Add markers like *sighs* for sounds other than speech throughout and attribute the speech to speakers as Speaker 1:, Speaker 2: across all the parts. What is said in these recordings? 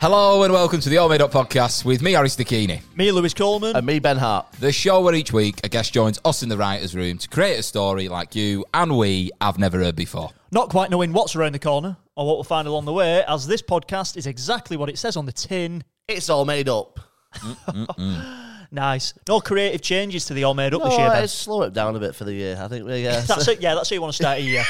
Speaker 1: Hello and welcome to the All Made Up podcast with me, Aris Nikini.
Speaker 2: Me, Lewis Coleman.
Speaker 3: And me, Ben Hart.
Speaker 1: The show where each week a guest joins us in the writer's room to create a story like you and we have never heard before.
Speaker 2: Not quite knowing what's around the corner or what we'll find along the way, as this podcast is exactly what it says on the tin.
Speaker 3: It's all made up.
Speaker 2: Nice. No creative changes to the all made up this year,
Speaker 3: Oh,
Speaker 2: Ben.
Speaker 3: it's slow it down a bit for the year, I think. we, Yeah,
Speaker 2: That's it. Yeah, that's how you want to start a year.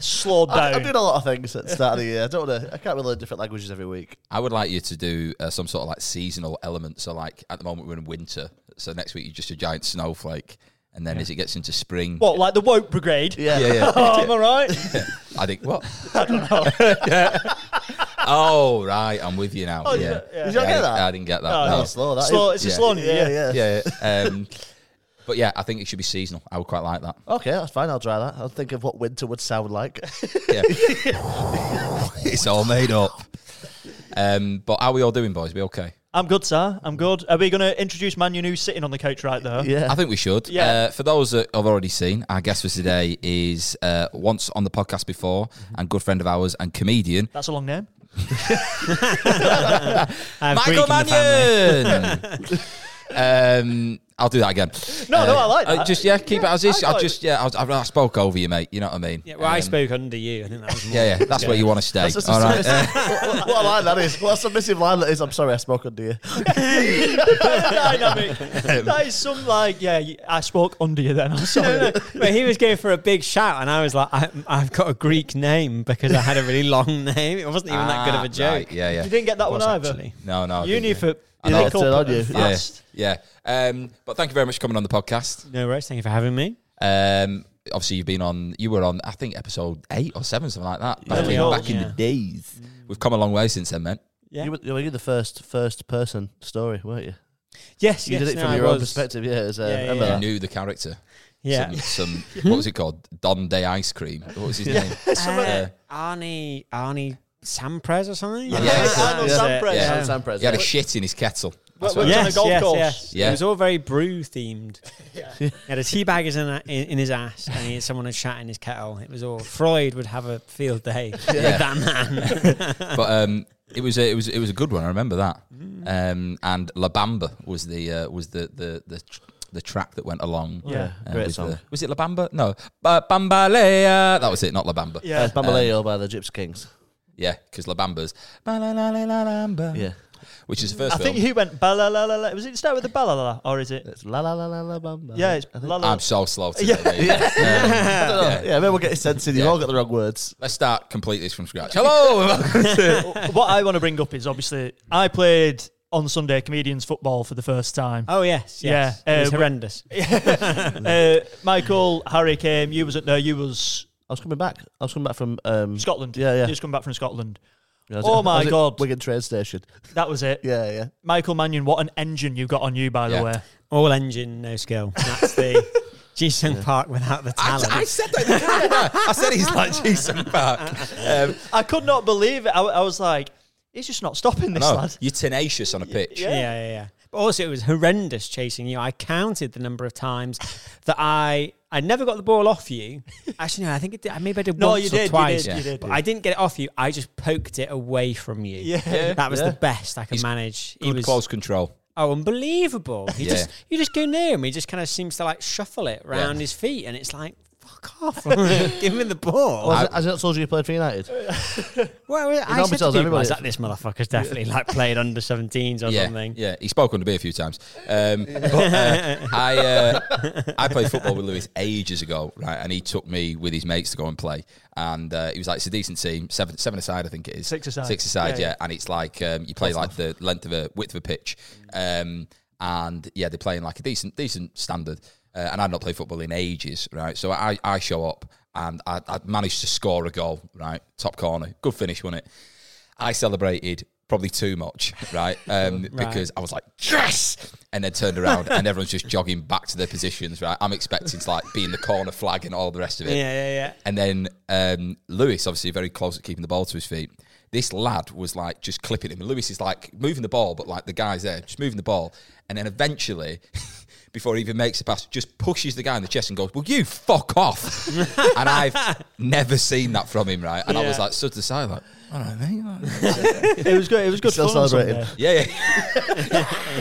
Speaker 2: Slowed
Speaker 3: I,
Speaker 2: down.
Speaker 3: am doing a lot of things at the start of the year. I don't know. I can't really learn different languages every week.
Speaker 1: I would like you to do uh, some sort of like seasonal element. So, like at the moment, we're in winter. So, next week, you're just a giant snowflake. And then as it gets into spring,
Speaker 2: what, like the woke brigade?
Speaker 3: Yeah.
Speaker 1: *laughs* Yeah, yeah.
Speaker 2: Oh, am I right?
Speaker 1: I think,
Speaker 3: *laughs*
Speaker 1: what? I *laughs* don't know. Oh, right. I'm with you now. yeah.
Speaker 2: yeah.
Speaker 3: Oh, Did you not
Speaker 1: I
Speaker 3: get
Speaker 1: didn't-
Speaker 3: that?
Speaker 1: I didn't get that.
Speaker 2: Oh,
Speaker 1: no.
Speaker 2: yeah.
Speaker 3: Slow, *laughs* that
Speaker 2: Slow, it's
Speaker 3: is-
Speaker 2: a
Speaker 1: Yeah.
Speaker 2: slow one, yeah.
Speaker 3: yeah, yeah.
Speaker 1: Yeah. Um, but yeah, I think it should be seasonal. I would quite like that.
Speaker 3: Okay, that's fine. I'll try that. I'll think of what winter would sound like. *laughs*
Speaker 1: Yeah. *laughs* it's all made up. Um, but how are we all doing, boys? We okay?
Speaker 2: I'm good, sir. I'm good. Are we going to introduce Man Yun who's sitting on the couch right there?
Speaker 3: yeah.
Speaker 1: I think we should.
Speaker 2: Yeah.
Speaker 1: Uh, for those that have already seen, our guest for today is uh, once on the podcast before
Speaker 4: Mm-hmm.
Speaker 1: and good friend of ours and comedian
Speaker 2: That's a long name. *laughs*
Speaker 4: I have
Speaker 1: Michael
Speaker 4: Greek in the family.
Speaker 1: Mannion.
Speaker 4: *laughs*
Speaker 1: um, I'll do that again.
Speaker 2: No, no, I like
Speaker 1: uh,
Speaker 2: that.
Speaker 1: just yeah, keep it as is.
Speaker 2: I
Speaker 1: I
Speaker 2: thought-
Speaker 1: just yeah, I, I, I spoke over you, mate. You know what I mean?
Speaker 4: Yeah, well, I
Speaker 1: Um,
Speaker 4: spoke under you. I think that was more.
Speaker 1: Yeah, yeah, that's where you want to stay.
Speaker 3: That's just-
Speaker 1: all right. Uh,
Speaker 3: *laughs* what, what a line that is. What a submissive line that is. I'm sorry, I spoke under you.
Speaker 2: *laughs* Dynamic.
Speaker 4: *laughs*
Speaker 2: that is some, like, yeah, you- I spoke under you then. I'm sorry.
Speaker 4: But he was going for a big shout, and I was like, I, "I've got a Greek name because I had a really long *laughs* name. It wasn't even that good of
Speaker 1: ah,
Speaker 4: a joke."
Speaker 1: right, yeah, yeah.
Speaker 2: You didn't get that one
Speaker 4: Was
Speaker 2: either.
Speaker 4: actually.
Speaker 1: No, no. I
Speaker 2: You
Speaker 1: didn't,
Speaker 2: need
Speaker 1: yeah.
Speaker 2: for
Speaker 1: I know.
Speaker 2: pick up
Speaker 3: Turn on
Speaker 2: and
Speaker 3: you.
Speaker 1: Yeah,
Speaker 2: fast.
Speaker 1: yeah. Um, but thank you very much for coming on the podcast.
Speaker 4: No worries. Thank you for having me.
Speaker 1: Um, obviously, you've been on. You were on, I think, episode eight or seven, something like that. Back,
Speaker 2: Really
Speaker 1: in,
Speaker 2: old,
Speaker 1: back in the
Speaker 4: yeah.
Speaker 1: days, we've come a long way since then, mate.
Speaker 4: Yeah.
Speaker 3: You, were, you were the first first person story, weren't you?
Speaker 4: yes,
Speaker 3: You
Speaker 4: yes,
Speaker 3: did it
Speaker 4: no,
Speaker 3: from
Speaker 4: I
Speaker 3: your own
Speaker 4: was.
Speaker 3: perspective. Yeah, it was, uh,
Speaker 4: Yeah, yeah,
Speaker 3: remember
Speaker 1: You
Speaker 3: that?
Speaker 1: knew the character.
Speaker 4: Yeah.
Speaker 1: Some, some what was it called? Don Day ice cream. What was his name?
Speaker 4: Uh, Arnie, Arnie Sampras or something. *laughs*
Speaker 1: Yeah,
Speaker 4: Like
Speaker 1: yeah,
Speaker 4: that.
Speaker 2: Arnold
Speaker 4: Yeah.
Speaker 2: Sampras.
Speaker 1: Yeah.
Speaker 3: Sam- Sam Prez,
Speaker 1: He had a
Speaker 3: yeah.
Speaker 1: shit in his kettle. That's
Speaker 2: Well,
Speaker 1: what
Speaker 2: well,
Speaker 1: it
Speaker 2: on
Speaker 1: was.
Speaker 2: a golf course.
Speaker 1: Yeah.
Speaker 4: It was all very brew
Speaker 2: *laughs*
Speaker 4: themed. He had a tea bag in, in, in his ass, and he, someone had shat in his kettle. It was all Freud would have a field
Speaker 1: *laughs*
Speaker 4: day
Speaker 1: Yeah.
Speaker 4: with that man. *laughs*
Speaker 1: but um, it was a, it was it was a good one. I remember that. Um, and La Bamba was the uh, was the the the. Tr- the track that went along,
Speaker 2: Yeah.
Speaker 1: uh,
Speaker 3: Great
Speaker 1: with
Speaker 3: song.
Speaker 1: the- was it La Bamba? No, ba- Bambalea. That was it, not La Bamba.
Speaker 2: Yeah.
Speaker 3: Uh, it's Bambaleo by the Gypsy Kings.
Speaker 1: Yeah, because La Bamba's "Ba la la la la Bamba,"
Speaker 3: Yeah.
Speaker 1: which is the first
Speaker 2: I
Speaker 1: film.
Speaker 2: think he went balalalala. Was it start with the balala or is it?
Speaker 3: It's la la la la la bamba.
Speaker 2: Yeah, it's
Speaker 3: I think-
Speaker 2: balala.
Speaker 1: I'm so slow today.
Speaker 2: Yeah.
Speaker 1: mate. Um,
Speaker 3: I don't know. Yeah, maybe we'll get it sense in. You've
Speaker 1: Yeah.
Speaker 3: all got the wrong words.
Speaker 1: let's start complete this from scratch. Hello, and welcome to-
Speaker 2: what I want to bring up is obviously I played on Sunday comedians football for the first time.
Speaker 4: Oh yes, yes.
Speaker 2: Yeah,
Speaker 4: it
Speaker 2: uh,
Speaker 4: was
Speaker 2: we-
Speaker 4: horrendous.
Speaker 2: uh, Michael, Harry came. You wasn't there. You was
Speaker 3: I was coming back. I was coming back from um,
Speaker 2: Scotland.
Speaker 3: Yeah, yeah.
Speaker 2: You just come back from Scotland.
Speaker 3: I was
Speaker 2: Oh
Speaker 3: at- I was
Speaker 2: my
Speaker 3: at
Speaker 2: God.
Speaker 3: Wigan train station.
Speaker 2: That was it.
Speaker 3: Yeah, yeah.
Speaker 2: Michael Mannion, what an engine you got on you, by
Speaker 1: Yeah.
Speaker 2: the way.
Speaker 4: All engine, no skill. That's
Speaker 1: *laughs*
Speaker 4: the Jisung Park without the
Speaker 1: I,
Speaker 4: talent.
Speaker 1: I said that. in the car, didn't I? I said he's like Jason Park. Um,
Speaker 2: I could not believe it. I, I was like, he's just not stopping this
Speaker 1: no,
Speaker 2: lad.
Speaker 1: you're tenacious on a pitch.
Speaker 2: Yeah.
Speaker 4: yeah, *laughs* yeah, yeah. But also, it was horrendous chasing you. I counted the number of times that I I never got the ball off you. *laughs* Actually, no, I think it did. Maybe I did
Speaker 2: No,
Speaker 4: once
Speaker 2: you
Speaker 4: or
Speaker 2: did, you
Speaker 4: twice.
Speaker 2: did, you did.
Speaker 4: But I didn't get it off you. I just poked it away from you. *laughs*
Speaker 2: Yeah.
Speaker 4: That was
Speaker 3: Yeah.
Speaker 4: the best I could
Speaker 1: He's
Speaker 4: manage. He
Speaker 1: Good
Speaker 4: was
Speaker 1: close control.
Speaker 4: oh unbelievable. He *laughs*
Speaker 1: Yeah.
Speaker 4: just you just go near him. He just kind of seems to like shuffle it round his feet, and it's like fuck *laughs* off. Give me the ball.
Speaker 3: Oh, has, it, has it not told you you played for United?
Speaker 4: Well, I
Speaker 3: normally
Speaker 4: said
Speaker 3: tells
Speaker 4: to people,
Speaker 3: everybody.
Speaker 4: like, this motherfucker's definitely like played under 17s or
Speaker 1: yeah,
Speaker 4: something.
Speaker 1: yeah. He spoke under me a few times.
Speaker 2: *laughs*
Speaker 1: Um, but, uh, I uh, I played football with Lewis ages ago, right? And he took me with his mates to go and play. And uh, he was like, "It's a decent team, seven seven aside, I think it is,
Speaker 2: Six aside.
Speaker 1: six aside,
Speaker 2: Yeah,
Speaker 1: yeah."
Speaker 2: yeah.
Speaker 1: And it's like um, you play like the length of a width of a pitch, um, and yeah, they're playing like a decent decent standard. Uh, and I've not played football in ages, right? So I, I show up and I, I managed to score a goal, right? Top corner, good finish, wasn't it? I celebrated probably too much,
Speaker 4: *laughs*
Speaker 1: right? Um, Because I was like, yes! And then turned around and everyone's just jogging back to their positions, right? I'm expecting to like be in the corner flag and all the rest of it.
Speaker 4: Yeah, yeah, yeah.
Speaker 1: And then um, Lewis, obviously very close at keeping the ball to his feet. This lad was like just clipping him. Lewis is like moving the ball, but like the guy's there, just moving the ball. And then eventually *laughs* before he even makes the pass, just pushes the guy in the chest and goes, Well, you
Speaker 4: *laughs*
Speaker 1: fuck off. and I've never seen that from him, right? And I was
Speaker 4: Yeah.
Speaker 1: like, stood to the side, like, All right, mate. all right."
Speaker 2: It was good. It was good
Speaker 3: Still
Speaker 2: fun. on
Speaker 3: celebrating.
Speaker 2: Sunday.
Speaker 1: Yeah, yeah.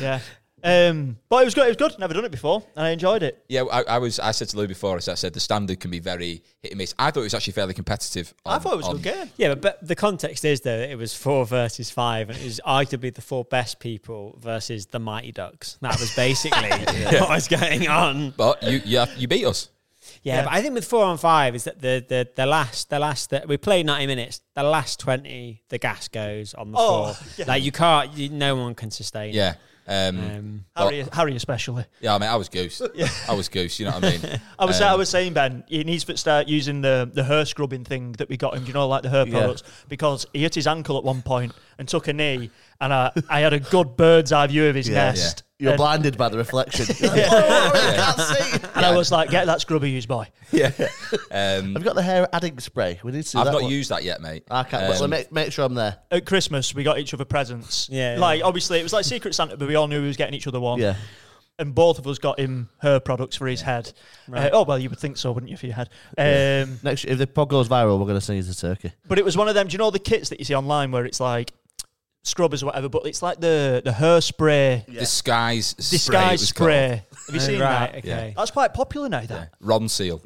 Speaker 2: Yeah. Um, but it was good. It was good. Never done it before, and I enjoyed it.
Speaker 1: Yeah, I, I was. I said to Lou before. I said, I said the standard can be very hit and miss. I thought it was actually fairly competitive.
Speaker 2: I
Speaker 1: on-
Speaker 2: thought it was a
Speaker 1: on-
Speaker 2: good game.
Speaker 4: Yeah, but, but the context is though that it was four versus five, and it was arguably the four best people versus the Mighty Ducks. That was basically what was going on.
Speaker 1: But you, you, you beat
Speaker 2: *laughs*
Speaker 1: us.
Speaker 4: Yeah,
Speaker 2: Yeah.
Speaker 4: but I think with four on five is that the the the last the last that we played ninety minutes, the last twenty the gas goes on the *laughs*
Speaker 2: Oh,
Speaker 4: floor.
Speaker 2: yeah.
Speaker 4: Like you can't, you, no one can sustain. it.
Speaker 1: Yeah. Um,
Speaker 4: Um,
Speaker 2: Harry, Harry especially.
Speaker 1: yeah, I mean, I was
Speaker 2: *laughs*
Speaker 1: goose. I was goose. You know what I mean?
Speaker 2: I was I
Speaker 1: Um,
Speaker 2: was saying Ben, he needs to start using the the hair scrubbing thing that we got him. You know, like the hair products, because he hit his ankle at one point and took a knee, and I, I had a good bird's eye view of his
Speaker 3: Yeah.
Speaker 2: nest.
Speaker 3: You're
Speaker 2: and,
Speaker 3: blinded by the *laughs* reflection. oh, I can't see.
Speaker 2: and I was like, get that scrubber used, boy.
Speaker 1: yeah. Um,
Speaker 3: I've got the hair adding spray. We need to. do
Speaker 1: I've
Speaker 3: that
Speaker 1: not
Speaker 3: one.
Speaker 1: used that yet, mate.
Speaker 3: I can't. but so
Speaker 1: Um,
Speaker 3: make, make sure I'm there.
Speaker 2: At Christmas, we got each other presents.
Speaker 4: Yeah, yeah.
Speaker 2: like obviously it was like Secret Santa, but we all knew we was getting each other one.
Speaker 3: Yeah.
Speaker 2: and both of us got him her products for his head. Uh, oh well, you would think so, wouldn't you, if you had?
Speaker 3: *laughs*
Speaker 2: Um,
Speaker 3: Next, if the pod goes viral, we're going to send you to *laughs* Turkey.
Speaker 2: But it was one of them. Do you know the kits that you see online where it's like scrubbers or whatever? But it's like the the hairspray
Speaker 1: Disguise spray. it
Speaker 2: disguise
Speaker 1: was
Speaker 2: spray. Have you seen
Speaker 4: Oh, right,
Speaker 2: that?
Speaker 4: okay.
Speaker 2: That's quite popular now.
Speaker 1: called.
Speaker 2: That
Speaker 1: Yeah. Ron
Speaker 2: *laughs*
Speaker 1: Seal.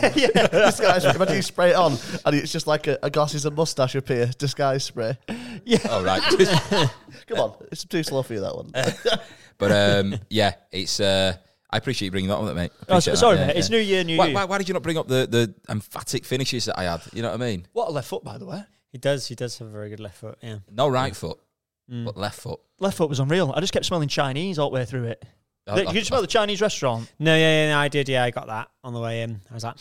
Speaker 3: This guy's imagine you spray it on, and it's just like a, a glasses and mustache appear disguise spray.
Speaker 1: All right. *laughs*
Speaker 3: Come on, it's too slow for you that *laughs* one.
Speaker 1: But um, yeah, it's. Uh, I appreciate you bringing that one, up, mate.
Speaker 2: Oh,
Speaker 1: Appreciate
Speaker 2: so-
Speaker 1: that,
Speaker 2: sorry,
Speaker 1: yeah,
Speaker 2: mate. It's
Speaker 1: yeah.
Speaker 2: New Year, New
Speaker 1: Why,
Speaker 2: You.
Speaker 1: why, why did you not bring up the, the emphatic finishes that I had? You know what I mean?
Speaker 2: what a left foot, by the way.
Speaker 4: he does. He does have a very good left foot. Yeah.
Speaker 1: No right foot,
Speaker 4: Mm.
Speaker 1: but left foot.
Speaker 2: Left foot was unreal. I just kept smelling Chinese all the way through it.
Speaker 1: I-
Speaker 2: you
Speaker 1: I-
Speaker 2: could smell the Chinese restaurant.
Speaker 4: No, yeah, yeah, no, I did. Yeah, I got that on the way in. I was like,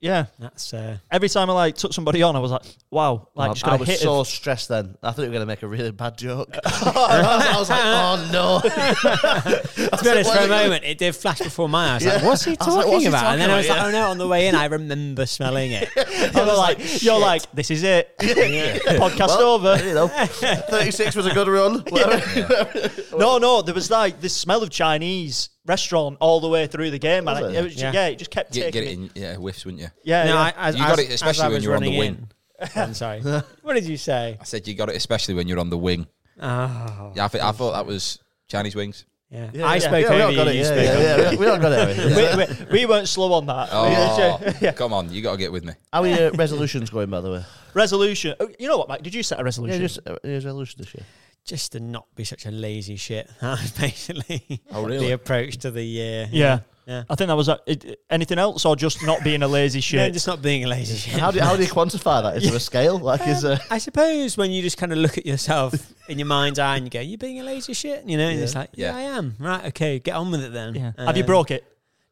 Speaker 2: Yeah.
Speaker 4: that's uh,
Speaker 2: Every time I like took somebody on, I was like, wow, like just
Speaker 3: I
Speaker 2: got a
Speaker 3: was
Speaker 2: hit. *laughs*
Speaker 3: so
Speaker 2: of-
Speaker 3: stressed then. I thought you were going to make a really bad joke. *laughs* I was like, oh no.
Speaker 4: to be honest, for a
Speaker 3: "What are you-
Speaker 4: moment, it did flash before my eyes. Like,
Speaker 3: Yeah.
Speaker 4: what's he
Speaker 3: I was like,
Speaker 4: talking
Speaker 3: what's he
Speaker 4: about? and then I was
Speaker 3: talking
Speaker 4: like, oh no, on the way in, I remember smelling
Speaker 3: *laughs*
Speaker 4: it.
Speaker 2: I was like, you're like, this is it. Podcast
Speaker 3: Well,
Speaker 2: over.
Speaker 3: You know, 36 was a good run. Whatever.
Speaker 2: No, no, there was like this smell of Chinese restaurant all the way through the game, man.
Speaker 3: Was
Speaker 2: It,
Speaker 3: it?
Speaker 2: was ju- yeah.
Speaker 4: Yeah.
Speaker 2: it just kept
Speaker 1: Get,
Speaker 2: taking
Speaker 1: get it
Speaker 2: it.
Speaker 1: in yeah, whiffs, wouldn't you?
Speaker 2: Yeah,
Speaker 4: No,
Speaker 2: yeah.
Speaker 4: I, as,
Speaker 1: You
Speaker 4: as-
Speaker 1: got
Speaker 4: as
Speaker 1: it,
Speaker 4: I
Speaker 1: especially when
Speaker 4: was
Speaker 1: you're on the
Speaker 4: running
Speaker 1: wing.
Speaker 4: in. Oh, I'm
Speaker 3: *laughs*
Speaker 4: sorry. what did you say?
Speaker 1: I said you got it, especially when you're on the wing.
Speaker 4: Oh,
Speaker 1: Yeah, I, thi- I thought that was Chinese wings.
Speaker 4: yeah.
Speaker 3: Yeah,
Speaker 4: I
Speaker 3: yeah.
Speaker 4: spoke
Speaker 3: yeah, we all
Speaker 4: over
Speaker 3: got
Speaker 4: you.
Speaker 3: it.
Speaker 4: you
Speaker 3: Yeah,
Speaker 4: spoke
Speaker 3: yeah,
Speaker 4: over
Speaker 3: yeah, we- we all got it. yeah.
Speaker 2: we, we- we weren't slow on that. *laughs*
Speaker 1: Oh, come on, you got to get with me.
Speaker 3: *laughs* How are your resolutions going, by the way?
Speaker 2: Resolution. Oh, You know what, Mike? Did you set a
Speaker 3: Yeah,
Speaker 2: resolution?
Speaker 3: just uh, your resolution this year.
Speaker 4: just to not be such a lazy shit. *laughs* That was basically
Speaker 1: Oh,
Speaker 4: the approach to the year.
Speaker 2: yeah.
Speaker 4: Yeah.
Speaker 2: I think that was uh, it, anything else, or just not being a lazy
Speaker 4: No,
Speaker 2: shit.
Speaker 4: just not being a
Speaker 3: *laughs*
Speaker 4: lazy shit.
Speaker 3: And How do, how do you quantify that? Is there a scale? Like, is
Speaker 4: *laughs*
Speaker 3: uh,
Speaker 4: Um, I suppose when you just kind of look at yourself *laughs* in your mind's eye and you go, "You're being a lazy shit," you know, and it's like, yeah,
Speaker 1: Yeah.
Speaker 4: I am." Right, okay, get on with it then.
Speaker 2: yeah. Have you
Speaker 4: Um,
Speaker 2: broke it?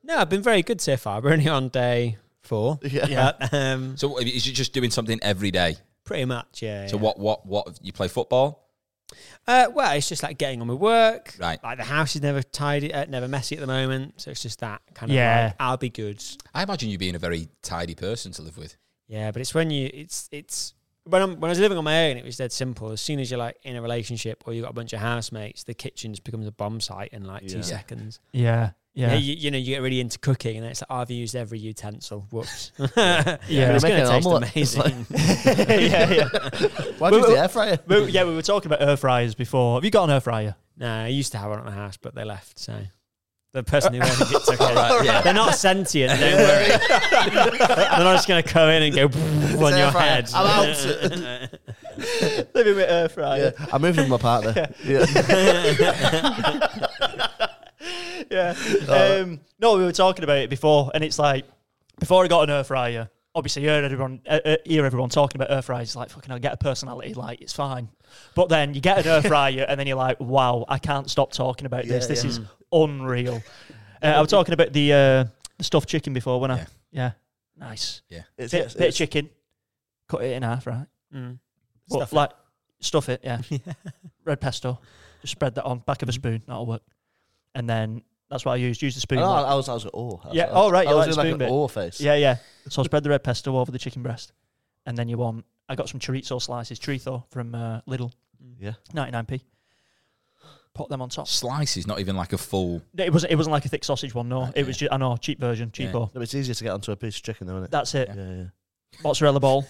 Speaker 4: No, I've been very good so far. We're only on day four.
Speaker 3: Yeah.
Speaker 4: But, um,
Speaker 1: So what- is you just doing something every day?
Speaker 4: pretty much, yeah.
Speaker 1: So
Speaker 4: yeah.
Speaker 1: what? What? What? You play football?
Speaker 4: Uh, well, it's just like getting on with work.
Speaker 1: Right.
Speaker 4: Like the house is never tidy, uh, never messy at the moment, so it's just that kind of
Speaker 2: Yeah.
Speaker 4: like, I'll be good.
Speaker 1: I imagine you being a very tidy person to live with. Yeah.
Speaker 4: Yeah, but it's when you it's it's when I'm when I was living on my own, it was dead simple. As soon as you're like in a relationship or you got a bunch of housemates, the kitchen just becomes a bomb site in like two
Speaker 3: Yeah.
Speaker 4: seconds.
Speaker 2: Yeah.
Speaker 4: Yeah,
Speaker 2: Yeah.
Speaker 4: you, you know, you get really into cooking, and it's like oh, I've used every utensil. Whoops. *laughs* yeah,
Speaker 2: Yeah.
Speaker 4: it's
Speaker 3: You're
Speaker 4: going
Speaker 3: making
Speaker 4: to
Speaker 3: an
Speaker 4: taste
Speaker 3: omelette. It's
Speaker 4: amazing.
Speaker 2: *laughs*
Speaker 4: *laughs*
Speaker 2: yeah. yeah.
Speaker 3: why do you use the air fryer?
Speaker 2: We, were- yeah, we were talking about air fryers before. Have you got an air fryer?
Speaker 4: no, I used to have one at my house, but they left. So the person who owned it took it.
Speaker 1: yeah.
Speaker 4: They're not sentient. Don't worry. *laughs* They're not just going to come in and
Speaker 2: *laughs*
Speaker 4: go *laughs* on
Speaker 3: air
Speaker 4: your
Speaker 3: fryer.
Speaker 4: head.
Speaker 3: I'm
Speaker 2: Living with air fryer.
Speaker 3: *laughs* Yeah, I moved in with my partner. Yeah.
Speaker 2: yeah.
Speaker 4: Uh,
Speaker 2: Um, no, we were talking about it before, and it's like before I got an air fryer. Obviously, hear everyone uh, uh, hear everyone talking about air fryers. It's like fucking, I get a personality. Like it's fine, but then you get an air
Speaker 4: *laughs*
Speaker 2: fryer, and then you're like, wow, I can't stop talking about this.
Speaker 3: Yeah,
Speaker 2: This
Speaker 3: yeah.
Speaker 2: is unreal. Uh, I was talking about the uh, the stuffed chicken before, when I yeah,
Speaker 1: Yeah.
Speaker 2: nice
Speaker 3: It's,
Speaker 2: bit,
Speaker 3: it's,
Speaker 2: bit of
Speaker 3: it's,
Speaker 2: chicken, cut it in half, right?
Speaker 4: Mm.
Speaker 2: But,
Speaker 4: Stuff it.
Speaker 2: like stuff it, yeah. Red pesto, just spread that on back of a spoon. That'll work. And then that's what I used. Use the spoon.
Speaker 3: I, know,
Speaker 2: like-
Speaker 3: I was, I was like, oh. I was-
Speaker 2: Yeah,
Speaker 3: I was,
Speaker 2: oh, right,
Speaker 3: I
Speaker 2: you like
Speaker 3: was doing like
Speaker 2: spoon
Speaker 3: an
Speaker 2: bit.
Speaker 3: oh face.
Speaker 2: Yeah, yeah. So I spread the red pesto over the chicken breast, and then you want. I got some chorizo slices, chorizo from uh, Lidl,
Speaker 3: Yeah.
Speaker 2: 99p. Put them on top.
Speaker 1: Slice is not even like a full.
Speaker 2: No, It wasn't. It wasn't like a thick sausage one. No, it was just I know cheap version,
Speaker 1: Yeah.
Speaker 2: cheapo.
Speaker 3: No, it's easier to get onto a piece of chicken, though, isn't it?
Speaker 2: That's it.
Speaker 3: yeah, yeah. *laughs*
Speaker 2: Mozzarella ball,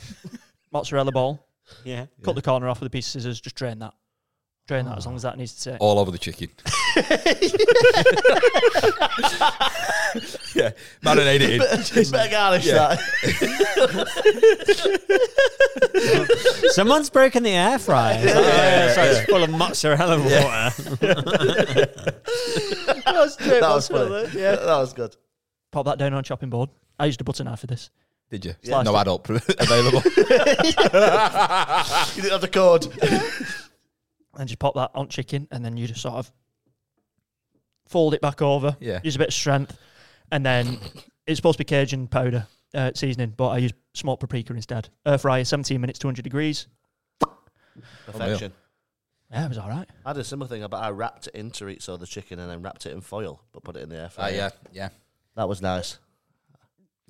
Speaker 2: mozzarella ball.
Speaker 4: Yeah.
Speaker 2: Cut the corner off with a piece of scissors. Just drain that. Drain that as long as that needs to take.
Speaker 1: all over the chicken. *laughs* yeah, marinate it
Speaker 3: *laughs*
Speaker 1: in.
Speaker 3: It's better garnish
Speaker 1: Yeah.
Speaker 3: that.
Speaker 4: Someone's broken the air fryer. It's like, oh, *laughs* yeah, so it's full of mozzarella water.
Speaker 2: that was straight
Speaker 3: That was
Speaker 2: mozzarella,
Speaker 3: funny. Yeah, that was good.
Speaker 2: Pop that down on a chopping board. I used a butter knife for this.
Speaker 1: Did you?
Speaker 2: Yeah.
Speaker 1: No adult pr- available. *laughs*
Speaker 3: You didn't have the *laughs* cord.
Speaker 2: and just pop that on chicken, and then you just sort of fold it back over.
Speaker 1: Yeah.
Speaker 2: Use a bit of strength, and then it's supposed to be Cajun powder uh, seasoning, but I use smoked paprika instead. Air fryer, 17 minutes, 200 degrees.
Speaker 3: Perfection.
Speaker 2: Yeah, it was all right.
Speaker 3: I had a similar thing, but I wrapped it into it, so the chicken, and then wrapped it in foil, but put it in the air
Speaker 1: Ah,
Speaker 3: fryer.
Speaker 1: yeah, yeah,
Speaker 3: That was nice.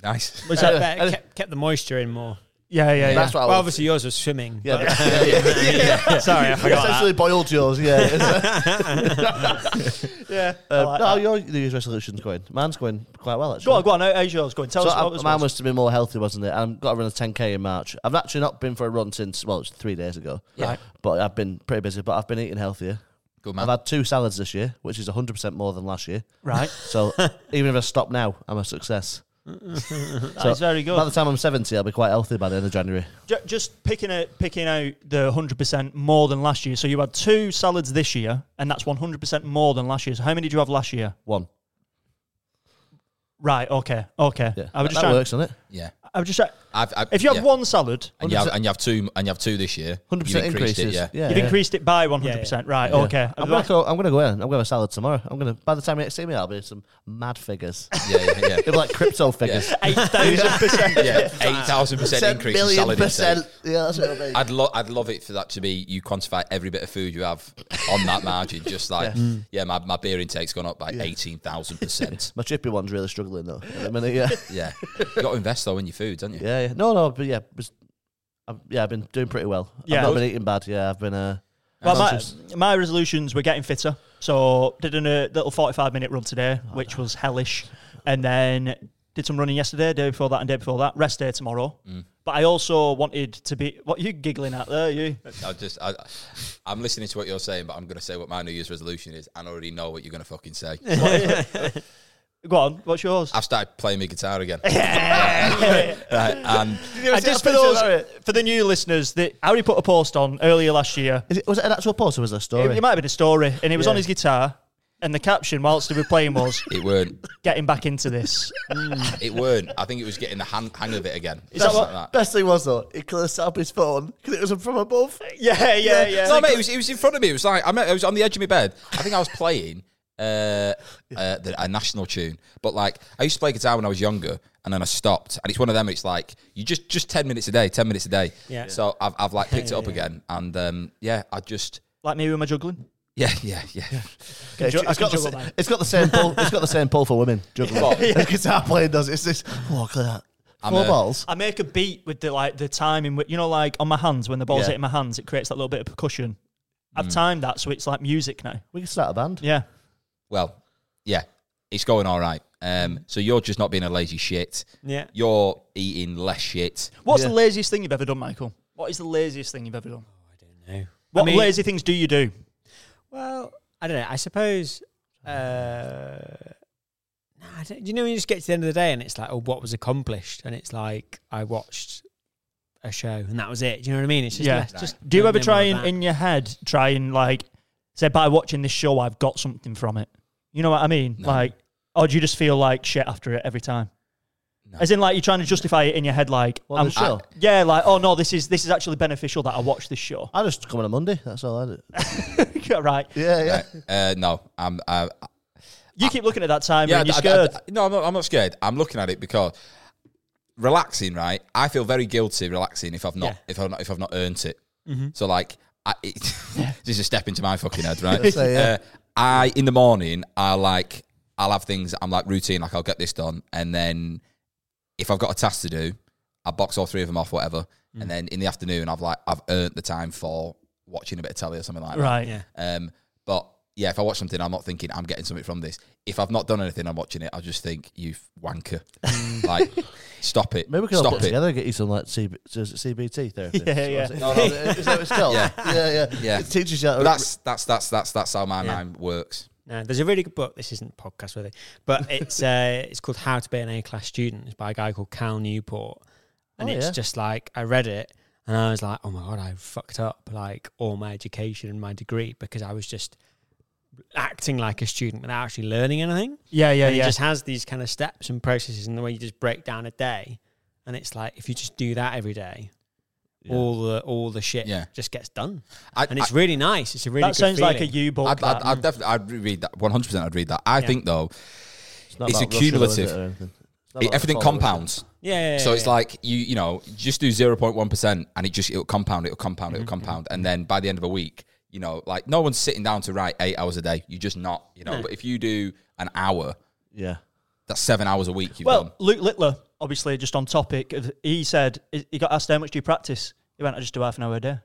Speaker 1: nice.
Speaker 4: Was that
Speaker 3: *laughs* Uh,
Speaker 4: better?
Speaker 3: uh,
Speaker 4: Kept, kept the moisture in more.
Speaker 2: Yeah, yeah, yeah.
Speaker 3: That's what
Speaker 4: Well,
Speaker 3: I was.
Speaker 4: obviously yours was swimming.
Speaker 3: *laughs* Yeah,
Speaker 4: *laughs* but- uh,
Speaker 3: yeah, yeah,
Speaker 4: *laughs* Sorry, I forgot that.
Speaker 3: Essentially boiled yours, yeah. *laughs*
Speaker 2: yeah.
Speaker 3: um, no, your New Year's resolution's going. Mine's going quite well, actually.
Speaker 2: Go on, go on. how- How's yours going? Tell
Speaker 3: so
Speaker 2: us
Speaker 3: I-
Speaker 2: what was
Speaker 3: mine
Speaker 2: yours.
Speaker 3: was to be more healthy, wasn't it? I've got to run a 10k in March. I've actually not been for a run since well, it's three days ago.
Speaker 2: Right.
Speaker 3: But I've been pretty busy. But I've been eating healthier.
Speaker 1: Good
Speaker 3: I've
Speaker 1: man.
Speaker 3: had two salads this year, which is 100 percent more than last year. *laughs*
Speaker 2: Right. *laughs*
Speaker 3: So even if I stop now, I'm a success.
Speaker 2: That's
Speaker 3: So,
Speaker 2: very
Speaker 3: By
Speaker 2: good.
Speaker 3: the time I'm 70, I'll be quite healthy by the end of January.
Speaker 2: Ju- just picking out, picking out the 100% more than last year. So you had two salads this year, and that's 100% more than last year. So how many did you have last year?
Speaker 3: One.
Speaker 2: Right, okay, okay.
Speaker 3: Yeah,
Speaker 2: I was just
Speaker 3: that, that
Speaker 2: trying.
Speaker 3: works, doesn't it?
Speaker 1: Yeah.
Speaker 2: I was just trying.
Speaker 1: I've, I've,
Speaker 2: If you have
Speaker 1: yeah.
Speaker 2: one salad,
Speaker 1: and you have, and you have two, and you have two this year.
Speaker 3: 100
Speaker 1: you
Speaker 3: percent
Speaker 1: increased
Speaker 3: increases.
Speaker 1: it, yeah.
Speaker 2: you've increased it by 100%. Right,
Speaker 3: Yeah.
Speaker 2: okay.
Speaker 3: I'm gonna go. I'm gonna go in. I'm gonna have a salad tomorrow. I'm gonna. By the time you next see me, I'll be some
Speaker 2: *laughs*
Speaker 3: mad figures.
Speaker 1: yeah, yeah,
Speaker 3: It'll be like crypto figures. *laughs*
Speaker 2: 8,000%.
Speaker 1: yeah. yeah. Eight thousand percent
Speaker 3: 10
Speaker 1: increase in
Speaker 3: million
Speaker 1: salad
Speaker 3: percent.
Speaker 1: intake.
Speaker 3: Yeah, that's what it'll be.
Speaker 1: I'd lo- I'd love it for that to be you quantify every bit of food you have on that margin.
Speaker 2: *laughs*
Speaker 1: Just like, yeah,
Speaker 2: Mm.
Speaker 1: my, my beer intake's gone up by eighteen thousand
Speaker 2: *laughs*
Speaker 1: percent.
Speaker 3: My chippy one's really struggling though. At the minute, yeah,
Speaker 1: Yeah, you got to invest though in your food, don't you?
Speaker 3: yeah, yeah. No, no, but yeah, was, I've, yeah, I've been doing pretty well.
Speaker 2: Yeah.
Speaker 3: I've not been eating bad. Yeah, I've been. Uh,
Speaker 2: Well, my,
Speaker 3: conscious.
Speaker 2: my resolutions were getting fitter. So did a little 45 minute run today,
Speaker 3: Oh,
Speaker 2: which was hellish. And then did some running yesterday, day before that, and day before that. Rest day tomorrow.
Speaker 1: Mm.
Speaker 2: But I also wanted to be. What are you giggling at there, you?
Speaker 1: I just, I, I'm listening to what you're saying, but I'm going to say what my New Year's resolution is, and I already know what you're going to fucking
Speaker 2: *laughs*
Speaker 1: say.
Speaker 2: Go on, what's yours?
Speaker 1: *laughs*
Speaker 2: *laughs*
Speaker 1: I've started playing my guitar again. right,
Speaker 2: *laughs*
Speaker 1: and
Speaker 2: I just for those for the new listeners that I already put a post on earlier last year.
Speaker 3: Is it, was it an actual post or was it a
Speaker 2: It,
Speaker 3: story?
Speaker 2: it might have been a story, and it was
Speaker 3: Yeah.
Speaker 2: on his guitar. And the caption whilst he was playing was
Speaker 1: it weren't,
Speaker 2: "Getting back into this."
Speaker 1: it weren't. I think it was getting the hang, hang of it again.
Speaker 2: that
Speaker 1: Something
Speaker 2: what-
Speaker 1: like that.
Speaker 3: Best thing was though, he could have set up his phone because it was from above.
Speaker 2: *laughs* yeah, yeah, *laughs* yeah.
Speaker 1: No, mate, it was, it was in front of me. It was like I, mean, I was on the edge of my bed. I think I was playing uh, uh, the, a national tune, but like I used to play guitar when I was younger, and then I stopped. And it's one of them. It's like you just just ten minutes a day, ten minutes a day.
Speaker 4: Yeah.
Speaker 1: So I've, I've like picked
Speaker 4: Yeah,
Speaker 1: it up
Speaker 4: yeah.
Speaker 1: again, and um, yeah, I just
Speaker 2: like me with my juggling.
Speaker 1: yeah, *laughs* yeah, yeah.
Speaker 3: Yeah,
Speaker 2: ju-
Speaker 3: it's-
Speaker 2: I
Speaker 3: it's
Speaker 2: can
Speaker 3: got the
Speaker 2: juggle
Speaker 3: sa-
Speaker 2: mine.
Speaker 3: it's got the same pull. It's got the same pull for women. *laughs* Juggling.
Speaker 1: What?
Speaker 3: The guitar playing does. It's this. Oh, look at that.
Speaker 1: I'm
Speaker 3: Four
Speaker 1: a-
Speaker 3: balls.
Speaker 2: I make a beat with the like the timing, with- you know, like on my hands when the ball's
Speaker 3: Yeah.
Speaker 2: hitting my hands, it creates that little bit of percussion. I've timed that so it's like music now.
Speaker 3: We can start a band.
Speaker 2: Mm. Yeah,
Speaker 1: Well, yeah, it's going all right. Um, so you're just not being a lazy shit.
Speaker 4: Yeah.
Speaker 1: You're eating less shit.
Speaker 2: what's the
Speaker 3: Yeah.
Speaker 2: laziest thing you've ever done, Michael? What is the laziest thing you've ever done?
Speaker 4: No.
Speaker 2: What
Speaker 4: Oh, I mean-
Speaker 2: lazy things do you do?
Speaker 4: Well, I don't know. I suppose. Uh, no, I don't, you know, when you just get to the end of the day and it's like, oh, what was accomplished? And it's like, I watched a show and that was it. Do you know what I mean? It's just,
Speaker 2: Yeah.
Speaker 4: less- just
Speaker 2: Do you
Speaker 4: no
Speaker 2: ever
Speaker 4: memory
Speaker 2: try
Speaker 4: of
Speaker 2: and
Speaker 4: that.
Speaker 2: in your head try and like say by watching this show I've got something from it? You know what I mean?
Speaker 1: No.
Speaker 2: Like, or do you just feel like shit after it every time?
Speaker 1: No.
Speaker 2: As in, like you're trying to justify it in your head, like
Speaker 3: What,
Speaker 2: I'm-
Speaker 3: the show?
Speaker 2: I- yeah, like oh no, this is this is actually beneficial that I watched
Speaker 1: *laughs*
Speaker 2: this show.
Speaker 3: I just come on a Monday. That's all I do.
Speaker 2: Yeah, right.
Speaker 3: Yeah, yeah.
Speaker 1: Uh, uh, no, I'm. I,
Speaker 2: You keep looking at that time and you're
Speaker 1: I- I-
Speaker 2: scared.
Speaker 1: I- no, I'm not, I'm not scared. I'm looking at it because relaxing, right? I feel very guilty relaxing if I've not
Speaker 4: Yeah.
Speaker 1: if I've not if I've not earned it. So like, I, it, *laughs* this is a step into my fucking head, right?
Speaker 3: So, yeah.
Speaker 1: uh, I in the morning, I like I'll have things that I'm like routine, like I'll get this done, and then if I've got a task to do, I box all three of them off, whatever, and then in the afternoon, I've like I've earned the time for watching a bit of telly or something like that.
Speaker 2: Right.
Speaker 4: Yeah.
Speaker 1: Um, but yeah, if I watch something, I'm not thinking I'm getting something from this. If I've not done anything, I'm watching it. I just think you
Speaker 4: *laughs*
Speaker 1: wanker, like stop it.
Speaker 3: Maybe we can all
Speaker 1: stop
Speaker 3: put
Speaker 1: it.
Speaker 3: together and get you some like CB, is it CBT therapy.
Speaker 2: Yeah, yeah.
Speaker 3: No, no, is that what it's
Speaker 1: *laughs*
Speaker 3: called?
Speaker 1: Yeah.
Speaker 3: Yeah, yeah.
Speaker 1: Yeah.
Speaker 3: It teaches you how
Speaker 1: But
Speaker 3: to
Speaker 1: that's that's that's that's that's how my
Speaker 4: Yeah.
Speaker 1: mind works.
Speaker 4: No, Uh, there's a really good book. This isn't podcast worthy, but it's uh, it's called How to Be an A Class Student. It's by a guy called Cal Newport, and
Speaker 3: Oh,
Speaker 4: it's
Speaker 3: yeah.
Speaker 4: just like I read it and I was like, oh my god, I fucked up like all my education and my degree because I was just acting like a student without actually learning anything.
Speaker 2: Yeah, yeah,
Speaker 4: and he
Speaker 2: yeah.
Speaker 4: just has these kind of steps and processes and the way you just break down a day, and it's like if you just do that every day,
Speaker 3: Yeah.
Speaker 4: all the all the shit
Speaker 1: Yeah.
Speaker 4: just gets done,
Speaker 1: I,
Speaker 4: and it's really nice. It's a really
Speaker 2: that
Speaker 4: good
Speaker 2: sounds like a
Speaker 4: feeling.
Speaker 2: U book.
Speaker 1: I'd, I'd, I'd definitely I'd read that 100. percent I'd read that. I
Speaker 4: Yeah.
Speaker 1: think though
Speaker 3: It's, not
Speaker 1: It's
Speaker 3: about
Speaker 1: a
Speaker 3: Russia, though, is
Speaker 1: cumulative.
Speaker 3: it, or anything? It's not
Speaker 1: it-
Speaker 3: about
Speaker 1: everything
Speaker 3: following.
Speaker 1: compounds.
Speaker 4: yeah, yeah,
Speaker 1: So
Speaker 4: yeah,
Speaker 1: it's
Speaker 4: yeah.
Speaker 1: like you you know just do 0.1 percent and it just it'll compound. It'll compound. It'll
Speaker 4: Mhm.
Speaker 1: compound. And then by the end of a week, you know, like no one's sitting down to write eight hours a day. You're just not. You know,
Speaker 4: No.
Speaker 1: but if you do an hour,
Speaker 3: Yeah.
Speaker 1: that's seven hours a week. You've
Speaker 2: well,
Speaker 1: done.
Speaker 2: Luke Littler, obviously, just on topic, of- he said he he got asked how much do you practice. He went, I just do half an hour a day.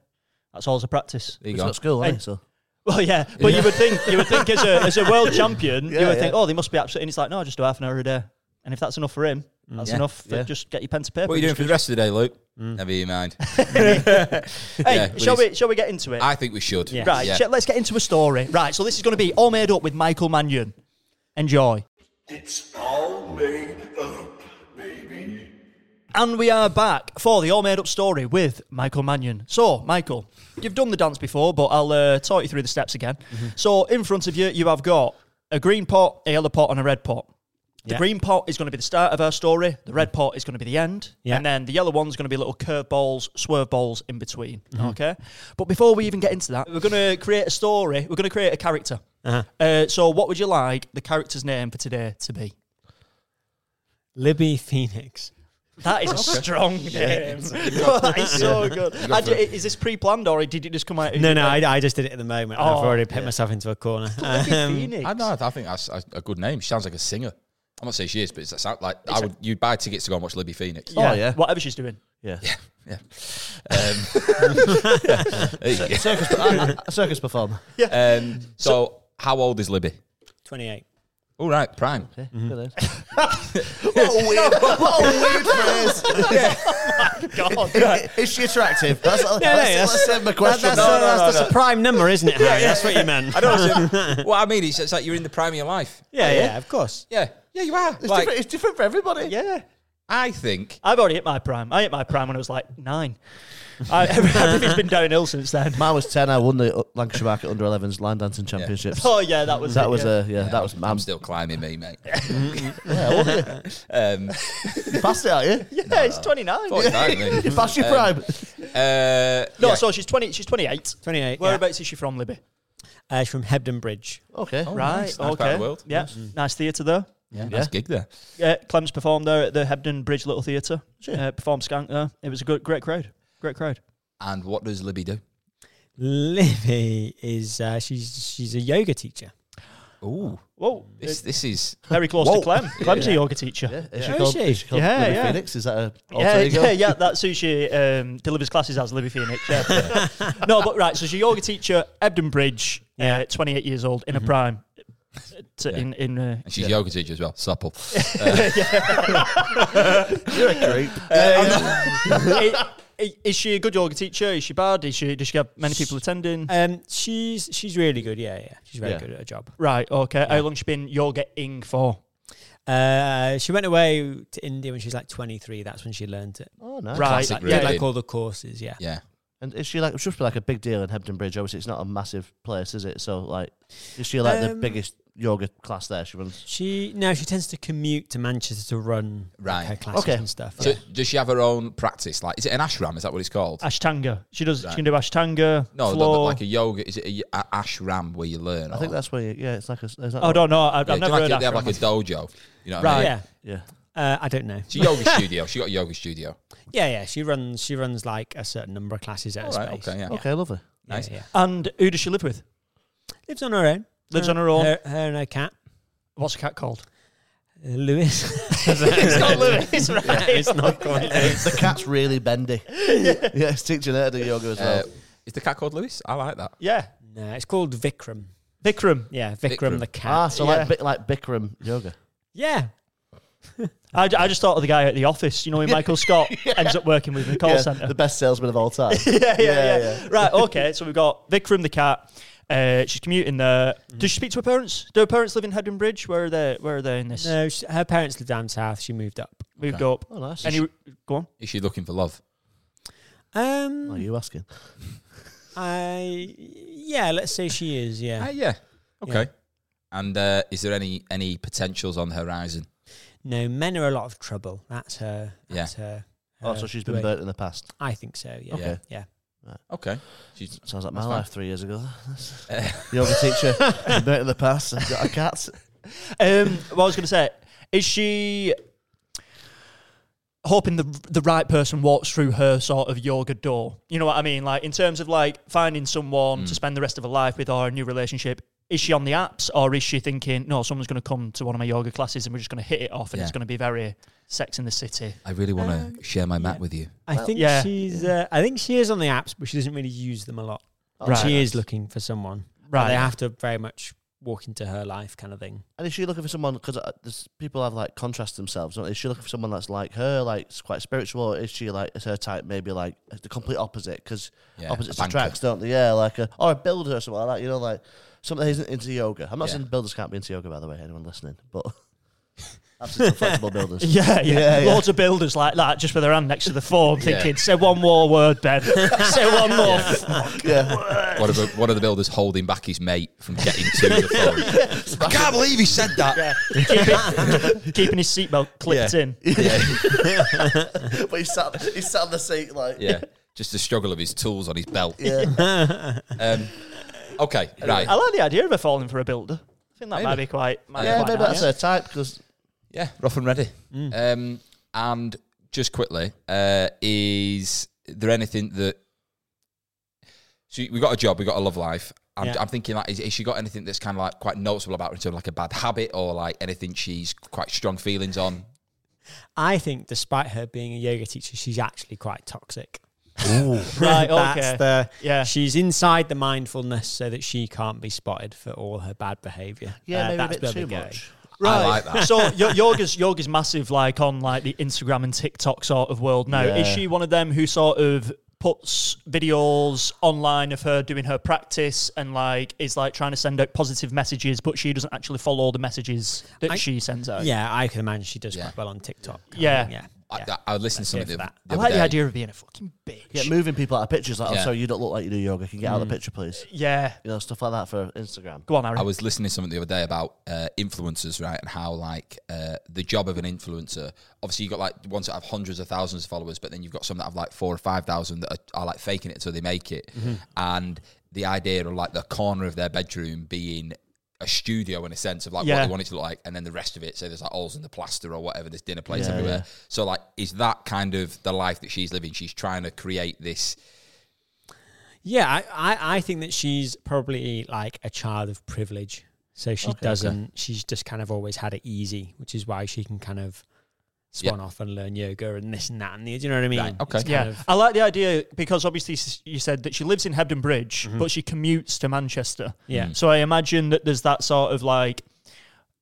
Speaker 2: That's all as a practice.
Speaker 1: There you
Speaker 3: It's
Speaker 1: go.
Speaker 3: not school,
Speaker 2: Hey.
Speaker 3: eh? So
Speaker 2: Well, yeah, but you would think you would think as a as a
Speaker 1: *laughs*
Speaker 2: world champion, you
Speaker 3: Yeah,
Speaker 2: would
Speaker 3: yeah.
Speaker 2: think, oh, they must be absolutely. And it's like, no, I just do half an hour a day, and if that's enough for him, that's
Speaker 1: Mm. Yeah,
Speaker 2: enough. For
Speaker 3: yeah.
Speaker 2: Just get your pen to paper.
Speaker 1: What are you doing for the rest of the day, Luke?
Speaker 4: Mm.
Speaker 1: Never you mind.
Speaker 2: Hey,
Speaker 1: Yeah,
Speaker 2: shall
Speaker 1: please.
Speaker 2: we shall we get into it?
Speaker 1: I think we should.
Speaker 4: Yeah.
Speaker 2: right,
Speaker 1: Yeah.
Speaker 2: sh- let's get into a story. Right, so this is going to be all made up with Michael Mannion. Enjoy.
Speaker 5: It's all made up, baby.
Speaker 2: And we are back for the All Made Up Story with Michael Mannion. So, Michael, you've done the dance before, but I'll uh, talk you through the steps again. So, in front of you, you have got a green pot, a yellow pot, and a red pot. The
Speaker 4: Yeah. Mm.
Speaker 2: green pot is going to be the start of our story, the red pot is going to be the end,
Speaker 4: Yeah.
Speaker 2: and then the yellow one's going to be little curve balls, swerve balls in between.
Speaker 4: Mm-hmm.
Speaker 2: Okay? But before we even get into that, we're going to create a story, we're going to create a character.
Speaker 4: Uh-huh.
Speaker 2: Uh, so, what would you like the character's name for today to be?
Speaker 4: Libby Phoenix.
Speaker 1: *laughs*
Speaker 2: That is a strong name. *laughs* that is so good. I d- is this pre-planned or did it just come out? of
Speaker 4: No,
Speaker 2: your
Speaker 4: no, I,
Speaker 2: head?
Speaker 4: I just did it at the moment.
Speaker 2: Oh,
Speaker 4: I've already put myself into a corner.
Speaker 2: Bloody
Speaker 4: Um,
Speaker 2: Phoenix.
Speaker 1: I know. I think that's a a good name. She sounds like a singer. I'm not saying she is, but it's, it sound like I would. You'd buy tickets to go and watch Libby Phoenix.
Speaker 3: Oh, yeah.
Speaker 2: Whatever she's doing.
Speaker 3: yeah.
Speaker 1: Yeah. Um, there you
Speaker 3: Circus, a, a
Speaker 1: *laughs*
Speaker 3: circus performer.
Speaker 1: go. Um, so, how old is Libby?
Speaker 4: 28.
Speaker 1: All right,
Speaker 3: *laughs*
Speaker 1: prime.
Speaker 3: Yeah, good name.
Speaker 1: What a *laughs* weird, what a
Speaker 3: Weird phrase. I- *laughs* Is she attractive? That's, no, that's,
Speaker 4: no,
Speaker 3: that's,
Speaker 4: that's-
Speaker 3: that's my question.
Speaker 4: that's,
Speaker 3: No,
Speaker 4: a,
Speaker 3: no, no,
Speaker 4: that's,
Speaker 3: no.
Speaker 4: that's a prime number, isn't it, Harry? That's what you meant.
Speaker 1: I don't know. what I mean is, it's like you're in the prime of your life.
Speaker 4: yeah, yeah, of course.
Speaker 1: Yeah, yeah, you are.
Speaker 3: It's,
Speaker 1: Like,
Speaker 3: different, it's different for everybody.
Speaker 2: Yeah.
Speaker 1: I think.
Speaker 2: I've already hit my prime. I hit my prime when I was like nine.
Speaker 4: *laughs*
Speaker 2: I, *laughs* everything's been downhill since then.
Speaker 3: Mine was 10. I won the uh, Lancashire Market Under 11s line dancing championships.
Speaker 2: *laughs* Oh yeah, that was
Speaker 3: That
Speaker 2: it,
Speaker 3: was
Speaker 2: yeah.
Speaker 3: a, yeah, that was, um,
Speaker 1: I'm
Speaker 3: I'm
Speaker 1: still climbing, me
Speaker 3: *laughs*
Speaker 1: mate. um,
Speaker 3: past it, aren't you?
Speaker 2: *laughs* yeah. it's twenty nine.
Speaker 1: forty nine, mate.
Speaker 3: *laughs* You're past your prime.
Speaker 1: Uh,
Speaker 2: No,
Speaker 1: um, yeah.
Speaker 2: so she's twenty. She's twenty eight.
Speaker 4: 28. yeah.
Speaker 2: Whereabouts is she from, Libby?
Speaker 4: Uh, it's from Hebden Bridge.
Speaker 3: Okay.
Speaker 1: Oh,
Speaker 2: Right.
Speaker 1: nice, nice part
Speaker 2: okay.
Speaker 1: of the world. Mm-hmm.
Speaker 2: Yeah. Nice theatre there.
Speaker 1: yeah, nice gig there.
Speaker 2: Yeah, Clem's performed there at the Hebden Bridge Little Theatre. Uh, performed Skank there. It was a good, great crowd. Great crowd.
Speaker 1: And what does Libby do?
Speaker 4: Libby is, uh, she's she's a yoga teacher.
Speaker 1: Ooh,
Speaker 2: Whoa,
Speaker 1: this this is
Speaker 2: very close
Speaker 1: Whoa.
Speaker 2: to
Speaker 3: *laughs*
Speaker 2: Clem. Clem's a yoga teacher.
Speaker 3: Yeah. Oh, Is
Speaker 4: Oh,
Speaker 3: she
Speaker 4: is
Speaker 3: called,
Speaker 4: she?
Speaker 3: is she called
Speaker 2: Yeah,
Speaker 3: Libby
Speaker 2: yeah.
Speaker 3: Phoenix? Is that a
Speaker 2: Yeah,
Speaker 3: alter ego?
Speaker 2: yeah, yeah, that's who she um, delivers classes as, Libby Phoenix.
Speaker 1: *laughs*
Speaker 2: Yeah. no, but right, so she's a yoga teacher, Ebden Bridge, uh,
Speaker 4: Yeah.
Speaker 2: 28 years old, in a prime. uh, To,
Speaker 1: Mm-hmm. Yeah.
Speaker 2: in, in, uh,
Speaker 1: And she's a yoga teacher as well, supple.
Speaker 3: You're a creep.
Speaker 2: *laughs* i- i- is she a good yoga teacher? Is she bad? Is she, does she have many people
Speaker 1: uh,
Speaker 2: attending?
Speaker 4: Um, she's she's really good. Yeah, yeah. She's very
Speaker 3: Yeah.
Speaker 4: good at her job.
Speaker 2: right, okay. How long she been yoga ing for?
Speaker 4: Uh, she went away to India when she was like 23. That's when she learned it.
Speaker 3: *laughs* Oh, nice.
Speaker 2: Right.
Speaker 1: Classic,
Speaker 4: Like, yeah,
Speaker 1: really.
Speaker 4: like all the courses. Yeah.
Speaker 1: yeah,
Speaker 3: And is she like, it should be like a big deal in Hebden Bridge. Obviously, it's not a massive place, is it? So, like, is she like the
Speaker 4: Um,
Speaker 3: biggest yoga class there? She runs.
Speaker 4: She no, she tends to commute to Manchester to run
Speaker 1: Right.
Speaker 4: like, her classes
Speaker 3: Okay.
Speaker 4: and stuff.
Speaker 1: So
Speaker 4: yeah.
Speaker 1: does she have her own practice? Like, is it an ashram? Is that what it's called?
Speaker 2: Ashtanga. She does.
Speaker 1: Right.
Speaker 2: She can do ashtanga,
Speaker 1: no, no,
Speaker 2: Uh, floor.
Speaker 1: but like a yoga. Is it a, a ashram where you learn?
Speaker 3: I think
Speaker 1: or-
Speaker 3: that's where you, yeah, it's like a. Is that
Speaker 2: Oh, I don't know. I- I've
Speaker 1: Yeah, do you
Speaker 2: never
Speaker 1: like
Speaker 2: heard
Speaker 1: it- They have
Speaker 2: that.
Speaker 1: like a dojo. You know what I
Speaker 2: Right.
Speaker 1: mean?
Speaker 4: yeah.
Speaker 3: Yeah.
Speaker 4: Uh, I don't know.
Speaker 1: It's a yoga studio. She got a yoga studio.
Speaker 4: Yeah, yeah. She runs. She runs like a certain number of classes at
Speaker 1: All
Speaker 4: a
Speaker 1: right.
Speaker 4: space.
Speaker 1: Okay. Yeah.
Speaker 3: Okay, love her.
Speaker 4: Yeah,
Speaker 1: Nice.
Speaker 4: yeah.
Speaker 2: And who does she live with?
Speaker 4: Lives on her own.
Speaker 2: Lives on her own.
Speaker 4: Her, her and her cat,
Speaker 2: What's the cat
Speaker 1: *laughs*
Speaker 2: called?
Speaker 4: uh, Lewis. *laughs*
Speaker 2: *laughs* it's not Lewis, right? *laughs*
Speaker 3: *laughs*
Speaker 4: it's not called Lewis.
Speaker 3: The cat's really bendy. yeah, it's teaching her to do yoga as well.
Speaker 1: Uh, Is the cat called Lewis? I like that.
Speaker 2: Yeah.
Speaker 4: No, it's called Vikram.
Speaker 2: Vikram.
Speaker 4: Yeah, Vikram,
Speaker 1: Vikram.
Speaker 4: the cat.
Speaker 3: Ah, so
Speaker 2: Yeah.
Speaker 3: like, bi- like Bikram yoga.
Speaker 4: yeah.
Speaker 2: I, I just thought of the guy at the
Speaker 1: *laughs*
Speaker 2: office, you know, when Michael Scott ends up working with him in the call
Speaker 3: Yeah,
Speaker 2: centre.
Speaker 3: the best salesman of all time.
Speaker 2: yeah, yeah,
Speaker 3: Yeah,
Speaker 2: yeah,
Speaker 3: yeah.
Speaker 2: Right, okay. So we've got Vic from the cat. Uh, she's commuting there. Does she speak to her parents? Do her parents live in Headham Bridge? Where are they? Where are they in this?
Speaker 4: No, she, her parents live down south. She moved up.
Speaker 2: Moved up.
Speaker 3: Oh, nice.
Speaker 2: Any? Go on.
Speaker 1: Is she looking for love?
Speaker 4: Um,
Speaker 3: Why are you asking?
Speaker 4: I yeah, let's say she is.
Speaker 1: Ah,
Speaker 4: Yeah.
Speaker 1: yeah. Okay. And uh, is there any any potentials on the horizon?
Speaker 4: No, men are a lot of trouble. That's her. That's her.
Speaker 3: Oh,
Speaker 4: her
Speaker 3: so she's been
Speaker 4: way.
Speaker 3: burnt in the past.
Speaker 4: Uh, I think so. Yeah.
Speaker 1: Okay.
Speaker 4: Yeah.
Speaker 1: Okay. She's
Speaker 3: Sounds like my
Speaker 1: That's fine.
Speaker 3: life three years ago. yoga teacher, been burnt in the past. I've got a cat.
Speaker 2: Um, what I was going to say is she hoping the the right person walks through her sort of yoga door. You know what I mean? Like in terms of like finding someone to spend the rest of her life with or a new relationship. Is she on the apps or is she thinking, no, someone's going to come to one of my yoga classes and we're just going to hit it off and it's
Speaker 1: Yeah.
Speaker 2: going to be very Sex in the City?
Speaker 1: I really want to share my mat with you.
Speaker 4: I think
Speaker 2: yeah.
Speaker 4: she's. Uh, I think she is on the apps, but she doesn't really use them a lot.
Speaker 2: Right.
Speaker 4: She is looking for someone. Right.
Speaker 2: Right.
Speaker 4: They have to very much walk into her life, kind of thing.
Speaker 3: And is she looking for someone? Because there's people have like contrast themselves. Don't they? Is she looking for someone that's like her, like it's quite spiritual? Or is she like is her type maybe like the complete opposite? Because
Speaker 1: Yeah,
Speaker 3: opposites
Speaker 1: a banker.
Speaker 3: attracts, don't they? Yeah, like a or a builder or something like that. You know, like something that isn't into yoga. I'm not
Speaker 1: Yeah.
Speaker 3: saying builders can't be into yoga, by the way. Anyone listening?
Speaker 1: *laughs*
Speaker 3: But I've seen some flexible builders.
Speaker 2: Yeah, yeah,
Speaker 3: Yeah, yeah.
Speaker 2: Loads of builders like that, just with their hand next to the form, thinking, say one more word,
Speaker 3: *laughs*
Speaker 2: Ben. say one more.
Speaker 3: Yeah,
Speaker 1: One of, the, one of the builders holding back his mate from getting to *laughs* the phone. I can't believe he said that.
Speaker 2: Yeah. Keeping, keeping his seatbelt clipped
Speaker 1: Yeah.
Speaker 2: in.
Speaker 1: Yeah.
Speaker 3: but he sat he sat on the seat like
Speaker 1: yeah. Just the struggle of his tools on his belt. *laughs*
Speaker 3: yeah.
Speaker 1: Um, okay, right.
Speaker 2: I like the idea of her falling for a builder. I think that might
Speaker 1: Maybe.
Speaker 2: be quite. Might
Speaker 3: Yeah,
Speaker 2: be quite
Speaker 3: maybe
Speaker 2: nice.
Speaker 3: that's her type because
Speaker 1: Yeah, rough and ready. Um, and just quickly, uh, is there anything that? So we got a job, we got a love life. I'm,
Speaker 4: Yeah.
Speaker 1: I'm thinking like, is, has she got anything that's kind of like quite noticeable about her in terms of like a bad habit or like anything she's quite strong feelings on?
Speaker 4: I think, despite her being a yoga teacher, she's actually quite toxic. *laughs*
Speaker 2: Right,
Speaker 4: That's
Speaker 2: okay.
Speaker 4: the
Speaker 2: Yeah.
Speaker 4: She's inside the mindfulness so that she can't be spotted for all her bad behaviour.
Speaker 3: yeah,
Speaker 4: Uh,
Speaker 3: maybe a
Speaker 4: that's
Speaker 3: bit
Speaker 4: where
Speaker 3: too
Speaker 4: we're going.
Speaker 3: much.
Speaker 1: I like
Speaker 2: *laughs*
Speaker 1: that.
Speaker 2: so yo- yoga's yoga's massive, like on like the Instagram and TikTok sort of world now. Is
Speaker 3: Yeah.
Speaker 2: she one of them who sort of puts videos online of her doing her practice and like is like trying to send out positive messages, but she doesn't actually follow the messages that
Speaker 4: I-
Speaker 2: she sends out?
Speaker 4: Yeah, I can imagine she does
Speaker 1: Yeah.
Speaker 4: quite well on TikTok.
Speaker 2: Yeah.
Speaker 4: yeah.
Speaker 1: I,
Speaker 4: yeah.
Speaker 1: I, I listened to
Speaker 4: Let's
Speaker 1: something
Speaker 4: go for that.
Speaker 1: the, the
Speaker 2: I
Speaker 1: other
Speaker 2: like the
Speaker 1: day.
Speaker 2: idea of being a fucking bitch.
Speaker 3: Yeah, moving people out of pictures like,
Speaker 1: Yeah. Mm.
Speaker 3: oh, sorry, you don't look like you do yoga. Can you get out of the picture, please?
Speaker 2: Yeah.
Speaker 3: You know, stuff like that for Instagram.
Speaker 2: Go on, Aaron.
Speaker 1: I was listening to something the other day about uh, influencers, right, and how like uh, the job of an influencer. Obviously, you have got like ones that have hundreds of thousands of followers, but then you've got some that have like four or five thousand that are, are like faking it so they make it. And the idea of like the corner of their bedroom being a studio in a sense of like what
Speaker 2: Yeah.
Speaker 1: they want it to look like, and then the rest of it. So there's like holes in the plaster or whatever. There's dinner plates everywhere. So like, is that kind of the life that she's living? She's trying to create this.
Speaker 4: Yeah, I, I, I think that she's probably like a child of privilege. So she doesn't, she's just kind of always had it easy, which is why she can kind of swan off and learn yoga and this and that. And the, do you know what I mean?
Speaker 1: Right, okay.
Speaker 4: It's kind
Speaker 2: yeah,
Speaker 4: of-
Speaker 2: I like the idea because obviously s- you said that she lives in Hebden Bridge,
Speaker 1: Mm-hmm.
Speaker 2: but she commutes to Manchester.
Speaker 1: Mm.
Speaker 4: Yeah.
Speaker 2: So I imagine that there's that sort of like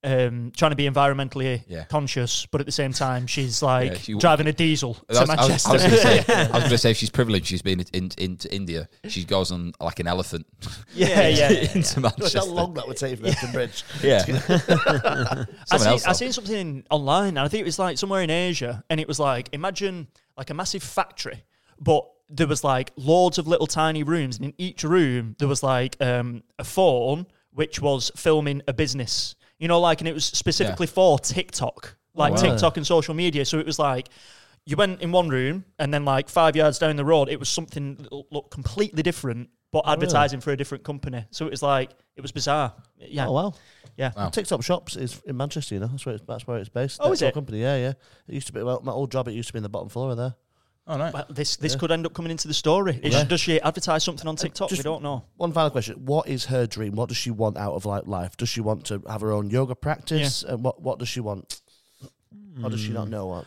Speaker 2: um, trying to be environmentally
Speaker 1: Yeah.
Speaker 2: conscious, but at the same time she's like
Speaker 1: Yeah, she-
Speaker 2: driving a diesel to
Speaker 1: I was, I was-
Speaker 2: Manchester.
Speaker 1: I was gonna say- I was going to say if she's privileged, she's been in, in, to India. She goes on like an elephant.
Speaker 2: *laughs*
Speaker 1: *laughs*
Speaker 2: yeah, yeah.
Speaker 1: into Manchester.
Speaker 3: How
Speaker 1: *laughs*
Speaker 3: long that would take from Epton Bridge?
Speaker 1: Yeah.
Speaker 2: I
Speaker 1: Someone
Speaker 2: seen,
Speaker 1: else.
Speaker 2: I seen something online, and I think it was like somewhere in Asia, and it was like imagine like a massive factory, but there was like loads of little tiny rooms, and in each room there was like um, a phone which was filming a business, you know, like, and it was specifically for TikTok,
Speaker 1: Oh,
Speaker 2: like TikTok and social media. So it was like. You went in one room, and then like five yards down the road, it was something that l- looked completely different, but
Speaker 1: Oh,
Speaker 2: advertising for a different company. So it was like it was bizarre. Yeah,
Speaker 3: Oh well,
Speaker 2: yeah.
Speaker 3: TikTok Shops is in Manchester. You know, that's where it's, that's where it's based.
Speaker 2: Oh, is
Speaker 3: TikTok
Speaker 2: it?
Speaker 3: Company, yeah, yeah. It used to be well, my old job. It used to be in the bottom floor of there.
Speaker 1: All right.
Speaker 2: Well, this this could end up coming into the story. Is-
Speaker 3: Yeah.
Speaker 2: Does she advertise something on TikTok?
Speaker 3: just-
Speaker 2: we don't know.
Speaker 3: One final question: What is her dream? What does she want out of like life? Does she want to have her own yoga practice? And what what does she want? Or does she not know what?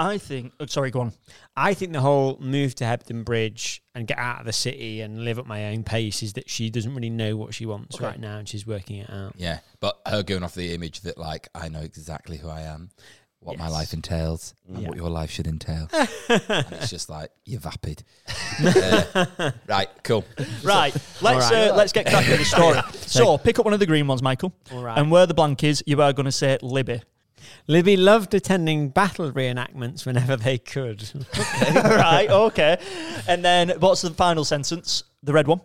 Speaker 2: I think. Oh, sorry, go on.
Speaker 4: I think the whole move to Hebden Bridge and get out of the city and live at my own pace is that she doesn't really know what she wants
Speaker 2: Okay.
Speaker 4: right now and she's working it out.
Speaker 1: Yeah, but her going off the image that like I know exactly who I am, what my
Speaker 4: Yes.
Speaker 1: life entails, and
Speaker 4: Yeah.
Speaker 1: what your life should entail. and it's just like you're vapid. Uh, right, cool.
Speaker 2: *laughs* Right, let's
Speaker 4: Alright.
Speaker 2: uh, let's get cracking with the story. so pick up one of the green ones, Michael.
Speaker 4: All right.
Speaker 2: And where the blank is, you are going to say Libby.
Speaker 4: Libby loved attending battle reenactments whenever they could. *laughs*
Speaker 2: right, okay. And then what's the final sentence? The red one.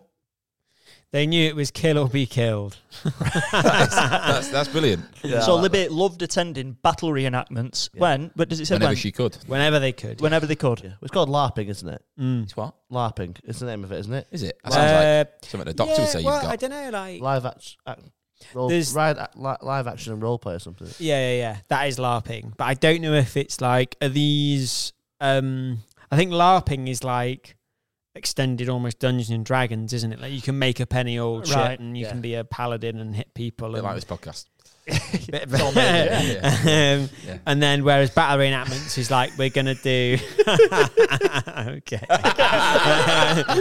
Speaker 4: they knew it was kill or be killed.
Speaker 1: That's that's brilliant.
Speaker 2: so Libby loved attending battle reenactments when, but does it say
Speaker 1: Whenever
Speaker 2: when?
Speaker 1: she could.
Speaker 4: Whenever they could.
Speaker 2: Whenever they could.
Speaker 3: Yeah. It's called LARPing, isn't it?
Speaker 1: It's what
Speaker 3: LARPing. It's the name of it, isn't it?
Speaker 1: is it?
Speaker 4: Uh,
Speaker 1: That sounds like something the doctor would
Speaker 4: yeah,
Speaker 1: say
Speaker 4: well,
Speaker 1: you've
Speaker 4: I
Speaker 1: got.
Speaker 4: don't know, like
Speaker 3: Live action. Act, role,
Speaker 4: There's- Oh,
Speaker 3: ride, act, li- live action and role play or something.
Speaker 4: Yeah, yeah, yeah. That is LARPing. But I don't know if it's like are these um I think LARPing is like extended almost Dungeons and Dragons, isn't it? Like you can make up any old
Speaker 2: Right,
Speaker 4: shit and you
Speaker 2: yeah.
Speaker 4: can be a paladin and hit people
Speaker 1: Bit
Speaker 4: and
Speaker 1: like this podcast.
Speaker 4: *laughs* bit-
Speaker 2: Tom, yeah,
Speaker 4: *laughs* um,
Speaker 1: yeah.
Speaker 4: and then whereas battle reenactments is like we're gonna do *laughs* okay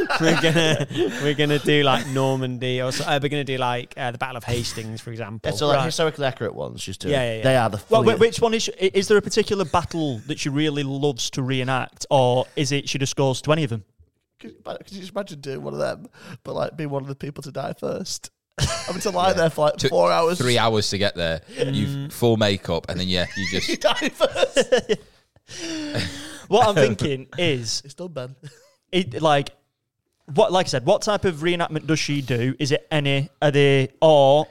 Speaker 4: *laughs* we're gonna we're gonna do like Normandy or so, uh, we're gonna do like uh, the Battle of Hastings for example
Speaker 3: Yeah, so like
Speaker 2: Right.
Speaker 3: historically accurate ones she's doing.
Speaker 4: Yeah, yeah, yeah.
Speaker 3: They are the
Speaker 2: Well,
Speaker 3: fully-
Speaker 2: wh- which one is? She, i- is there a particular battle that she really loves to reenact, or is it she just goes to any of them?
Speaker 3: Could you could you just imagine doing one of them, but like being one of the people to die first? *laughs* Having to lie there for like
Speaker 1: Took
Speaker 3: four hours.
Speaker 1: Three hours to get there. You've full makeup, and then yeah, you *laughs* just
Speaker 3: die first.
Speaker 2: *laughs* What I'm thinking is,
Speaker 3: it's done, Ben. *laughs*
Speaker 2: it like what like I said, what type of reenactment does she do? Is it any are they or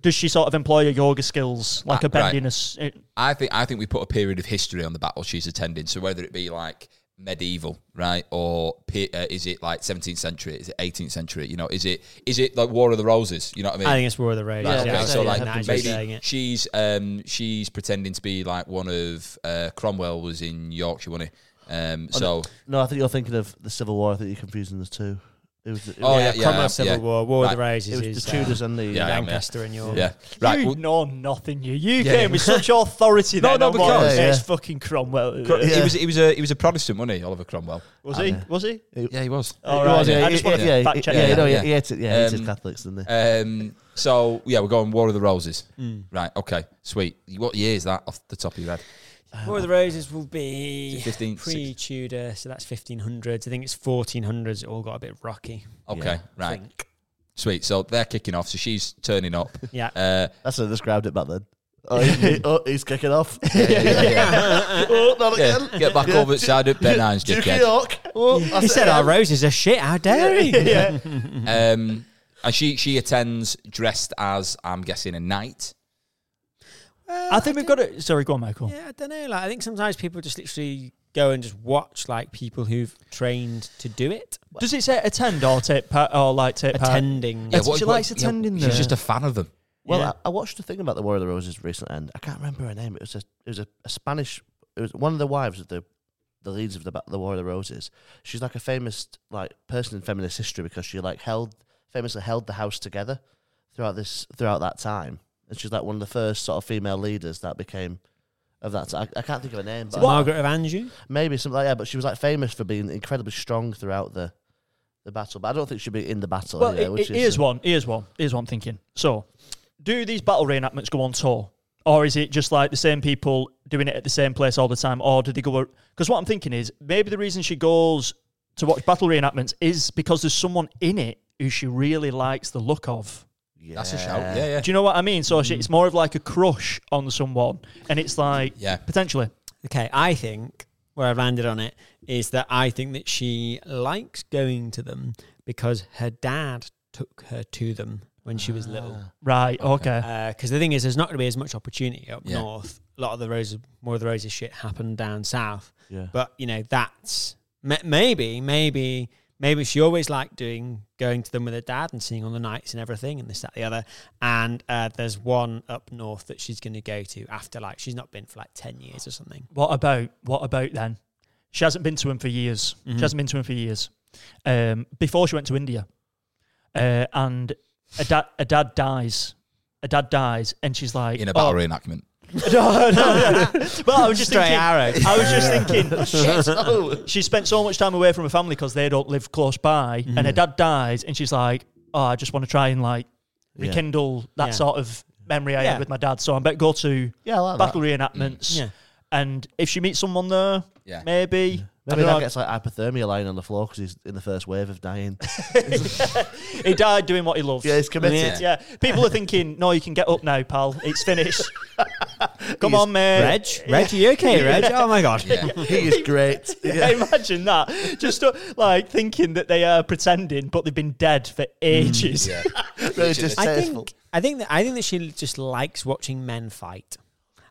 Speaker 2: does she sort of employ her yoga skills like
Speaker 1: Ah,
Speaker 2: a
Speaker 1: right.
Speaker 2: bendiness? Uh, It-
Speaker 1: I think I think we put a period of history on the battle she's attending. So whether it be like medieval, right, or pe- uh, is it like 17th century? Is it 18th century? You know, is it is it like War of the Roses? You know what I mean?
Speaker 4: I think it's War of the Roses
Speaker 1: Like,
Speaker 3: yeah,
Speaker 1: okay,
Speaker 3: yeah,
Speaker 1: so
Speaker 3: yeah,
Speaker 1: like
Speaker 3: yeah,
Speaker 4: Nigel's saying
Speaker 1: maybe
Speaker 4: it.
Speaker 1: she's um she's pretending to be like one of uh, Cromwell was in Yorkshire, wasn't he? Um, so
Speaker 3: No, I think you're thinking of the Civil War. I think you're confusing the two. It was, it,
Speaker 1: Oh,
Speaker 3: was-
Speaker 1: yeah, yeah,
Speaker 4: Cromwell's
Speaker 1: yeah.
Speaker 4: Civil War, War of the
Speaker 1: Right.
Speaker 4: Roses
Speaker 3: it was
Speaker 4: is
Speaker 3: the
Speaker 4: uh,
Speaker 3: Tudors and the.
Speaker 1: Yeah, yeah.
Speaker 4: Lancaster and York.
Speaker 1: yeah, right.
Speaker 2: you
Speaker 1: well,
Speaker 2: know nothing. You you
Speaker 1: Yeah.
Speaker 2: came with such authority.
Speaker 1: No,
Speaker 2: then
Speaker 1: no,
Speaker 2: on what-
Speaker 1: because-
Speaker 2: it's
Speaker 3: Yeah.
Speaker 2: fucking Cromwell.
Speaker 1: Cro-
Speaker 3: Yeah.
Speaker 1: He was he was a he was a Protestant, wasn't he? Oliver Cromwell.
Speaker 2: was he? Was he?
Speaker 1: Yeah, he was.
Speaker 2: All
Speaker 3: It Oh, was,
Speaker 2: right.
Speaker 3: yeah,
Speaker 2: I just want to
Speaker 3: yeah,
Speaker 2: fact
Speaker 3: yeah,
Speaker 2: check.
Speaker 3: Yeah,
Speaker 2: that.
Speaker 3: no, yeah,
Speaker 1: Yeah.
Speaker 3: he hated, yeah, he hated
Speaker 1: Um,
Speaker 3: Catholics, didn't he?
Speaker 1: Um, so yeah, we're going War of the Roses. Right. Okay. Sweet. What year is that off the top of your head?
Speaker 4: War of the Roses will be
Speaker 1: 15th,
Speaker 4: pre Tudor, so that's 1500s. I think it's 1400s. It all got a bit rocky.
Speaker 1: *laughs* Okay.
Speaker 3: Yeah.
Speaker 4: I
Speaker 1: Right.
Speaker 4: think.
Speaker 1: Sweet. So they're kicking off. So she's turning up.
Speaker 4: Yeah.
Speaker 1: Uh,
Speaker 3: That's how they described it back then. Oh, he- oh, he's kicking *laughs* off.
Speaker 1: yeah, yeah, yeah.
Speaker 3: oh, not
Speaker 1: Yeah,
Speaker 3: again.
Speaker 1: Get back
Speaker 3: Yeah,
Speaker 1: over side of Ben Hines,
Speaker 3: Duke
Speaker 1: dickhead.
Speaker 3: York. Oh, that's
Speaker 4: he
Speaker 3: it
Speaker 4: said,
Speaker 3: again.
Speaker 4: Our roses are shit. How dare he? *laughs*
Speaker 2: yeah.
Speaker 1: Um, and she she attends dressed as I'm guessing a knight.
Speaker 4: Well,
Speaker 2: I think we've
Speaker 4: don't-
Speaker 2: got it. Sorry, go on, Michael.
Speaker 4: *laughs* Yeah, I don't know. Like, I think sometimes people just literally go and just watch like people who've trained to do it,
Speaker 2: Does it say attend or take part or like take part?
Speaker 4: attending.
Speaker 2: Yeah, she likes attending
Speaker 1: She's
Speaker 2: them.
Speaker 1: just a fan of them.
Speaker 3: Well,
Speaker 4: Yeah.
Speaker 3: I, I watched a thing about the War of the Roses recent, and I can't remember her name. It was a, it was a, a Spanish. It was one of the wives of the, the leads of the ba- the War of the Roses. She's like a famous like person in feminist history because she like held famously held the house together throughout this throughout that time, and she's like one of the first sort of female leaders that became of that. ti- I, I can't think of her name, but
Speaker 4: Margaret of Anjou.
Speaker 3: maybe something like that. But she was like famous for being incredibly strong throughout the. The battle, but I don't think she'd be in the battle.
Speaker 2: Well,
Speaker 3: anyway,
Speaker 2: it-
Speaker 3: would
Speaker 2: it-
Speaker 3: she?
Speaker 2: here's
Speaker 3: So-
Speaker 2: one. Here's one. Here's one thinking. So, do these battle reenactments go on tour, or is it just like the same people doing it at the same place all the time, or do they go? Because what I'm thinking is maybe the reason she goes to watch battle reenactments is because there's someone in it who she really likes the look of.
Speaker 1: That's a shout. Yeah, yeah.
Speaker 2: Do you know what I mean? So she, it's more of like a crush on someone, and it's like
Speaker 1: Yeah.
Speaker 2: potentially.
Speaker 4: Okay, I think where I've landed on it is that I think that she likes going to them because her dad took her to them when she was little.
Speaker 2: Ah. Right. Okay.
Speaker 4: because the thing is, there's not going to be as much opportunity up
Speaker 1: Yeah.
Speaker 4: north. A lot of the roses, more of the roses shit happened down south.
Speaker 3: Yeah.
Speaker 4: But you know, that's ma- maybe, maybe, maybe she always liked doing going to them with her dad and seeing all the nights and everything and this, that, the other. And uh, there's one up north that she's going to go to after like she's not been for like ten years or something.
Speaker 2: What about what about then? She hasn't been to him for years. She hasn't been to him for years. Um, before she went to India, uh, and a dad a dad dies, a dad dies, and she's like
Speaker 1: In a battle
Speaker 2: oh,
Speaker 1: reenactment.
Speaker 2: *laughs* no, no, no. Well, I was just
Speaker 4: Straight
Speaker 2: thinking. *laughs*
Speaker 4: arrow.
Speaker 2: I was just thinking.
Speaker 3: *laughs*
Speaker 2: shit, she spent so much time away from her family because they don't live close by, and her
Speaker 3: Mm.
Speaker 2: dad dies, and she's like, "Oh, I just want to try and like
Speaker 3: Yeah.
Speaker 2: rekindle that
Speaker 4: Yeah.
Speaker 2: sort of memory I
Speaker 4: Yeah.
Speaker 2: had with my dad." So I'm about to go to
Speaker 3: Yeah, I like
Speaker 2: battle
Speaker 3: that.
Speaker 2: reenactments,
Speaker 4: Yeah.
Speaker 2: and if she meets someone there,
Speaker 1: Yeah.
Speaker 2: maybe. I
Speaker 3: Maybe
Speaker 2: don't
Speaker 3: that
Speaker 2: know.
Speaker 3: gets like hypothermia lying on the floor because he's in the first wave
Speaker 2: *laughs*
Speaker 3: of dying. *laughs*
Speaker 2: He died doing what he loves.
Speaker 3: yeah, he's committed.
Speaker 2: Yeah, people are thinking, no, you can get up now, pal. It's finished.
Speaker 3: *laughs*
Speaker 2: Come
Speaker 3: He's
Speaker 2: on, mate.
Speaker 4: Reg, Reg, are you okay, Reg? Oh my god. *laughs*
Speaker 1: Yeah.
Speaker 3: He is great.
Speaker 2: Yeah, *laughs* imagine that. Just uh, like thinking that they are pretending, but they've been dead for ages.
Speaker 1: Mm, Yeah.
Speaker 3: Really just
Speaker 4: I
Speaker 3: tasteful.
Speaker 4: think I think that I think that she just likes watching men fight.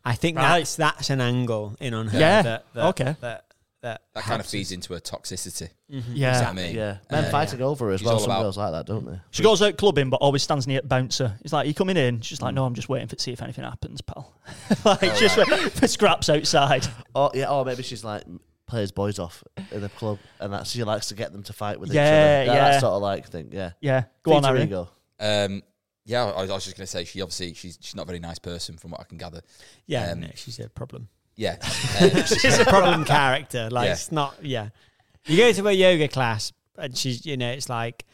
Speaker 4: I think
Speaker 2: Right.
Speaker 4: that's that's an angle in on her.
Speaker 2: Yeah.
Speaker 4: That, that,
Speaker 2: Okay.
Speaker 4: That that,
Speaker 1: That kind of feeds into her toxicity. You
Speaker 2: Yeah.
Speaker 1: know what I mean?
Speaker 3: Yeah, men
Speaker 1: Uh,
Speaker 3: fighting over her as
Speaker 1: He's
Speaker 3: well.
Speaker 1: all
Speaker 3: Some
Speaker 1: about-
Speaker 3: girls like that, don't they?
Speaker 2: She goes out clubbing, but always stands near the bouncer. He's like, "You coming in?" She's like, "No, I'm just waiting for to see if anything happens, pal." *laughs* like
Speaker 1: Oh,
Speaker 2: just wait *laughs* for scraps outside.
Speaker 3: Or Oh, yeah, or maybe she's like plays boys off in the club, and that she likes to get them to fight with each
Speaker 2: Yeah,
Speaker 3: other. That
Speaker 2: yeah.
Speaker 3: sort of like thing. Yeah,
Speaker 2: Yeah, go on,
Speaker 3: Feature
Speaker 2: Harry.
Speaker 3: ego.
Speaker 1: Um, yeah, I was, I was just going to say she obviously she's she's not a very nice person from what I can gather.
Speaker 4: yeah,
Speaker 1: Um,
Speaker 4: no, she's a
Speaker 1: *laughs*
Speaker 4: problem.
Speaker 1: Yeah, Uh,
Speaker 4: She's a problem character. Like
Speaker 1: Yeah.
Speaker 4: it's not. Yeah. You go to a yoga class and she's you know it's like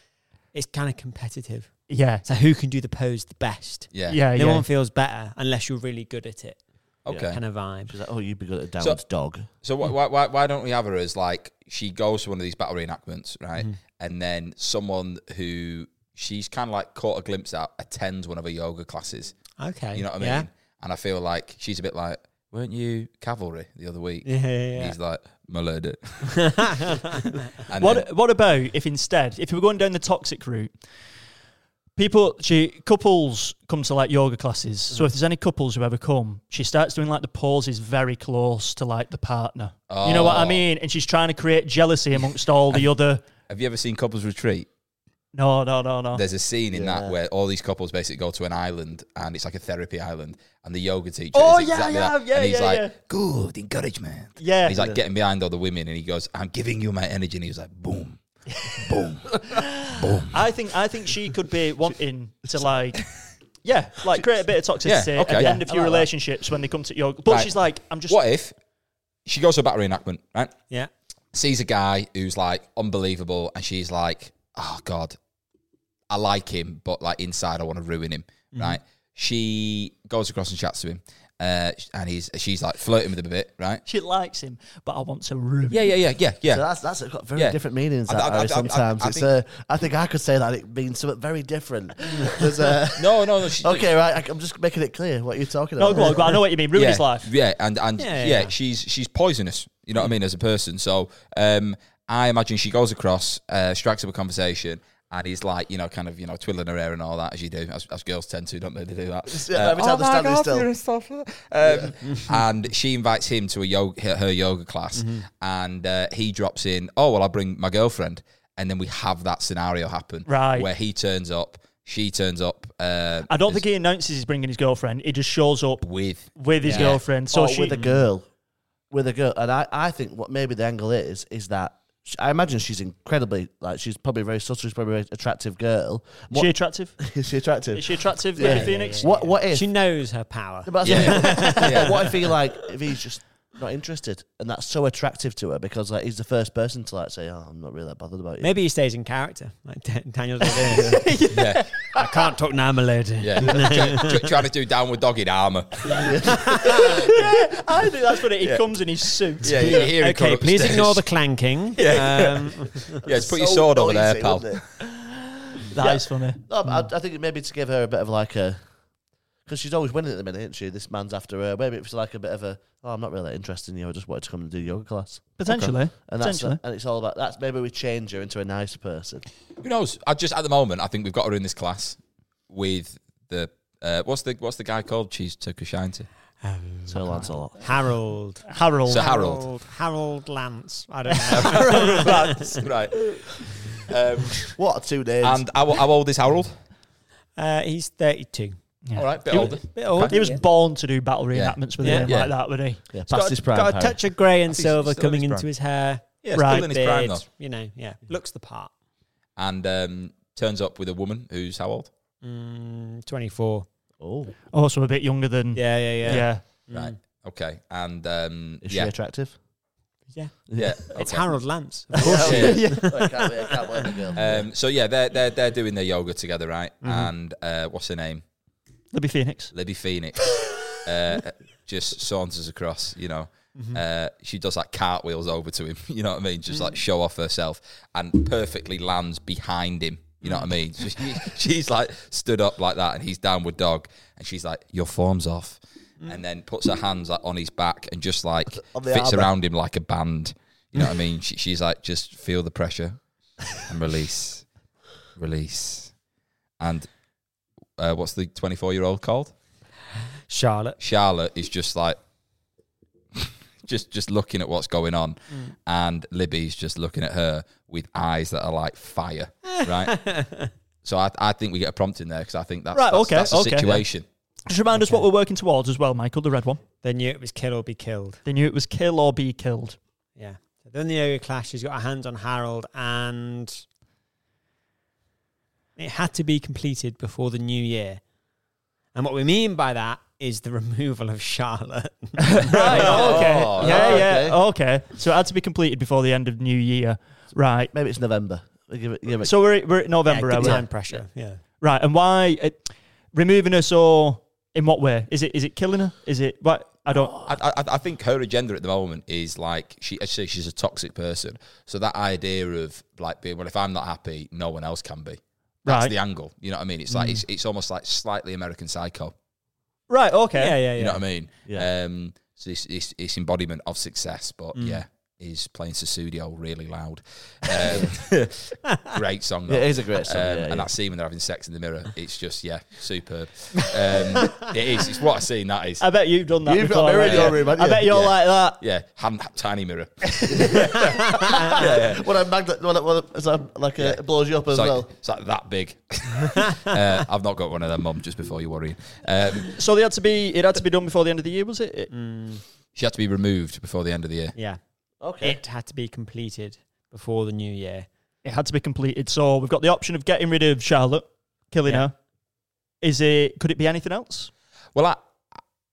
Speaker 4: it's kind of competitive.
Speaker 2: Yeah,
Speaker 4: So who can do the pose the best?
Speaker 1: yeah,
Speaker 2: yeah,
Speaker 4: No
Speaker 2: yeah.
Speaker 4: one feels better unless you're really good at it.
Speaker 1: Okay.
Speaker 4: Kind of vibe.
Speaker 3: She's like, oh, you'd be good at a downward dog.
Speaker 1: So
Speaker 4: Hmm.
Speaker 1: why, why why why don't we have her as like she goes to one of these battle reenactments, right?
Speaker 4: Hmm.
Speaker 1: And then someone who she's kind of like caught a glimpse at attends one of her yoga classes.
Speaker 4: Okay.
Speaker 1: You know what I mean?
Speaker 4: Yeah.
Speaker 1: And I feel like she's a bit like, weren't you cavalry the other week?
Speaker 4: Yeah, yeah,
Speaker 1: And
Speaker 4: yeah.
Speaker 1: He's like,
Speaker 4: *laughs*
Speaker 1: my lady. *laughs* and
Speaker 2: What
Speaker 1: then-
Speaker 2: What about if instead, if we were going down the toxic route, people, she couples come to like yoga classes. So
Speaker 1: Mm.
Speaker 2: if there's any couples who ever come, she starts doing like the poses very close to like the partner. You know what I
Speaker 1: Oh.
Speaker 2: mean? And she's trying to create jealousy amongst
Speaker 1: *laughs*
Speaker 2: all the other.
Speaker 1: have you ever seen Couples Retreat?
Speaker 2: No, no, no, no.
Speaker 1: There's a scene in
Speaker 3: Yeah.
Speaker 1: that where all these couples basically go to an island and it's like a therapy island and the yoga teacher
Speaker 2: Oh,
Speaker 1: is
Speaker 2: yeah,
Speaker 1: exactly
Speaker 2: yeah,
Speaker 1: that.
Speaker 2: yeah,
Speaker 1: and he's
Speaker 2: yeah,
Speaker 1: like,
Speaker 2: yeah.
Speaker 1: good encouragement.
Speaker 2: Yeah.
Speaker 1: He's like getting behind all the women and he goes, I'm giving you my energy. And he was like,
Speaker 2: *laughs*
Speaker 1: boom, boom.
Speaker 2: I think I think she
Speaker 1: *laughs*
Speaker 2: could be wanting to like, yeah, like create a bit of toxicity
Speaker 1: Yeah, okay.
Speaker 2: at the
Speaker 1: Yeah,
Speaker 2: end of
Speaker 3: I
Speaker 2: your
Speaker 3: like that.
Speaker 2: relationships when they come to yoga. But
Speaker 1: Right.
Speaker 2: she's like, I'm just
Speaker 1: What if she goes to a battery enactment, right?
Speaker 4: Yeah.
Speaker 1: sees a guy who's like unbelievable and she's like oh god i like him but like inside i want to ruin him
Speaker 2: Mm-hmm.
Speaker 1: right she goes across and chats to him uh, and he's she's like flirting with him a bit right
Speaker 2: she likes him, but I want to ruin.
Speaker 1: yeah yeah yeah yeah yeah
Speaker 3: So that's that's got very
Speaker 1: Yeah.
Speaker 3: different meanings.
Speaker 1: I-
Speaker 3: that,
Speaker 1: I- I-
Speaker 3: Harry,
Speaker 1: I-
Speaker 3: sometimes
Speaker 1: I
Speaker 3: it's.
Speaker 1: think-
Speaker 3: Uh, I think I could say that it means something very different. *laughs* There's uh, a,
Speaker 1: no no no she,
Speaker 3: okay, right. I, I'm just making it clear what you're talking
Speaker 2: No,
Speaker 3: about.
Speaker 2: go on, go on, I know what you mean. Ruin
Speaker 1: yeah,
Speaker 2: his life.
Speaker 1: yeah and and
Speaker 4: Yeah,
Speaker 1: yeah,
Speaker 4: yeah.
Speaker 1: she's she's poisonous you know what i mean as a person so um i imagine she goes across uh strikes up a conversation and he's like, you know, kind of, you know, twiddling her hair and all that, as you do, as, as girls tend to, don't they? They do that.
Speaker 3: *laughs* *laughs* Yeah,
Speaker 2: Oh
Speaker 3: every time they stand there still.
Speaker 1: Um, and she invites him to a yoga, her, her yoga class, and uh, he drops in. Oh well, I'll bring my girlfriend, and then we have that scenario happen,
Speaker 2: Right.
Speaker 1: Where he turns up, she turns up. Uh,
Speaker 2: I don't think he announces he's bringing his girlfriend. He just shows up
Speaker 1: *laughs* with
Speaker 2: with his
Speaker 1: Yeah.
Speaker 2: girlfriend. So
Speaker 3: or
Speaker 2: she,
Speaker 3: Oh, with a girl, with a girl, and I, I think what maybe the angle is is that sh I imagine she's incredibly like she's probably very subtle, she's probably a very attractive
Speaker 2: is
Speaker 3: girl. What,
Speaker 2: she attractive?
Speaker 3: *laughs* is she attractive?
Speaker 2: Is she attractive,
Speaker 3: Yeah.
Speaker 2: Lady Phoenix?
Speaker 3: what what if?
Speaker 4: She knows her power.
Speaker 3: but
Speaker 1: Yeah.
Speaker 3: yeah. what if he like if he's just not interested and that's so attractive to her because like he's the first person to like say oh I'm not really that bothered about you.
Speaker 4: Maybe he stays in character, like Dan- Daniel. Day-Lewis.
Speaker 1: yeah,
Speaker 4: I can't talk now, my lady.
Speaker 1: yeah, Try- try- trying to do downward dog in armor.
Speaker 2: I think that's what it. He comes in his suit.
Speaker 1: *laughs* Yeah, yeah. Here he
Speaker 4: Okay,
Speaker 1: comes
Speaker 4: please
Speaker 1: upstairs.
Speaker 4: ignore the
Speaker 1: *laughs*
Speaker 4: clanking. Um,
Speaker 1: Yeah, just put your
Speaker 3: So
Speaker 1: sword over there,
Speaker 3: noisy,
Speaker 1: pal.
Speaker 3: wasn't it?
Speaker 2: That is funny.
Speaker 3: No, but I, I think maybe to give her a bit of like a. Because she's always winning at the minute, isn't she? This man's after her. Maybe it was like a bit of a, oh, I'm not really interested in you. I just wanted to come and do yoga class.
Speaker 2: Potentially.
Speaker 3: And that's
Speaker 2: Potentially.
Speaker 3: and it's all about that's maybe we change her into a nice person.
Speaker 1: Who knows? I just at the moment, I think we've got her in this class with the. Uh, what's the what's the guy called? She's took a shine *laughs* to.
Speaker 4: um,
Speaker 3: So Lancelot.
Speaker 4: Harold.
Speaker 2: Harold.
Speaker 1: So Harold,
Speaker 4: Harold Lance. I don't
Speaker 1: *laughs*
Speaker 4: know.
Speaker 1: right? Um,
Speaker 3: What two names?
Speaker 1: and how, how old is Harold?
Speaker 4: uh, he's 32.
Speaker 2: Yeah.
Speaker 1: All right, bit
Speaker 2: He-
Speaker 1: older.
Speaker 4: Bit old.
Speaker 2: He was born to do battle
Speaker 1: Yeah.
Speaker 2: reenactments with
Speaker 4: Yeah.
Speaker 2: him
Speaker 1: Yeah.
Speaker 2: like that, wouldn't he?
Speaker 3: yeah,
Speaker 4: He's
Speaker 3: past
Speaker 4: got,
Speaker 3: his prime.
Speaker 4: got a
Speaker 3: Harry.
Speaker 4: touch of grey and
Speaker 1: He's
Speaker 4: silver
Speaker 1: still in
Speaker 4: coming
Speaker 1: his
Speaker 4: into
Speaker 1: prime.
Speaker 4: his hair.
Speaker 1: Yeah,
Speaker 2: Right.
Speaker 1: still in his prime though.
Speaker 4: Beard, You know, yeah. Looks the part.
Speaker 1: and um, turns up with a woman who's how old?
Speaker 4: Mm, 24.
Speaker 3: Oh,
Speaker 2: Also a bit younger than.
Speaker 4: Yeah, Mm. yeah, yeah.
Speaker 2: yeah.
Speaker 1: Mm. Right. Okay. And um,
Speaker 3: Is
Speaker 1: yeah,
Speaker 3: she *laughs* attractive?
Speaker 4: Yeah.
Speaker 1: *laughs* yeah.
Speaker 4: It's
Speaker 1: okay.
Speaker 4: Harold Lance.
Speaker 3: Oh,
Speaker 1: *laughs* Yeah.
Speaker 3: *laughs* I can't wait, I can't wait, the girl.
Speaker 1: Um, so yeah, they're they're they're doing their yoga together, right? And uh, what's her name?
Speaker 2: Libby Phoenix.
Speaker 1: Libby Phoenix
Speaker 3: *laughs*
Speaker 1: uh, just saunters across, you know.
Speaker 3: Mm-hmm.
Speaker 1: Uh, she does like cartwheels over to him, *laughs* you know what I mean? Just
Speaker 3: Mm.
Speaker 1: like show off herself and perfectly lands behind him, you
Speaker 3: Mm.
Speaker 1: know what I mean? So she, she's like stood up like that and he's downward dog and she's like, Your form's off. And then puts her hands like on his back and just like
Speaker 3: Mm. *laughs* On the
Speaker 1: fits
Speaker 3: arm.
Speaker 1: around him like a band. You know what I
Speaker 3: *laughs*
Speaker 1: mean? She, she's like, just feel the pressure and release, release. And uh, what's the 24 year old called?
Speaker 4: Charlotte.
Speaker 1: Charlotte is just like *laughs* just just looking at what's going on,
Speaker 2: Mm.
Speaker 1: and Libby's just looking at her with eyes that are like
Speaker 2: *laughs*
Speaker 1: fire, right? so I, I think we get a prompt in there because I think that's
Speaker 2: Right,
Speaker 1: that's,
Speaker 2: okay,
Speaker 1: that's a
Speaker 2: okay.
Speaker 1: situation.
Speaker 2: Just remind us what we're working towards as well, Michael, the red one.
Speaker 4: They knew it was kill or be killed.
Speaker 2: They knew it was kill or be killed.
Speaker 4: Yeah. So then the yoga clash. She's got her hands on Harold, and it had to be completed before the new year. And what we mean by that is the removal of Charlotte.
Speaker 2: Right, okay.
Speaker 1: Oh,
Speaker 2: yeah,
Speaker 3: right,
Speaker 2: yeah, okay. So it had to be completed before the end of New Year. Right.
Speaker 3: Maybe it's November. We give it, give it.
Speaker 2: So we're, at- we're at November,
Speaker 4: yeah,
Speaker 2: are
Speaker 4: good
Speaker 2: we?
Speaker 4: time pressure. Yeah.
Speaker 2: Right, and why uh, removing her? So, in what way is it? Is it killing her? Is it what? I don't.
Speaker 1: I, I, I think her agenda at the moment is like she I say she's a toxic person. So that idea of like being well, if I'm not happy, no one else can be. That's
Speaker 2: Right. Mm.
Speaker 1: the angle. You know what I mean? It's like it's, it's almost like slightly American Psycho.
Speaker 2: right. Okay.
Speaker 4: Yeah, yeah, yeah.
Speaker 1: You know what I mean?
Speaker 3: Yeah. Mm.
Speaker 1: Um, so it's, it's, it's embodiment of success, but yeah, he's playing Susudio really
Speaker 3: *laughs*
Speaker 1: loud. Um, great song, though.
Speaker 3: Yeah, it is a great song.
Speaker 1: Um,
Speaker 3: yeah, yeah.
Speaker 1: And that scene when they're having sex in the mirror, it's just, yeah, superb. Um,
Speaker 3: *laughs*
Speaker 1: it is. It's what a scene that is.
Speaker 2: I bet you've done that
Speaker 3: You've got
Speaker 2: before.
Speaker 3: a mirror in
Speaker 2: right?
Speaker 3: your room, haven't
Speaker 2: I
Speaker 3: you?
Speaker 2: bet you're
Speaker 1: Yeah.
Speaker 2: like that.
Speaker 1: Yeah, hand, tiny mirror.
Speaker 3: When I mag when I, when I, as I like uh, it blows you up as
Speaker 1: It's like,
Speaker 3: well.
Speaker 1: it's like that
Speaker 3: *laughs*
Speaker 1: big. uh, I've not got one of them, mum, just before you're worrying. Um,
Speaker 2: So they had to be. It had to be done before the end of the year, was it? It-
Speaker 1: she had to be removed before the end of the year.
Speaker 4: Yeah.
Speaker 3: Okay.
Speaker 4: It had to be completed before the new year.
Speaker 2: It had to be completed. So we've got the option of getting rid of Charlotte, killing
Speaker 4: Yeah.
Speaker 2: her. Is it? Could it be anything else?
Speaker 1: Well, I.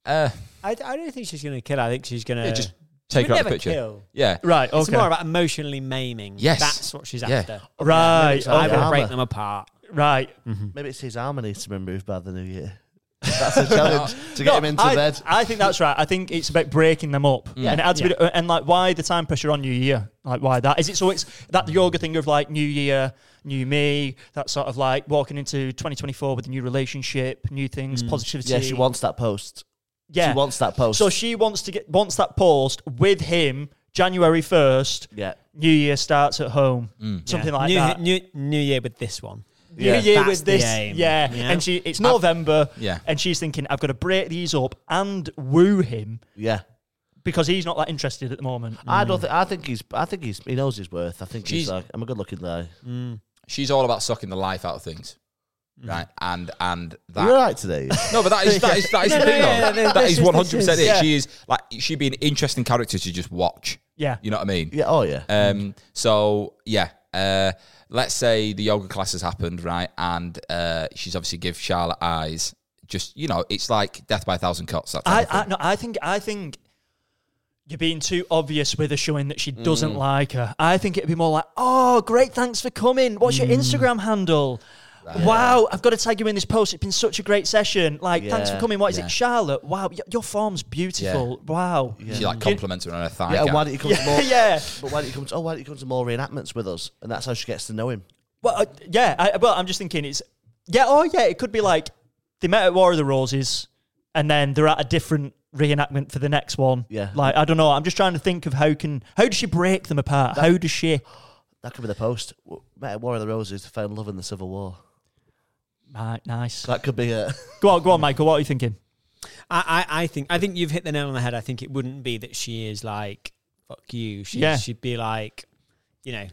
Speaker 1: Uh,
Speaker 4: I, I don't think she's going to kill. I think she's going to
Speaker 1: yeah, just take her out of the picture.
Speaker 4: Kill.
Speaker 1: Yeah.
Speaker 2: Right. Okay.
Speaker 4: It's more about emotionally maiming.
Speaker 1: Yes.
Speaker 4: That's what she's
Speaker 1: Yeah.
Speaker 4: after.
Speaker 2: right.
Speaker 3: Yeah,
Speaker 4: I
Speaker 2: okay,
Speaker 3: maybe it's
Speaker 4: will
Speaker 3: Yeah.
Speaker 4: break them apart.
Speaker 2: Right.
Speaker 3: Maybe it's his armor needs to be removed by the new year. *laughs* That's a challenge
Speaker 1: Ah.
Speaker 3: to get him into
Speaker 2: I,
Speaker 3: bed.
Speaker 2: I think that's right. I think it's about breaking them up, and it had to be, and like why the time pressure on New Year? Like why that? Is it so? It's that the yoga thing of like New Year, New Me. That sort of like walking into 2024 with a new relationship, new things, positivity.
Speaker 3: Yeah, she wants that post.
Speaker 2: Yeah.
Speaker 3: She wants that post.
Speaker 2: So she wants to get wants that post with him January 1st.
Speaker 3: yeah.
Speaker 2: New Year starts at home. Something like
Speaker 4: new,
Speaker 2: that.
Speaker 4: New, new year with this one.
Speaker 2: New
Speaker 3: Yeah.
Speaker 2: Year
Speaker 4: That's
Speaker 2: with
Speaker 4: the
Speaker 2: this,
Speaker 4: aim.
Speaker 2: yeah.
Speaker 4: Yeah.
Speaker 2: And she, it's November,
Speaker 1: Yeah.
Speaker 2: and she's thinking, I've got to break these up and woo him
Speaker 3: Yeah.
Speaker 2: because he's not that interested at the moment.
Speaker 3: I don't think. I think he's. I think he's. He knows his worth. I think
Speaker 1: She's-
Speaker 3: he's like. I'm a good-looking guy.
Speaker 1: she's all about sucking the life out of things, right? And and that.
Speaker 3: You're right today.
Speaker 1: No, but that is that is that is the
Speaker 4: No,
Speaker 1: thing
Speaker 4: no,
Speaker 1: though.
Speaker 4: yeah, no,
Speaker 1: that
Speaker 4: this
Speaker 1: is
Speaker 4: is-
Speaker 1: one hundred percent
Speaker 4: this
Speaker 1: it.
Speaker 4: is-
Speaker 1: She is like she'd be an interesting character to just watch.
Speaker 2: Yeah.
Speaker 1: You know what I mean?
Speaker 3: yeah. Oh yeah.
Speaker 1: Um. So yeah. Uh. Let's say the yoga class has happened, right? And uh, she's obviously give Charlotte eyes. Just you know, it's like death by a thousand cuts. That type
Speaker 2: I,
Speaker 1: of thing.
Speaker 2: I, no, I think, I think you're being too obvious with her showing that she doesn't like her. I think it'd be more like, oh, great, thanks for coming. What's your Instagram handle? Wow, I've got to tag you in this post. It's been such a great session. Like, thanks for
Speaker 3: Yeah.
Speaker 2: coming. What is
Speaker 1: Yeah.
Speaker 2: it, Charlotte? Wow, y- your form's beautiful. Wow.
Speaker 1: She like compliments her on her thigh.
Speaker 3: yeah. And
Speaker 1: gap.
Speaker 3: why don't you come to
Speaker 2: Yeah,
Speaker 3: more?
Speaker 2: *laughs* yeah.
Speaker 3: But why don't you come to? Oh, why don't you come to more reenactments with us? And that's how she gets to know him.
Speaker 2: Well, uh, yeah, I, well, I'm just thinking it's yeah, oh yeah, it could be like they met at War of the Roses, and then they're at a different reenactment for the next one.
Speaker 3: Yeah.
Speaker 2: like I don't know. I'm just trying to think of how can how does she break them apart? how does she?
Speaker 3: That could be the post. W- Met at War of the Roses, fell in love in the Civil War.
Speaker 2: Right, nice.
Speaker 3: That could be a. *laughs*
Speaker 2: Go on, go on, Michael. What are you thinking?
Speaker 4: I, I, I think I think you've hit the nail on the head. I think it wouldn't be that she is like fuck you. She
Speaker 2: Yeah.
Speaker 4: she'd be like, you know,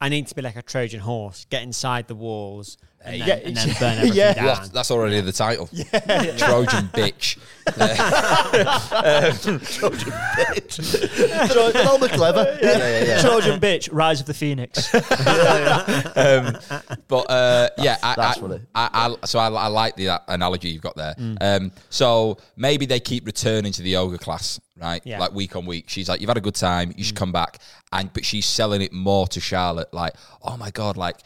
Speaker 4: I need to be like a Trojan horse, get inside the walls, and,
Speaker 1: Hey.
Speaker 4: then,
Speaker 2: Uh, Yeah,
Speaker 4: and
Speaker 2: *laughs*
Speaker 4: then burn everything
Speaker 2: yeah.
Speaker 4: down.
Speaker 1: That's, that's already the title. Trojan bitch.
Speaker 3: Tro- that'll be clever.
Speaker 1: Yeah, yeah, yeah.
Speaker 2: Trojan bitch, Rise of the Phoenix.
Speaker 1: um, but uh, yeah, I,
Speaker 3: that's
Speaker 1: I,
Speaker 3: funny. Mm.
Speaker 1: I, I, so I, I like the analogy you've got there. Um, so maybe they keep returning to the yoga class, right?
Speaker 4: Yeah.
Speaker 1: Like week on week, she's like, "You've had a good time. You
Speaker 3: Mm.
Speaker 1: should come back." And but she's selling it more to Charlotte, like, "Oh my god, like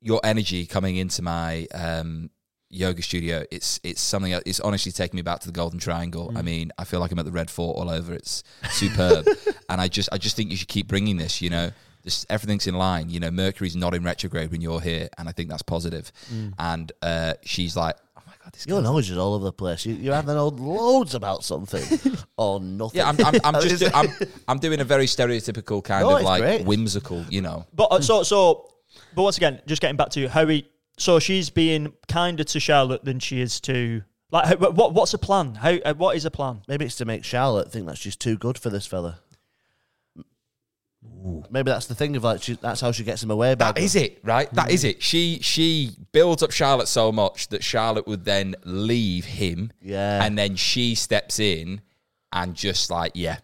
Speaker 1: your energy coming into my." Um, yoga studio it's it's something else. it's honestly taking me back to the golden triangle
Speaker 3: Mm.
Speaker 1: i mean i feel like i'm at the red fort all over it's
Speaker 3: *laughs*
Speaker 1: superb and i just i just think you should keep bringing this you know just everything's in line you know mercury's not in retrograde when you're here and i think that's positive
Speaker 3: Mm.
Speaker 1: and uh she's like oh my god this
Speaker 3: Your
Speaker 1: girl
Speaker 3: knowledge is all over the place. You, you're having old loads
Speaker 1: *laughs*
Speaker 3: about something or nothing.
Speaker 1: yeah, I'm, I'm,
Speaker 3: *laughs*
Speaker 1: I'm just
Speaker 3: Is it-
Speaker 1: I'm, I'm doing a very stereotypical kind
Speaker 3: No,
Speaker 1: of
Speaker 3: it's
Speaker 1: like
Speaker 3: great.
Speaker 1: whimsical, you know.
Speaker 2: But uh, so so, but once again, just getting back to how we. So she's being kinder to Charlotte than she is to like. how- What what's a plan? How uh, what is a plan?
Speaker 3: Maybe it's to make Charlotte think that she's too good for this fella. Maybe that's the thing of like she, that's how she gets him away. Back
Speaker 1: That is it, right? That
Speaker 3: Mm-hmm.
Speaker 1: is it. She she builds up Charlotte so much that Charlotte would then leave him.
Speaker 3: Yeah.
Speaker 1: And then she steps in and just like, yeah.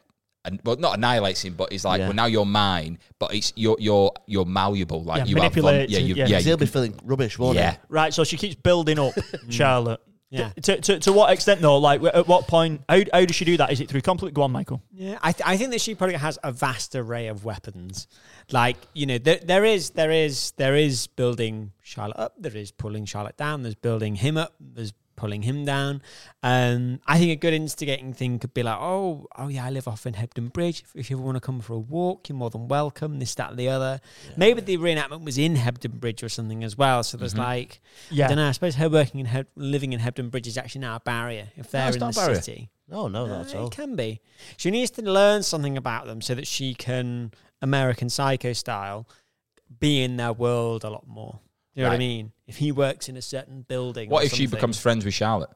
Speaker 1: And well, not annihilates him, but he's like,
Speaker 3: Yeah.
Speaker 1: well, now you're mine, but it's you're you're you're malleable. Like
Speaker 2: Yeah,
Speaker 1: you have
Speaker 2: manipulates
Speaker 1: yeah,
Speaker 2: him,
Speaker 1: you,
Speaker 2: yeah.
Speaker 1: yeah,
Speaker 3: he'll
Speaker 1: you
Speaker 3: be
Speaker 1: can-
Speaker 3: feeling rubbish, won't
Speaker 1: yeah.
Speaker 2: Right. So she keeps building up Charlotte.
Speaker 4: Yeah.
Speaker 2: To, to, to what extent though? Like wh- at what point? How, how does she do that? Is it through conflict? Go on, Michael.
Speaker 4: Yeah, I, th- I think that she probably has a vast array of weapons. Like you know, there, there is there is there is building Charlotte up. There is pulling Charlotte down. There's building him up. There's pulling him down. Um, I think a good instigating thing could be like, oh, oh yeah, I live off in Hebden Bridge. If, if you ever want to come for a walk, you're more than welcome. This, that, and the other. Maybe the reenactment was in Hebden Bridge or something as well. So
Speaker 1: Mm-hmm.
Speaker 4: there's like,
Speaker 2: Yeah.
Speaker 4: I don't know. I suppose her working in Heb- living in Hebden Bridge is actually now a barrier if they're
Speaker 1: it's
Speaker 4: in
Speaker 1: not a
Speaker 4: the
Speaker 1: barrier.
Speaker 4: city.
Speaker 3: he? Oh, No, no, not at
Speaker 4: Uh,
Speaker 3: all.
Speaker 4: It can be. She needs to learn something about them so that she can American Psycho style be in their world a lot more. Do you know what I
Speaker 1: Right.
Speaker 4: mean? If he works in a certain building,
Speaker 1: What
Speaker 4: or
Speaker 1: if she
Speaker 4: something.
Speaker 1: becomes friends with Charlotte?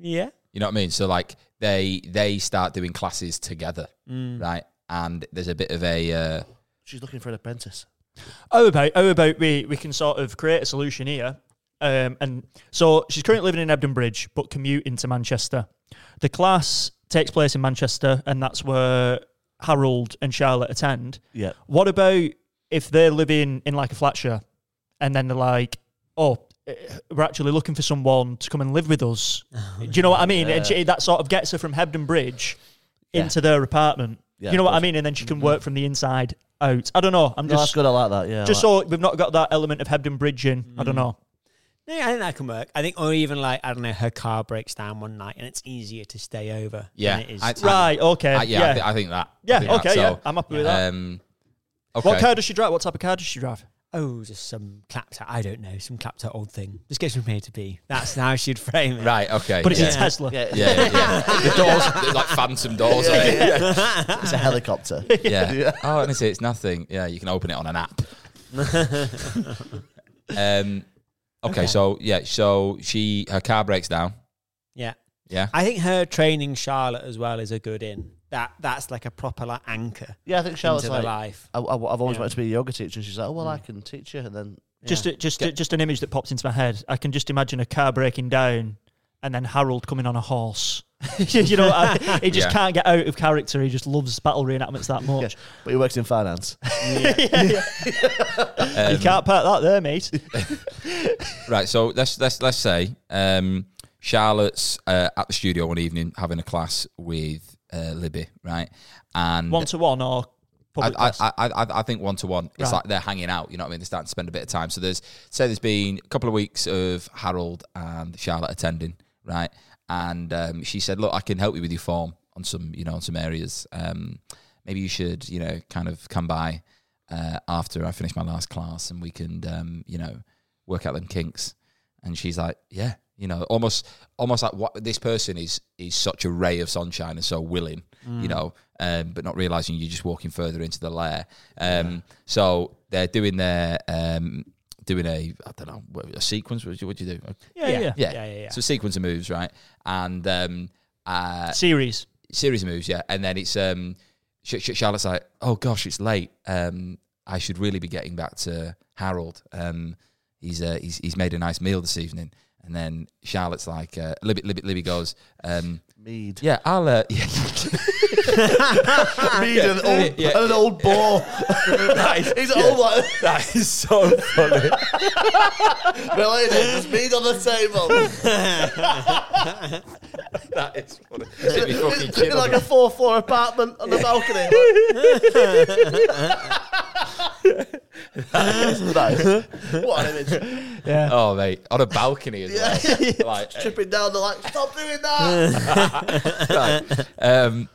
Speaker 4: Yeah,
Speaker 1: You know what I mean? So like they they start doing classes together,
Speaker 3: Mm.
Speaker 1: right? And there's a bit of a uh,
Speaker 3: She's looking for an apprentice.
Speaker 2: How about how about we we can sort of create a solution here? Um, and so she's currently living in Ebden Bridge, but commuting to Manchester. The class takes place in Manchester, and that's where Harold and Charlotte attend.
Speaker 3: Yeah.
Speaker 2: What about if they're living in like a flat share, and then they're like, oh. eh, We're actually looking for someone to come and live with us. Do you know what I mean? And she- that sort of gets her from Hebden Bridge
Speaker 3: Yeah.
Speaker 2: into their apartment.
Speaker 3: Yeah,
Speaker 2: you know
Speaker 3: of
Speaker 2: what I
Speaker 3: course.
Speaker 2: mean? And then she can work from the inside out. I don't know. I'm
Speaker 3: No,
Speaker 2: just
Speaker 3: that's good. I like that. Yeah. I
Speaker 2: just
Speaker 3: like-
Speaker 2: so we've not got that element of Hebden Bridge in. I don't know.
Speaker 4: no, I think that can work. I think, or even like I don't know, her car breaks down one night and it's easier to stay over.
Speaker 1: Yeah,
Speaker 4: than it is.
Speaker 1: I-
Speaker 4: to-
Speaker 2: Right. Okay.
Speaker 1: I-
Speaker 2: yeah.
Speaker 1: yeah, I, thi- I think that I
Speaker 2: Yeah,
Speaker 1: think that.
Speaker 2: okay, yeah.
Speaker 1: So,
Speaker 2: I'm happy with that.
Speaker 1: Um, okay.
Speaker 2: What car does she drive? What type of car does she drive?
Speaker 4: oh, just some clapped out. I don't know, some clapped out old thing. Just gets from A to B. That's how she'd frame it.
Speaker 1: Right. Okay.
Speaker 2: But it's
Speaker 1: yeah.
Speaker 2: a Tesla.
Speaker 3: yeah,
Speaker 1: yeah, yeah, yeah. the doors, they're like phantom doors. Yeah, yeah,
Speaker 3: it's a
Speaker 2: *laughs*
Speaker 3: helicopter.
Speaker 1: Oh, and it's, it's nothing. Yeah, you can open it on an app. um, okay,
Speaker 4: Okay.
Speaker 1: So yeah, so she her car breaks down.
Speaker 4: Yeah.
Speaker 1: Yeah.
Speaker 4: I think her training Charlotte as well is a good in. That that's like a proper like anchor
Speaker 3: Yeah, I think Charlotte's
Speaker 4: into their
Speaker 3: like, I,
Speaker 4: life.
Speaker 3: I, have always
Speaker 4: Yeah.
Speaker 3: wanted to be a yoga teacher, and she's like, oh well,
Speaker 1: Mm.
Speaker 3: I can teach you, and then
Speaker 2: Just, a, just, a, just an image that popped into my head. I can just imagine a car breaking down, and then Harold coming on a horse. *laughs* you know, I, he just
Speaker 1: Yeah.
Speaker 2: can't get out of character. He just loves battle reenactments that much.
Speaker 3: Yeah, but he works
Speaker 1: *laughs*
Speaker 3: in finance.
Speaker 2: *laughs*
Speaker 1: Um,
Speaker 2: you can't park that there, mate.
Speaker 1: Right. So let's let's let's say um, Charlotte's uh, at the studio one evening having a class with uh, Libby, right? And
Speaker 2: One to one or
Speaker 1: I,
Speaker 2: public
Speaker 1: I,
Speaker 2: bus?
Speaker 1: I, I, I think one to one. It's
Speaker 2: Right.
Speaker 1: like they're hanging out. You know what I mean? They're starting to spend a bit of time. So there's say there's been a couple of weeks of Harold and Charlotte attending, right? And um, she said, "Look, I can help you with your form on some, you know, on some areas. Um, maybe you should, you know, kind of come by uh, after I finish my last class, and we can, um, you know, work out them kinks." And she's like, "Yeah." You know, almost, almost like what this person is is such a ray of sunshine and so willing, you know, um, but not realizing you're just walking further into the lair. Um, So they're doing their um, doing a I don't know what- a sequence. What do you, what do, you do?
Speaker 2: yeah, yeah,
Speaker 1: Yeah.
Speaker 4: yeah, yeah, yeah.
Speaker 1: So a sequence of moves, right? And um, uh,
Speaker 2: Series.
Speaker 1: series of moves, yeah. And then it's um, Sh- Sh- Charlotte's like, oh gosh, it's late. Um, I should really be getting back to Harold. Um, he's, uh, he's he's made a nice meal this evening. And then Charlotte's like, uh, Libby, Libby, Libby goes, um,
Speaker 3: Mead.
Speaker 1: yeah, I'll, uh, *laughs* yeah,
Speaker 3: Mead and,
Speaker 1: *laughs*
Speaker 3: old,
Speaker 1: yeah, yeah.
Speaker 3: and an
Speaker 1: *laughs*
Speaker 3: old boar. He's old like
Speaker 1: that is so funny. *laughs*
Speaker 3: Melania, there's mead on the *laughs* table.
Speaker 1: that is funny. It'd be fucking
Speaker 3: It's like a
Speaker 1: killer.
Speaker 3: four floor apartment *laughs* on the balcony. Like. nice. What an image.
Speaker 2: Yeah.
Speaker 1: Oh, mate, on a balcony
Speaker 3: *laughs*
Speaker 1: as well. Like,
Speaker 3: Tripping down, they're like, stop doing that.
Speaker 1: *laughs* um,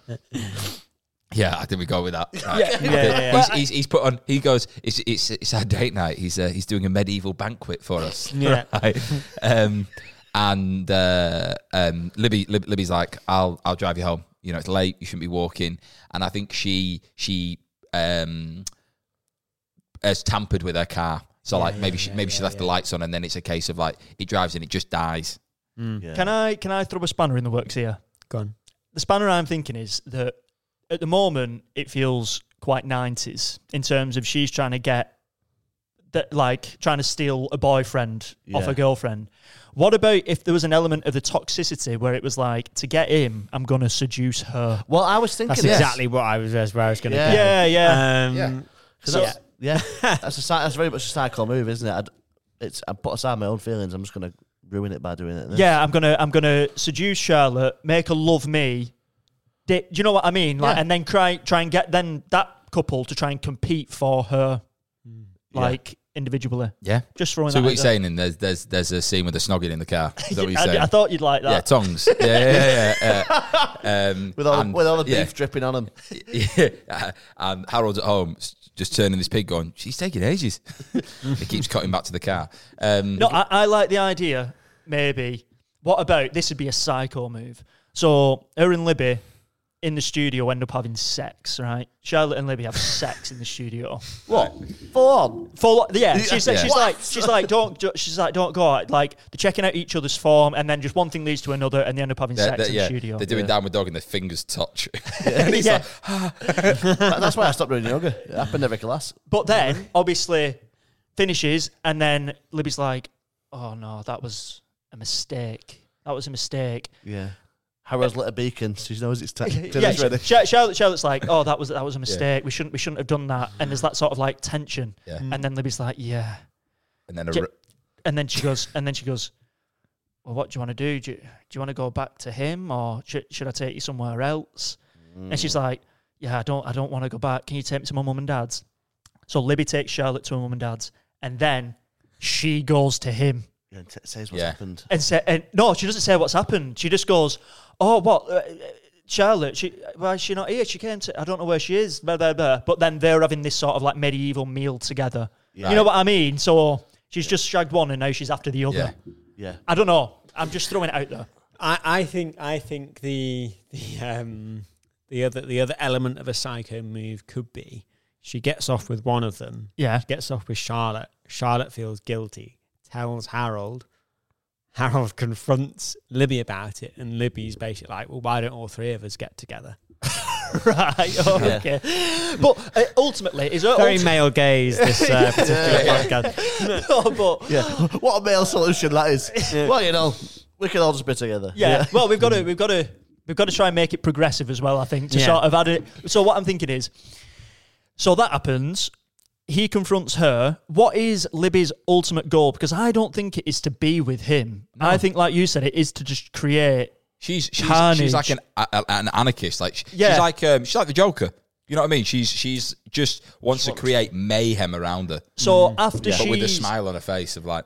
Speaker 1: yeah, I think we go with that. Right.
Speaker 2: Yeah, yeah, yeah,
Speaker 1: He's, he's, he's put on. He goes. It's it's it's our date night. He's uh, he's doing a medieval banquet for
Speaker 2: *laughs*
Speaker 1: us.
Speaker 4: Yeah.
Speaker 1: *laughs* Right. Um, and uh, um, Libby, Lib- Libby's like, I'll I'll drive you home. You know, it's late. You shouldn't be walking. And I think she she um has tampered with her car. So like maybe she maybe she left the lights on, and then it's a case of like it drives and it just dies.
Speaker 2: Can I can I throw a spanner in the works here?
Speaker 4: Gone.
Speaker 2: the spanner I'm thinking is that at the moment it feels quite 90s in terms of she's trying to get that like trying to steal a boyfriend off
Speaker 3: Yeah.
Speaker 2: a girlfriend. What about if there was an element of the toxicity where it was like to get him, I'm gonna seduce her.
Speaker 3: Well, I was thinking
Speaker 4: That's
Speaker 3: this.
Speaker 4: exactly what I was. That's where I was going to
Speaker 3: Yeah.
Speaker 4: go.
Speaker 2: Yeah, yeah.
Speaker 4: Um,
Speaker 3: Yeah. 'Cause that's, yeah, that's a psy- that's very much a psycho move, isn't it? I'd, it's I put aside my own feelings. I'm just gonna ruin it by doing it. then.
Speaker 2: yeah, I'm gonna I'm gonna seduce Charlotte, make her love me. Di- Do you know what I mean? Like,
Speaker 3: Yeah.
Speaker 2: and then try try and get then that couple to try and compete for her, like individually.
Speaker 1: Yeah.
Speaker 2: Just throwing
Speaker 1: Hmm. So
Speaker 2: that
Speaker 1: what
Speaker 2: out
Speaker 1: you're
Speaker 2: there.
Speaker 1: saying? Then there's there's there's a scene with the snogging in the car.
Speaker 2: *laughs*
Speaker 1: Is that what you're
Speaker 2: I,
Speaker 1: saying?
Speaker 2: I thought you'd like
Speaker 1: yeah,
Speaker 2: that.
Speaker 1: tongs. Yeah, yeah, yeah. yeah. Um,
Speaker 3: with all
Speaker 1: and-
Speaker 3: with all the beef
Speaker 1: yeah,
Speaker 3: dripping on them.
Speaker 1: yeah. *laughs* And Harold's at home, s- just turning this pig, going, "She's taking ages." *laughs* he keeps cutting back to the car. Um,
Speaker 2: No, I, I like the idea. Maybe. What about this? Would be a psycho move. So her and Libby in the studio end up having sex, right? Charlotte and Libby have sex in the
Speaker 1: *laughs*
Speaker 2: studio.
Speaker 3: What? Full on.
Speaker 2: For what- yeah, she said
Speaker 1: Yeah.
Speaker 2: she's
Speaker 1: What?
Speaker 2: like she's like don't ju- she's like don't go out. Like they're checking out each other's form, and then just one thing leads to another, and they end up having
Speaker 1: they're,
Speaker 2: sex
Speaker 1: they're-
Speaker 2: in
Speaker 1: yeah,
Speaker 2: the studio.
Speaker 1: they're doing downward dog and their fingers touch.
Speaker 2: *laughs*
Speaker 1: *laughs*
Speaker 2: Yeah.
Speaker 3: That- That's why I stopped doing yoga. It happened at Ricky Lass.
Speaker 2: But then, obviously, finishes, and then Libby's like, "Oh no, that was a mistake. That was a mistake."
Speaker 3: Yeah. Harold's lit a beacon. She knows it's time.
Speaker 2: yeah,
Speaker 3: Dinner's ready.
Speaker 2: Char- Charlotte, Charlotte's like, "Oh, that was that was a mistake. We shouldn't we shouldn't have done that." And there's that sort of like tension,
Speaker 1: Yeah.
Speaker 2: and then Libby's like, "Yeah,"
Speaker 1: and then a,
Speaker 2: J-
Speaker 1: r-
Speaker 2: and then she goes, and then she goes, "Well, what do you want to do? Do you, do you want to go back to him, or should should I take you somewhere else?" And she's like, "Yeah, I don't I don't want to go back. Can you take me to my mum and dad's?" So Libby takes Charlotte to her mum and dad's, and then she goes to him
Speaker 3: Yeah, and t- says what's
Speaker 1: Yeah.
Speaker 3: happened.
Speaker 2: and say, and no, she doesn't say what's happened. She just goes, "Oh, what, uh, uh, Charlotte? She why is she not here? She came to. I don't know where she is." Blah blah blah. But then they're having this sort of like medieval meal together. You know what I mean? So she's just shagged one, and now she's after the other.
Speaker 1: yeah,
Speaker 3: Yeah.
Speaker 2: I don't know. I'm just throwing it out there.
Speaker 4: I, I think I think the the um the other the other element of a psycho move could be she gets off with one of them,
Speaker 2: Yeah.
Speaker 4: gets off with Charlotte. Charlotte feels guilty, tells Harold. Harold *laughs* confronts Libby about it, and Libby's basically like, "Well, why don't all three of us get together?"
Speaker 2: *laughs* right. Oh,
Speaker 3: Yeah.
Speaker 2: Okay. But uh, ultimately, is her
Speaker 4: Very
Speaker 2: ulti-
Speaker 4: male gaze. This uh, particular podcast.
Speaker 2: no, *laughs* but
Speaker 3: Yeah. *laughs* what a male solution that is. Well, you know, we can all just be together.
Speaker 2: yeah. Well, we've got to we've got to we've got to try and make it progressive as well. I think to
Speaker 4: Yeah.
Speaker 2: sort of add it. So what I'm thinking is, so that happens. He confronts her. What is Libby's ultimate goal? Because I don't think it is to be with him. I think, like you said, it is to just create.
Speaker 1: she's she's,
Speaker 2: Carnage.
Speaker 1: she's like an a, a- an anarchist. Like sh-
Speaker 2: Yeah.
Speaker 1: she's like um, she's like the Joker. You know what I mean? She's she's just wants to create mayhem around her,
Speaker 2: So after
Speaker 1: but with a
Speaker 2: she's-
Speaker 1: smile on her face of like,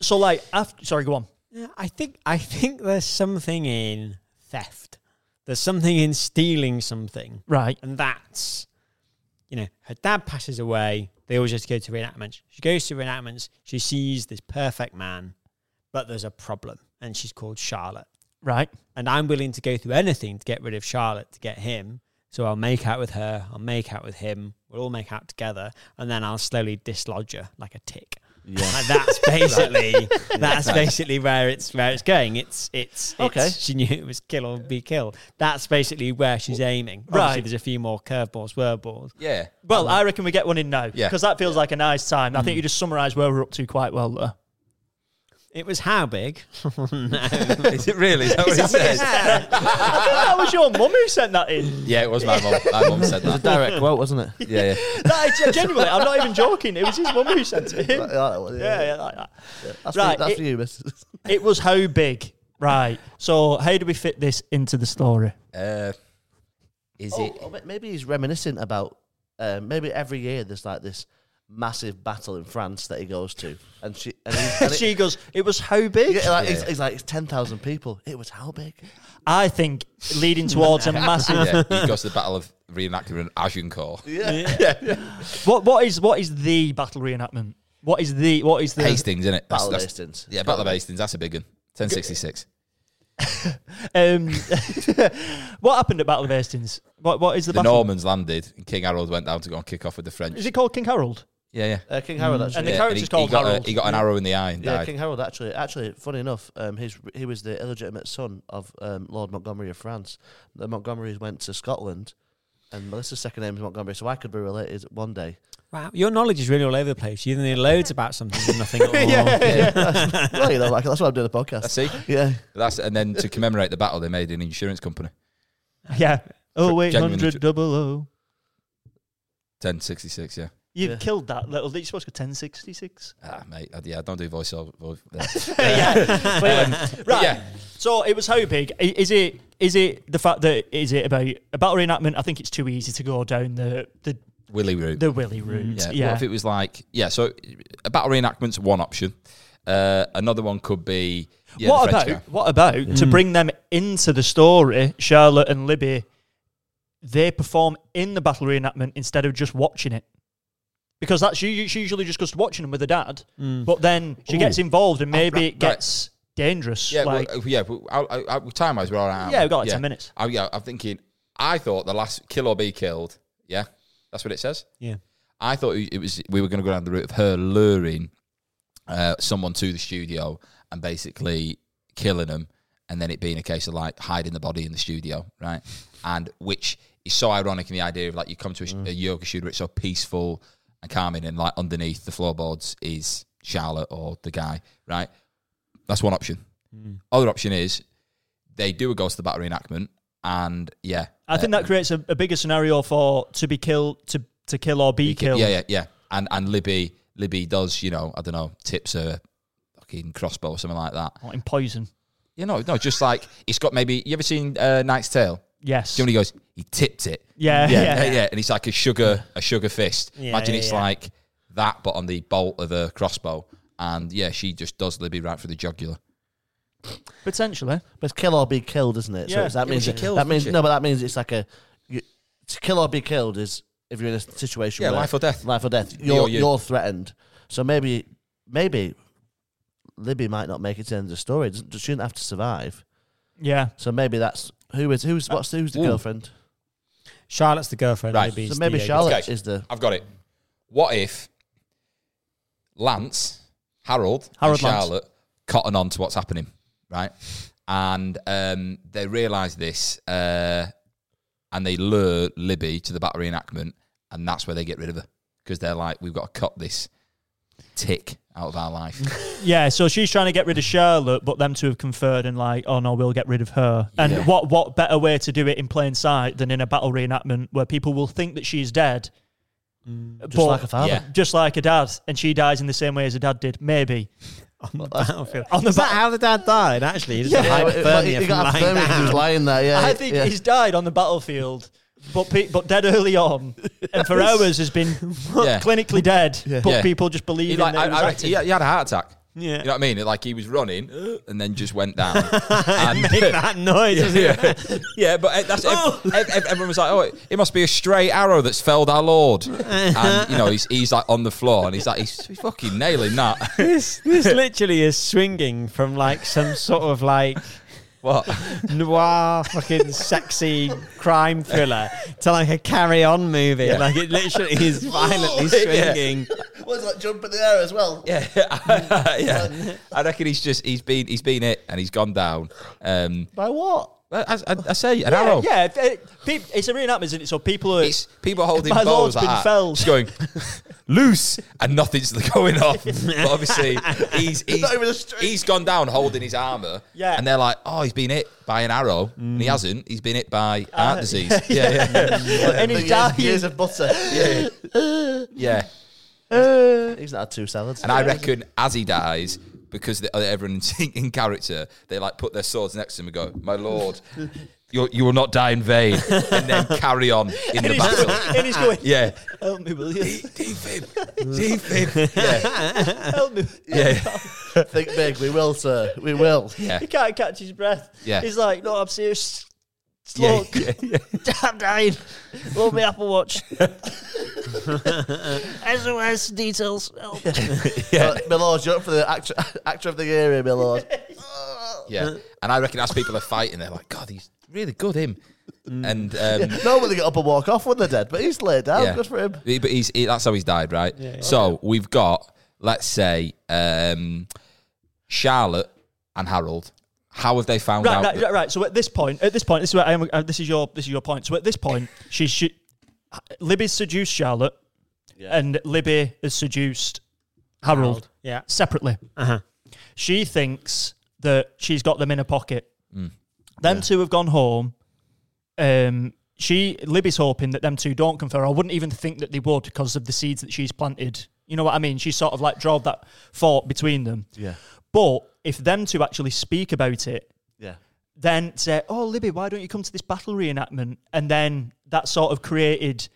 Speaker 2: so like after. Sorry, go on.
Speaker 4: Yeah, I think I think there's something in theft. There's something in stealing something.
Speaker 2: Right.
Speaker 4: And that's, you know, her dad passes away. They always just go to reenactments. She goes to reenactments. She sees this perfect man, but there's a problem, and she's called Charlotte.
Speaker 2: Right.
Speaker 4: And I'm willing to go through anything to get rid of Charlotte to get him. So I'll make out with her. I'll make out with him. We'll all make out together, and then I'll slowly dislodge her like a tick.
Speaker 3: Yeah.
Speaker 4: Like, that's
Speaker 3: *laughs*
Speaker 4: basically that's basically where it's where it's going. It's it's, it's-
Speaker 3: Okay.
Speaker 4: She knew it was kill or be killed. That's basically where she's aiming. Obviously,
Speaker 2: Right.
Speaker 4: there's a few more curveballs, word balls.
Speaker 2: *laughs*
Speaker 1: Yeah.
Speaker 2: Well, I reckon we get one in now
Speaker 1: Yeah.
Speaker 2: because that feels like a nice time.
Speaker 3: Mm.
Speaker 2: I think you just summarised where we're up to quite well
Speaker 3: *laughs*
Speaker 2: there.
Speaker 4: It was how big?
Speaker 1: Is it really? Is that what it says?
Speaker 2: I think that was your mum who sent that
Speaker 3: *laughs*
Speaker 2: in.
Speaker 1: Yeah, it was my mum. My mum said that.
Speaker 3: Direct quote, wasn't it? *laughs*
Speaker 1: Yeah, yeah.
Speaker 2: That, is- genuinely, I'm not even joking. It was his mum who sent it in.
Speaker 3: Like oh, that one,
Speaker 2: Yeah, yeah, like that.
Speaker 3: That's,
Speaker 2: Right,
Speaker 3: for, that's
Speaker 2: it-
Speaker 3: for you, *laughs* Mrs.
Speaker 2: It was how big, right? So how do we fit this into the story?
Speaker 1: Uh, is
Speaker 3: Oh,
Speaker 1: it?
Speaker 3: oh, ma- maybe he's reminiscent about uh, maybe every year there's like this massive battle in France that he goes to, and she and,
Speaker 2: *laughs*
Speaker 3: he's, *laughs* and it-
Speaker 2: she goes, it was how big?
Speaker 3: yeah, like, It's, it's like it's ten thousand people. It was how big?
Speaker 2: I think leading towards
Speaker 3: *laughs*
Speaker 2: a massive.
Speaker 1: Yeah, he goes to the Battle of Reenactment in Agincourt.
Speaker 2: What what is what is the battle reenactment? What is the what is the
Speaker 1: Hastings, isn't it?
Speaker 3: Battle of Hastings.
Speaker 1: Yeah, Battle of Hastings. That's a big one. 1066.
Speaker 2: um? *laughs* what happened at Battle of Hastings? What what is the,
Speaker 1: The
Speaker 2: battle?
Speaker 1: Normans landed, and King Harold went down to go and kick off with the French.
Speaker 2: Is it called King Harold?
Speaker 1: Yeah, yeah.
Speaker 3: Uh, King Harold
Speaker 2: And
Speaker 3: actually.
Speaker 2: the
Speaker 1: yeah,
Speaker 2: character's
Speaker 1: he,
Speaker 2: called
Speaker 1: he got, a,
Speaker 2: Harold.
Speaker 1: he got an arrow in the eye and
Speaker 3: yeah,
Speaker 1: died. *laughs*
Speaker 3: King Harold actually. Actually, funny enough, um, he's he was the illegitimate son of um, Lord Montgomery of France. The Montgomerys went to Scotland, and Melissa's second name is Montgomery, so I could be related one
Speaker 1: *laughs*
Speaker 3: day.
Speaker 4: Wow, your knowledge is really all over the place. You know loads about something and nothing at
Speaker 3: *laughs*
Speaker 4: all.
Speaker 3: well, you know, like, that's why I'm doing a podcast.
Speaker 1: See,
Speaker 3: Yeah,
Speaker 1: that's and then to commemorate the battle, they made an insurance company.
Speaker 2: *laughs* Yeah. Oh eight
Speaker 1: Genuinely
Speaker 2: hundred
Speaker 1: ju-
Speaker 2: double O.
Speaker 1: 1066, yeah.
Speaker 2: You've
Speaker 3: Yeah.
Speaker 2: killed that little. You're supposed to go ten sixty six.
Speaker 1: Ah, mate, I, yeah, I don't do voiceover. Voice, yeah.
Speaker 2: Right.
Speaker 1: yeah.
Speaker 2: So it was how big? I- Is it is it the fact that is it about a battle reenactment? I think it's too easy to go down the the
Speaker 1: Willy root.
Speaker 2: the Willy route.
Speaker 1: Mm, Yeah.
Speaker 2: Yeah.
Speaker 1: What if it was like yeah? So a battle reenactment's one option. Uh, another one could be yeah, the
Speaker 2: what
Speaker 1: French
Speaker 2: about
Speaker 1: guy.
Speaker 2: what about to bring them into the story? Charlotte and Libby, they perform in the battle reenactment instead of just watching it, because that's u- she usually just goes to watching them with her dad.
Speaker 4: Mm.
Speaker 2: But then she gets involved and maybe it gets dangerous.
Speaker 1: yeah?
Speaker 2: like
Speaker 1: well, uh, yeah, but I, I, I, time wise, we're all right.
Speaker 2: Yeah, we've got like 10 minutes.
Speaker 1: I, yeah, I'm thinking. I thought the last kill or be killed. Yeah, that's what it says.
Speaker 4: Yeah.
Speaker 1: I thought it was we were going to go down the route of her luring uh, someone to the studio and basically killing them, and then it being a case of like hiding the body in the studio, right? And which is so ironic in the idea of like you come to a, sh a yoga studio, it's so peaceful and calming, and like underneath the floorboards is Charlotte or the guy, right? That's one option. Other option is they do a ghost of the battle reenactment, and yeah,
Speaker 2: I think
Speaker 1: Uh,
Speaker 2: that creates a, a bigger scenario for to be killed to to kill or be, killed.
Speaker 1: Yeah, yeah, yeah. And and Libby Libby does, you know, I don't know, tips her fucking crossbow or something like that.
Speaker 2: Or in poison.
Speaker 1: You know, no, just like it's got maybe you ever seen uh, Knight's Tale?
Speaker 2: Yes.
Speaker 1: Do you know when he goes, he tipped it.
Speaker 2: Yeah, yeah.
Speaker 1: yeah, yeah, And it's like a sugar a sugar fist.
Speaker 4: Yeah,
Speaker 1: Imagine
Speaker 4: yeah,
Speaker 1: it's
Speaker 4: yeah.
Speaker 1: like that but on the bolt of a crossbow. And yeah, she just does Libby right for the jugular.
Speaker 2: Potentially.
Speaker 3: but it's kill or be killed, isn't it?
Speaker 2: Yeah.
Speaker 3: So it's, that
Speaker 1: Yeah,
Speaker 3: means
Speaker 1: but she kills,
Speaker 3: that means
Speaker 1: doesn't she?
Speaker 3: no, but that means it's like a you, to kill or be killed is if you're in a situation
Speaker 1: Yeah,
Speaker 3: where
Speaker 1: life or death.
Speaker 3: life or death.
Speaker 1: or
Speaker 3: You're
Speaker 1: you.
Speaker 3: you. are threatened. So maybe maybe Libby might not make it to the end of the story. It doesn't- She shouldn't have to survive.
Speaker 2: Yeah.
Speaker 3: So maybe that's who is who's what's who's the
Speaker 1: Ooh.
Speaker 3: girlfriend.
Speaker 4: Charlotte's the girlfriend.
Speaker 1: Right.
Speaker 4: Libby's
Speaker 3: so maybe
Speaker 4: the, uh,
Speaker 3: Charlotte
Speaker 1: Okay.
Speaker 3: is the
Speaker 1: I've got it. What if Lance, Harold,
Speaker 2: Harold
Speaker 1: and
Speaker 2: Lance.
Speaker 1: Charlotte cotton on to what's happening, right? And um, they realise this, uh, and they lure Libby to the battle reenactment, and that's where they get rid of her because they're like, we've got to cut this tick out of our
Speaker 2: *laughs*
Speaker 1: life.
Speaker 2: Yeah, so she's trying to get rid of Charlotte, but them two have conferred and like, oh no, we'll get rid of her. And what what better way to do it in plain sight than in a battle reenactment where people will think that she's dead,
Speaker 3: Mm. just like a father.
Speaker 1: yeah.
Speaker 2: just like her dad, and she dies in the same way as her dad did, maybe.
Speaker 4: on the battlefield.
Speaker 2: On the
Speaker 4: is that
Speaker 2: ba-
Speaker 4: how the dad died? Actually, he just yeah,
Speaker 3: Yeah, but
Speaker 4: hypothermia
Speaker 3: he- he
Speaker 4: from
Speaker 3: got
Speaker 4: lying
Speaker 3: hypothermia 'cause he was
Speaker 4: down.
Speaker 3: lying there. Yeah,
Speaker 2: I think
Speaker 3: yeah.
Speaker 2: he's died on the battlefield, but pe- but dead early on, and for hours has been
Speaker 1: *laughs* Yeah.
Speaker 2: clinically dead. But
Speaker 1: Yeah.
Speaker 2: people just believe
Speaker 1: he,
Speaker 2: in
Speaker 1: like,
Speaker 2: that
Speaker 1: I,
Speaker 2: he was
Speaker 1: I,
Speaker 2: active.
Speaker 1: he, he had a heart attack.
Speaker 4: Yeah. *laughs*
Speaker 1: You know what I mean? Like he was running and then just went
Speaker 2: *laughs*
Speaker 1: down. and
Speaker 4: Make that noise. wasn't *laughs* it?
Speaker 1: yeah, *laughs* yeah, but eh, that's ev- ev- ev- everyone was like, "Oh, it- it must be a stray arrow that's felled our lord."
Speaker 2: Uh-huh.
Speaker 1: And you know, he's, he's like on the floor, and he's like, "He's fucking nailing that." *laughs*
Speaker 4: This this literally is swinging from like some sort of like
Speaker 1: What?
Speaker 4: noir fucking sexy crime thriller to like a carry on movie. Like it literally is violently
Speaker 1: Yeah.
Speaker 4: swinging.
Speaker 3: What's that jump in the air as well?
Speaker 1: Yeah, *laughs* yeah. I reckon he's just he's been he's been it and he's gone down. Um,
Speaker 3: By what?
Speaker 1: I, I, I say an
Speaker 2: Yeah,
Speaker 1: arrow.
Speaker 2: yeah if- eh, peop- it's a reenactment, isn't it? So people are.
Speaker 1: It's people holding
Speaker 2: My
Speaker 1: bows
Speaker 2: lord's
Speaker 1: like
Speaker 2: been
Speaker 1: that,
Speaker 2: felled.
Speaker 1: just going *laughs* loose, and nothing's *laughs* going
Speaker 2: *laughs*
Speaker 1: on. but obviously, he's
Speaker 3: Not even a
Speaker 1: he's,
Speaker 3: streak.
Speaker 1: he's gone down holding his armor.
Speaker 2: Yeah. Mm.
Speaker 1: and they're like, "Oh, he's been hit by an arrow, and he hasn't. He's been hit by
Speaker 2: Uh,
Speaker 1: heart
Speaker 2: *laughs*
Speaker 1: disease." Yeah, yeah, uh, yeah.
Speaker 2: and he's dying.
Speaker 3: Years of butter. He's not had two salads.
Speaker 1: And I reckon as he dies, because the, uh, everyone *laughs* in, in character, they like put their swords next to him and go, "My
Speaker 2: *laughs*
Speaker 1: lord, you you will not die in vain," and then carry on in the
Speaker 2: *laughs* and, he's
Speaker 1: battle.
Speaker 2: going, and
Speaker 1: *laughs*
Speaker 2: he's going,
Speaker 1: Yeah,
Speaker 2: help me, will you?
Speaker 1: defib,
Speaker 2: *laughs*
Speaker 1: defib. Yeah,
Speaker 2: Help me.
Speaker 1: yeah,
Speaker 3: think big. We will, sir. We will.
Speaker 1: yeah.
Speaker 2: He can't catch his breath.
Speaker 1: Yeah.
Speaker 2: He's like, no, I'm serious.
Speaker 1: Yeah,
Speaker 2: Look, *laughs* I'm dying. Love my Apple Watch. SOS details. Help.
Speaker 3: Yeah. My lord, you're up for the actor, *laughs* actor of the year here, my lord.
Speaker 1: yeah. And I reckon as people are fighting, they're like, "God, he's really good, him."
Speaker 2: Mm.
Speaker 1: And um,
Speaker 3: Normally they get up and walk off when they're dead, but he's laid down.
Speaker 2: Oh,
Speaker 1: yeah.
Speaker 3: Good for him.
Speaker 1: He- But he's he, that's how he's died, right? So we've got, let's say, um, Charlotte and Harold. How have they found out?
Speaker 2: Right, right,
Speaker 1: that-
Speaker 2: right, right. So at this point, at this point, this is where I am, uh, this is your this is your point. So at this point, she she Libby's seduced Charlotte, and Libby has seduced Harold,
Speaker 4: Yeah.
Speaker 2: separately.
Speaker 4: Uh-huh.
Speaker 2: She thinks that she's got them in her pocket. Them two have gone home. Um, she Libby's hoping that them two don't confer. I wouldn't even think that they would because of the seeds that she's planted. You know what I mean? She sort of like drove that thought between them.
Speaker 3: Yeah.
Speaker 2: But if them two actually speak about it,
Speaker 3: Yeah.
Speaker 2: then say, "Oh, Libby, why don't you come to this battle reenactment?" And then that sort of created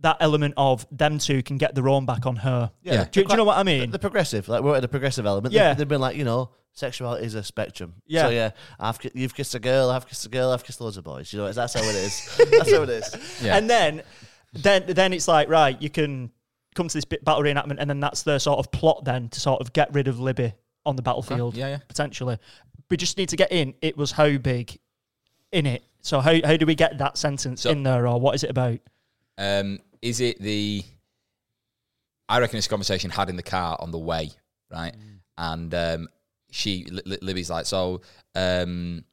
Speaker 2: that element of them two can get their own back on her.
Speaker 1: Yeah.
Speaker 2: Do, do you know what I mean?
Speaker 3: The progressive, like we're at a progressive element.
Speaker 2: Yeah.
Speaker 3: They've, they've been like, you know, sexuality is a spectrum.
Speaker 2: Yeah.
Speaker 3: So yeah, I've ki- you've kissed a girl, I've kissed a girl, I've kissed loads of boys. You know, that's how
Speaker 2: *laughs*
Speaker 3: it is. that's how it is.
Speaker 1: Yeah.
Speaker 2: And then, then, then it's like, right, you can come to this bit battle reenactment, and then that's their sort of plot then to sort of get rid of Libby on the battlefield,
Speaker 1: Yeah, yeah.
Speaker 2: potentially. We just need to get in. It was how big in it. So how how do we get that sentence
Speaker 1: So-
Speaker 2: in there, or what is it about?
Speaker 1: Um, is it the? I reckon this conversation had in the car on the way, right? And um, she, Li- Li- Libby's like, so um,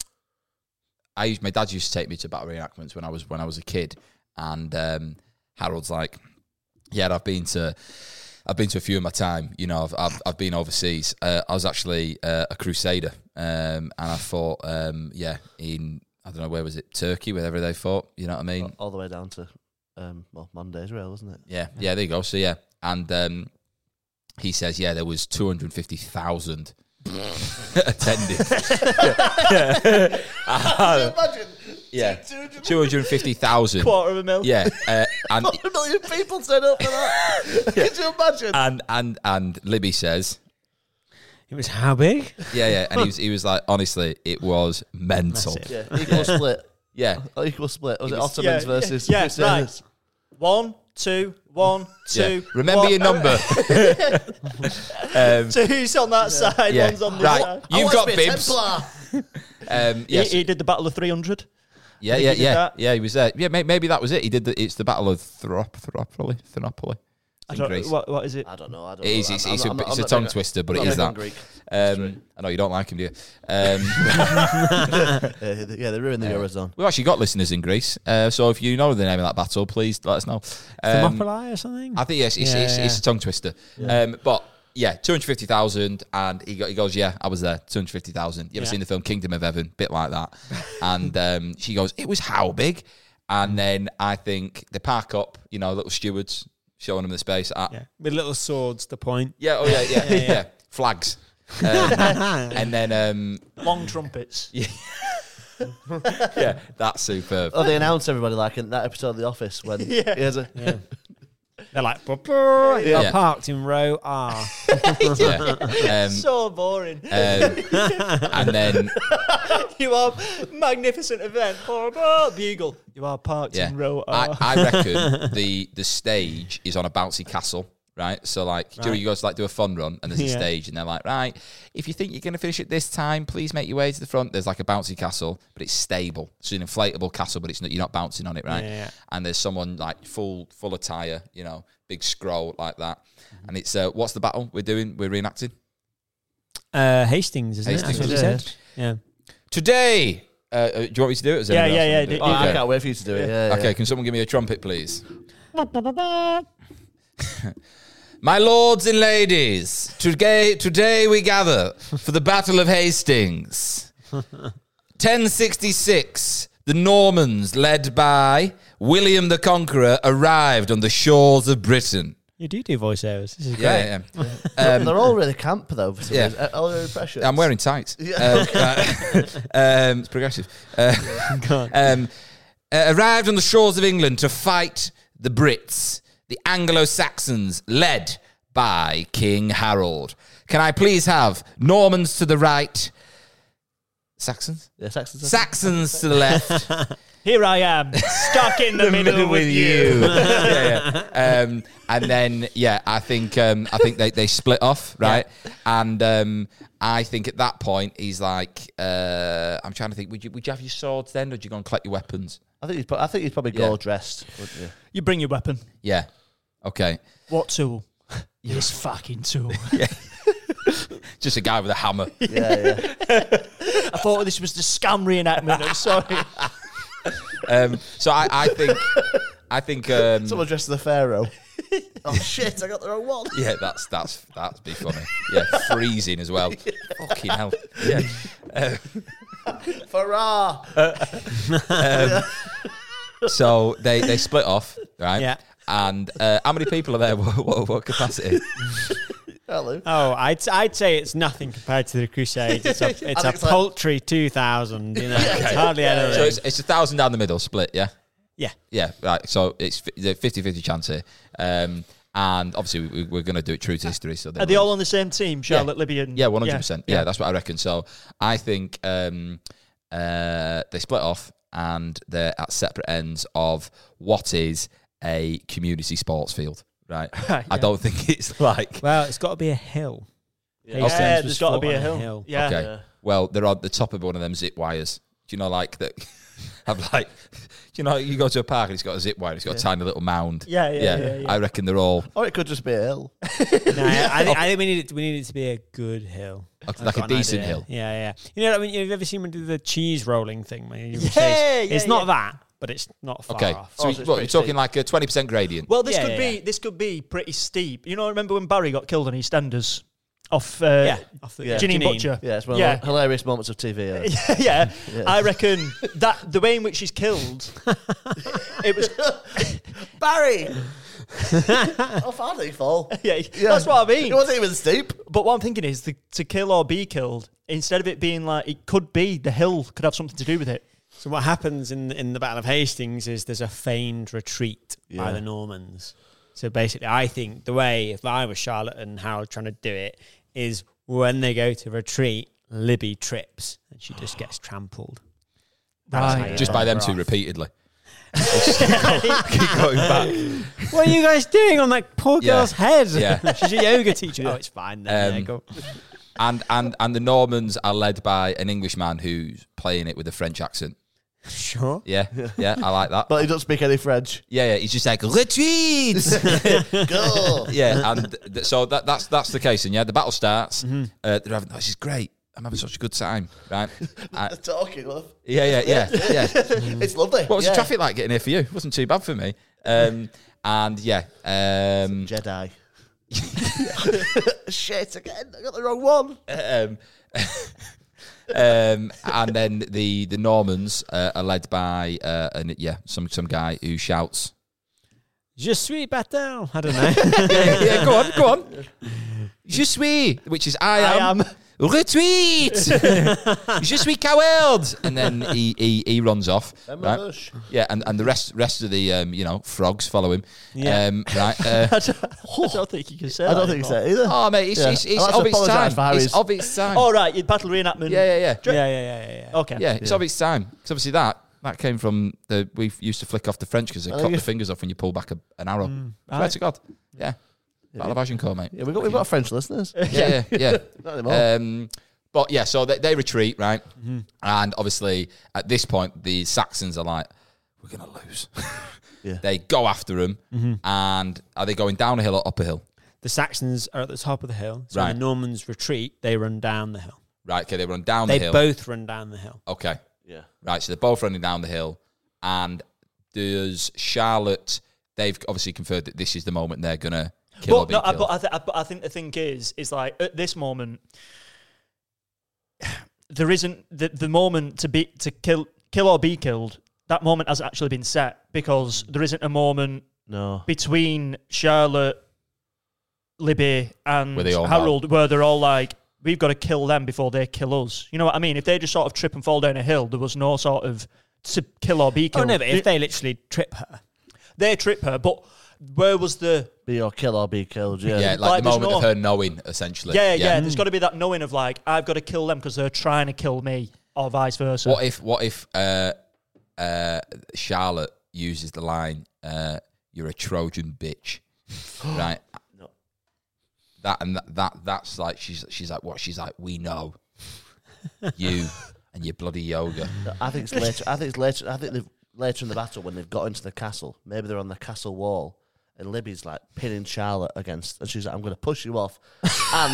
Speaker 1: I used my dad used to take me to battle reenactments when I was when I was a kid, and um, Harold's like, yeah, I've been to. I've been to a few in my time, you know. I've I've, I've been overseas. Uh, I was actually uh, a crusader, um, and I fought, um, yeah, in I don't know where was it, Turkey, wherever they fought. You know what I mean?
Speaker 3: All the way down to um, well, Monday Israel, wasn't it?
Speaker 1: Yeah, yeah, there you go. So yeah, and um, he says, yeah, there was two hundred fifty thousand *laughs*
Speaker 2: *laughs*
Speaker 1: attending.
Speaker 3: Imagine
Speaker 1: yeah,
Speaker 3: 250,000.
Speaker 1: two hundred fifty thousand.
Speaker 2: Oh. Quarter of a mil.
Speaker 1: Yeah, uh, and
Speaker 3: *laughs* a million people turn up for that.
Speaker 2: *laughs*
Speaker 3: Could you imagine?
Speaker 1: and and and Libby says,
Speaker 4: It was how big?
Speaker 1: yeah, yeah, and he was he was like, honestly, it was mental.
Speaker 4: Massive.
Speaker 3: yeah, equal split.
Speaker 1: Yeah,
Speaker 3: Oh, equal split. Was it,
Speaker 1: was-
Speaker 3: Ottomans
Speaker 2: yeah,
Speaker 3: versus
Speaker 2: yeah, yeah,
Speaker 3: Crusaders?
Speaker 2: One, two, one,
Speaker 1: yeah.
Speaker 2: two.
Speaker 1: Remember
Speaker 2: one.
Speaker 1: your
Speaker 2: *laughs*
Speaker 1: number.
Speaker 2: So who's on that side?
Speaker 1: Yeah,
Speaker 2: One's on the
Speaker 1: right.
Speaker 2: side.
Speaker 3: I
Speaker 1: You've
Speaker 3: want
Speaker 1: got
Speaker 3: to be a
Speaker 1: bibs.
Speaker 3: Templar.
Speaker 1: Um,
Speaker 2: He-
Speaker 1: yes,
Speaker 2: He, did the Battle of 300.
Speaker 1: yeah,
Speaker 2: think
Speaker 1: yeah,
Speaker 2: he did
Speaker 1: yeah,
Speaker 2: that.
Speaker 1: yeah. He was there. Yeah, may- maybe that was it. He did. The, it's the Battle of Um, Therop, Theropoli, Thermopylae.
Speaker 2: I
Speaker 1: in
Speaker 2: don't-
Speaker 1: Greece.
Speaker 2: what- what is it?
Speaker 3: I don't know. I don't
Speaker 1: It
Speaker 3: know.
Speaker 1: is. It's,
Speaker 3: I'm-
Speaker 1: it's,
Speaker 3: I'm
Speaker 1: a,
Speaker 3: not- I'm
Speaker 1: it's a
Speaker 3: not
Speaker 1: tongue
Speaker 3: big-
Speaker 1: twister, but
Speaker 3: not
Speaker 1: it is
Speaker 3: big on
Speaker 1: that.
Speaker 3: Greek.
Speaker 1: Um, I know you don't like him, do you? Um,
Speaker 3: Uh, yeah, they ruined the Eurozone.
Speaker 1: We've actually got listeners in Greece, uh, so if you know the name of that battle, please let us know. Um,
Speaker 4: Thermopylae or something?
Speaker 1: I think yes, it's,
Speaker 4: Yeah,
Speaker 1: it's, it's
Speaker 4: yeah.
Speaker 1: a tongue twister. Um, but yeah, two hundred fifty thousand, and he, go- he goes, "Yeah, I was there." Two hundred fifty thousand. You ever
Speaker 4: Yeah.
Speaker 1: seen the film Kingdom of Heaven? Bit like that. and um, she goes, "It was how big?" And then I think they park up, you know, little stewards showing them the space. Uh, yeah.
Speaker 4: yeah. With little swords, the point.
Speaker 1: Oh yeah. Yeah. yeah. Flags. Um, and then um,
Speaker 2: *laughs* Long trumpets.
Speaker 1: yeah, that's superb.
Speaker 3: *laughs* Oh, they announce everybody like in that episode of The Office when
Speaker 2: Yeah.
Speaker 3: he has a,
Speaker 4: Yeah. They're like, "Bah, bah." They
Speaker 1: Yeah.
Speaker 4: are parked in row R.
Speaker 1: Yeah. Um,
Speaker 2: So boring.
Speaker 1: um, and then
Speaker 2: you are magnificent event. Blah, blah, bugle. You are parked
Speaker 1: yeah,
Speaker 2: in row
Speaker 1: I,
Speaker 2: R. *laughs*
Speaker 1: I reckon the the stage is on a bouncy castle right? So like, do you know,
Speaker 4: Right.
Speaker 1: you guys like do a fun run, and there's a
Speaker 4: Yeah.
Speaker 1: stage, and they're like, right, if you think you're gonna finish it this time, please make your way to the front. There's like a bouncy castle, but it's stable. It's an inflatable castle, but it's not, you're not bouncing on it, right?
Speaker 4: Yeah, yeah.
Speaker 1: And there's someone like full full attire, you know, big scroll like that,
Speaker 2: Mm-hmm.
Speaker 1: and it's uh, what's the battle we're doing? We're reenacting
Speaker 4: Uh, Hastings, isn't
Speaker 1: Hastings,
Speaker 4: it? That's what
Speaker 1: yeah.
Speaker 4: you said. Yeah.
Speaker 1: today. Uh, uh, do you want me to do it? or does
Speaker 2: Yeah,
Speaker 1: anyone
Speaker 2: yeah,
Speaker 1: else
Speaker 2: yeah,
Speaker 1: want to do it?
Speaker 2: do-
Speaker 3: Oh, I
Speaker 1: Okay.
Speaker 3: can't wait for you to do it. Yeah, yeah.
Speaker 1: Okay, can someone give me a trumpet, please? *laughs* My lords and ladies, today, today we gather for the Battle of Hastings. 1066, the Normans, led by William the Conqueror, arrived on the shores of Britain.
Speaker 4: You do do voiceovers. This is great.
Speaker 1: Yeah, yeah.
Speaker 3: They're all really camp though. For some
Speaker 1: Yeah.
Speaker 3: reason. All their impressions.
Speaker 1: I'm wearing tights. Um, uh, *laughs* um, it's progressive. Uh, um, uh, arrived on the shores of England to fight the Brits, the Anglo Saxons, led by King Harold. Can I please have Normans to the right, Saxons,
Speaker 3: Yeah, Saxons. are-
Speaker 1: Saxons to the left,
Speaker 2: Here I am, stuck in the, middle, *laughs* with *laughs* you.
Speaker 1: yeah, yeah. Um, and then yeah, I think um, I think they, they split off, right? And um, I think at that point he's like, uh, I'm trying to think. Would you would you have your swords then, or do you go and collect your weapons?
Speaker 3: I think he's. pro- I think he's probably
Speaker 1: Yeah.
Speaker 3: gold dressed. Wouldn't you?
Speaker 2: *laughs* You bring your weapon.
Speaker 1: Yeah. Okay.
Speaker 2: What tool? This fucking tool.
Speaker 1: Just a guy with a hammer.
Speaker 3: Yeah, yeah.
Speaker 2: I thought this was the scam reenactment. I'm sorry.
Speaker 1: Um, so I, I think I think um,
Speaker 3: Someone dressed as the pharaoh. *laughs* oh shit! I got the wrong one. *laughs*
Speaker 1: yeah, that's that's that's be funny. Yeah, freezing as well. Fucking hell. Yeah.
Speaker 3: Farah.
Speaker 1: So they they split off, right?
Speaker 4: Yeah.
Speaker 1: And uh, how many people are there? *laughs* What, what, what capacity?
Speaker 3: Hello.
Speaker 4: *laughs* Oh, I'd, I'd say it's nothing compared to the Crusades. *laughs* It's a, it's a
Speaker 3: it's like-
Speaker 4: paltry 2,000, *laughs* you know. It's hardly anything.
Speaker 1: So it's, it's a thousand down the middle split, yeah?
Speaker 4: yeah.
Speaker 1: Yeah, right. So it's fi- the 50 50 chance here. Um, and obviously, we, we're going to do it true to history. So
Speaker 2: Are they all on the same team? Charlotte, Libyan.
Speaker 1: Yeah,
Speaker 2: *laughs*
Speaker 1: 100%. Yeah, that's what I reckon. So I think um, uh, they split off and they're at separate ends of what is a community sports field, right? I
Speaker 2: yeah.
Speaker 1: don't think it's like.
Speaker 4: Well, it's got to be a hill.
Speaker 2: Yeah,
Speaker 1: Okay.
Speaker 4: Hastings
Speaker 2: there's
Speaker 4: was
Speaker 2: got to
Speaker 4: fought
Speaker 2: be a
Speaker 4: on
Speaker 2: hill. Yeah.
Speaker 1: Okay. Well, they're on the top of one of them zip wires. Do you know, like that? *laughs* Have like, *laughs* you know, you go to a park and it's got a zip wire. It's got a tiny little mound.
Speaker 2: Yeah, yeah, yeah, yeah.
Speaker 1: I reckon they're all
Speaker 3: Or it could just be a hill.
Speaker 4: *laughs* No, I, I, think- I think we need it. We need it to be a good hill,
Speaker 1: like,
Speaker 4: I've
Speaker 1: like a
Speaker 4: got an
Speaker 1: decent
Speaker 4: idea.
Speaker 1: hill.
Speaker 4: Yeah, yeah. You know, what I mean, you've ever seen them do the cheese rolling thing? When you
Speaker 2: Yeah,
Speaker 4: chase-
Speaker 2: yeah,
Speaker 4: it's not
Speaker 2: yeah.
Speaker 4: that, but it's not far
Speaker 1: Okay,
Speaker 4: off.
Speaker 1: so,
Speaker 3: Oh,
Speaker 1: you-
Speaker 3: so it's
Speaker 1: what, you're
Speaker 3: pretty
Speaker 1: talking
Speaker 3: steep.
Speaker 1: like a twenty percent gradient.
Speaker 2: Well, this
Speaker 4: Yeah,
Speaker 2: could
Speaker 4: yeah,
Speaker 2: be
Speaker 4: yeah.
Speaker 2: this could be pretty steep. You know, remember when Barry got killed on EastEnders off uh,
Speaker 4: yeah, off the,
Speaker 3: Yeah.
Speaker 2: Janine, Butcher?
Speaker 3: Yeah, it's one
Speaker 2: Yeah.
Speaker 3: of the hilarious moments of TV. uh,
Speaker 2: *laughs* Yeah. I reckon that the way in which he's
Speaker 3: *laughs*
Speaker 2: killed, it was
Speaker 3: Barry. How far did he fall?
Speaker 2: yeah, That's what I mean.
Speaker 3: It wasn't even steep.
Speaker 2: But what I'm thinking is the, to kill or be killed. Instead of it being like it could be, the hill could have something to do with it. *laughs*
Speaker 4: So what happens in in the Battle of Hastings is there's a feigned retreat by
Speaker 3: Yeah.
Speaker 4: the Normans. So basically, I think the way if I was Charlotte and Harold trying to do it is when they go to retreat, Libby trips and she just gets trampled. That's how you
Speaker 1: Just by
Speaker 4: knock
Speaker 1: them
Speaker 4: her
Speaker 1: two
Speaker 4: off.
Speaker 1: repeatedly. Keep going back.
Speaker 4: What are you guys doing on that poor
Speaker 1: Yeah.
Speaker 4: girl's head? *laughs*
Speaker 1: Yeah.
Speaker 4: She's a yoga teacher. Oh, it's fine then.
Speaker 1: Um,
Speaker 4: yeah, go.
Speaker 1: And and and the Normans are led by an Englishman who's playing it with a French accent.
Speaker 4: Sure.
Speaker 1: Yeah, yeah, I like that.
Speaker 3: But he doesn't speak any French.
Speaker 1: Yeah, yeah, he's just like retreat.
Speaker 3: Go.
Speaker 1: yeah, and th- so that, that's that's the case. And yeah, the battle starts. Uh, they're having, oh, this is great. I'm having such a good time, right? *laughs* I-
Speaker 3: Talking love.
Speaker 1: yeah, yeah, yeah, yeah.
Speaker 3: *laughs* It's lovely.
Speaker 1: What was
Speaker 3: yeah.
Speaker 1: the traffic like getting here for you? It wasn't too bad for me. Um, and yeah, um,
Speaker 3: Jedi. *laughs* Shit again! I got the wrong one.
Speaker 1: *laughs* um, um, and then the the Normans uh, are led by uh, an, yeah some some guy who shouts.
Speaker 4: Je suis battle. I don't
Speaker 1: *laughs*
Speaker 4: know.
Speaker 1: yeah, yeah, go on, go on. Je suis, which is I
Speaker 2: I
Speaker 1: am.
Speaker 2: am.
Speaker 1: Retweet. Je suis coward. And then he he, he runs off. right?
Speaker 3: Bush.
Speaker 1: Yeah, and, and the rest rest of the um, you know frogs follow him.
Speaker 4: Yeah.
Speaker 1: Um, right. Uh,
Speaker 2: I don't, I don't think you can say.
Speaker 3: I
Speaker 2: that
Speaker 3: don't think
Speaker 2: anymore.
Speaker 3: so either.
Speaker 1: oh mate, it's,
Speaker 3: Yeah.
Speaker 1: it's, it's
Speaker 3: I'll have
Speaker 1: of
Speaker 3: to
Speaker 1: its
Speaker 3: apologise for Oh,
Speaker 1: time. It's
Speaker 3: Harry's-
Speaker 1: of its time.
Speaker 2: All right, your battle reenactment.
Speaker 1: Yeah, yeah, yeah.
Speaker 4: yeah, yeah, yeah, yeah, yeah.
Speaker 2: Okay.
Speaker 1: Yeah, it's of its time. 'Cause obviously that that came from the we used to flick off the French because they
Speaker 3: I
Speaker 1: cut
Speaker 3: think
Speaker 1: the
Speaker 3: it-
Speaker 1: fingers off when you pull back a, an arrow. Swear
Speaker 4: Right.
Speaker 1: to God. Yeah. Battle of Agincourt, mate.
Speaker 3: Yeah, we've got, we've got French listeners. Uh,
Speaker 1: Yeah, yeah, yeah.
Speaker 3: *laughs* Not anymore.
Speaker 1: Um, but yeah, so they, they retreat, right?
Speaker 3: Mm-hmm.
Speaker 1: And obviously, at this point, the Saxons are like, "We're gonna lose."
Speaker 3: Yeah.
Speaker 1: *laughs*
Speaker 3: Mm-hmm.
Speaker 1: They go after them, and are they going down a hill or up a hill?
Speaker 4: The Saxons are at the top of the hill. So
Speaker 1: Right.
Speaker 4: when the Normans retreat, they run down the hill.
Speaker 1: Right? Okay, they run down
Speaker 4: They
Speaker 1: the hill.
Speaker 4: both run down the hill.
Speaker 1: okay,
Speaker 3: yeah.
Speaker 1: right. So they're both running down the hill, and there's Charlotte. They've obviously conferred that this is the moment they're gonna kill or
Speaker 2: but
Speaker 1: be
Speaker 2: no, I,
Speaker 1: killed.
Speaker 2: but I, th- I, but I think the thing is, is like at this moment, *sighs* there isn't the, the moment to be to kill kill or be killed. That moment hasn't actually been set because there isn't a moment
Speaker 3: No.
Speaker 2: between Charlotte, Libby, and
Speaker 1: Where they all
Speaker 2: Harold where they're all like, "We've got to kill them before they kill us." You know what I mean? If they just sort of trip and fall down a hill, there was no sort of to kill or be
Speaker 4: Oh,
Speaker 2: killed.
Speaker 4: no, but
Speaker 2: they,
Speaker 4: if they literally trip her,
Speaker 2: they trip her, but where was the
Speaker 3: Be or kill or be killed. Yeah.
Speaker 1: yeah, like,
Speaker 2: uh, like,
Speaker 1: the
Speaker 2: there's
Speaker 1: moment of
Speaker 2: no-
Speaker 1: her knowing, essentially.
Speaker 2: Yeah, yeah. There's got to be that knowing of like I've got to kill them because they're trying to kill me, or vice versa.
Speaker 1: What if what if uh, uh, Charlotte uses the line uh, "You're a Trojan
Speaker 2: *gasps*
Speaker 1: bitch," right?
Speaker 3: No.
Speaker 1: That and that, that that's like she's she's like what she's like. We know
Speaker 2: *laughs*
Speaker 1: you and your bloody yoga.
Speaker 3: No, I think it's later. I think it's later. I think they've later in the battle when they've got into the castle. Maybe they're on the castle wall, and Libby's like pinning Charlotte against, and she's like, "I'm going to push you *laughs* off." And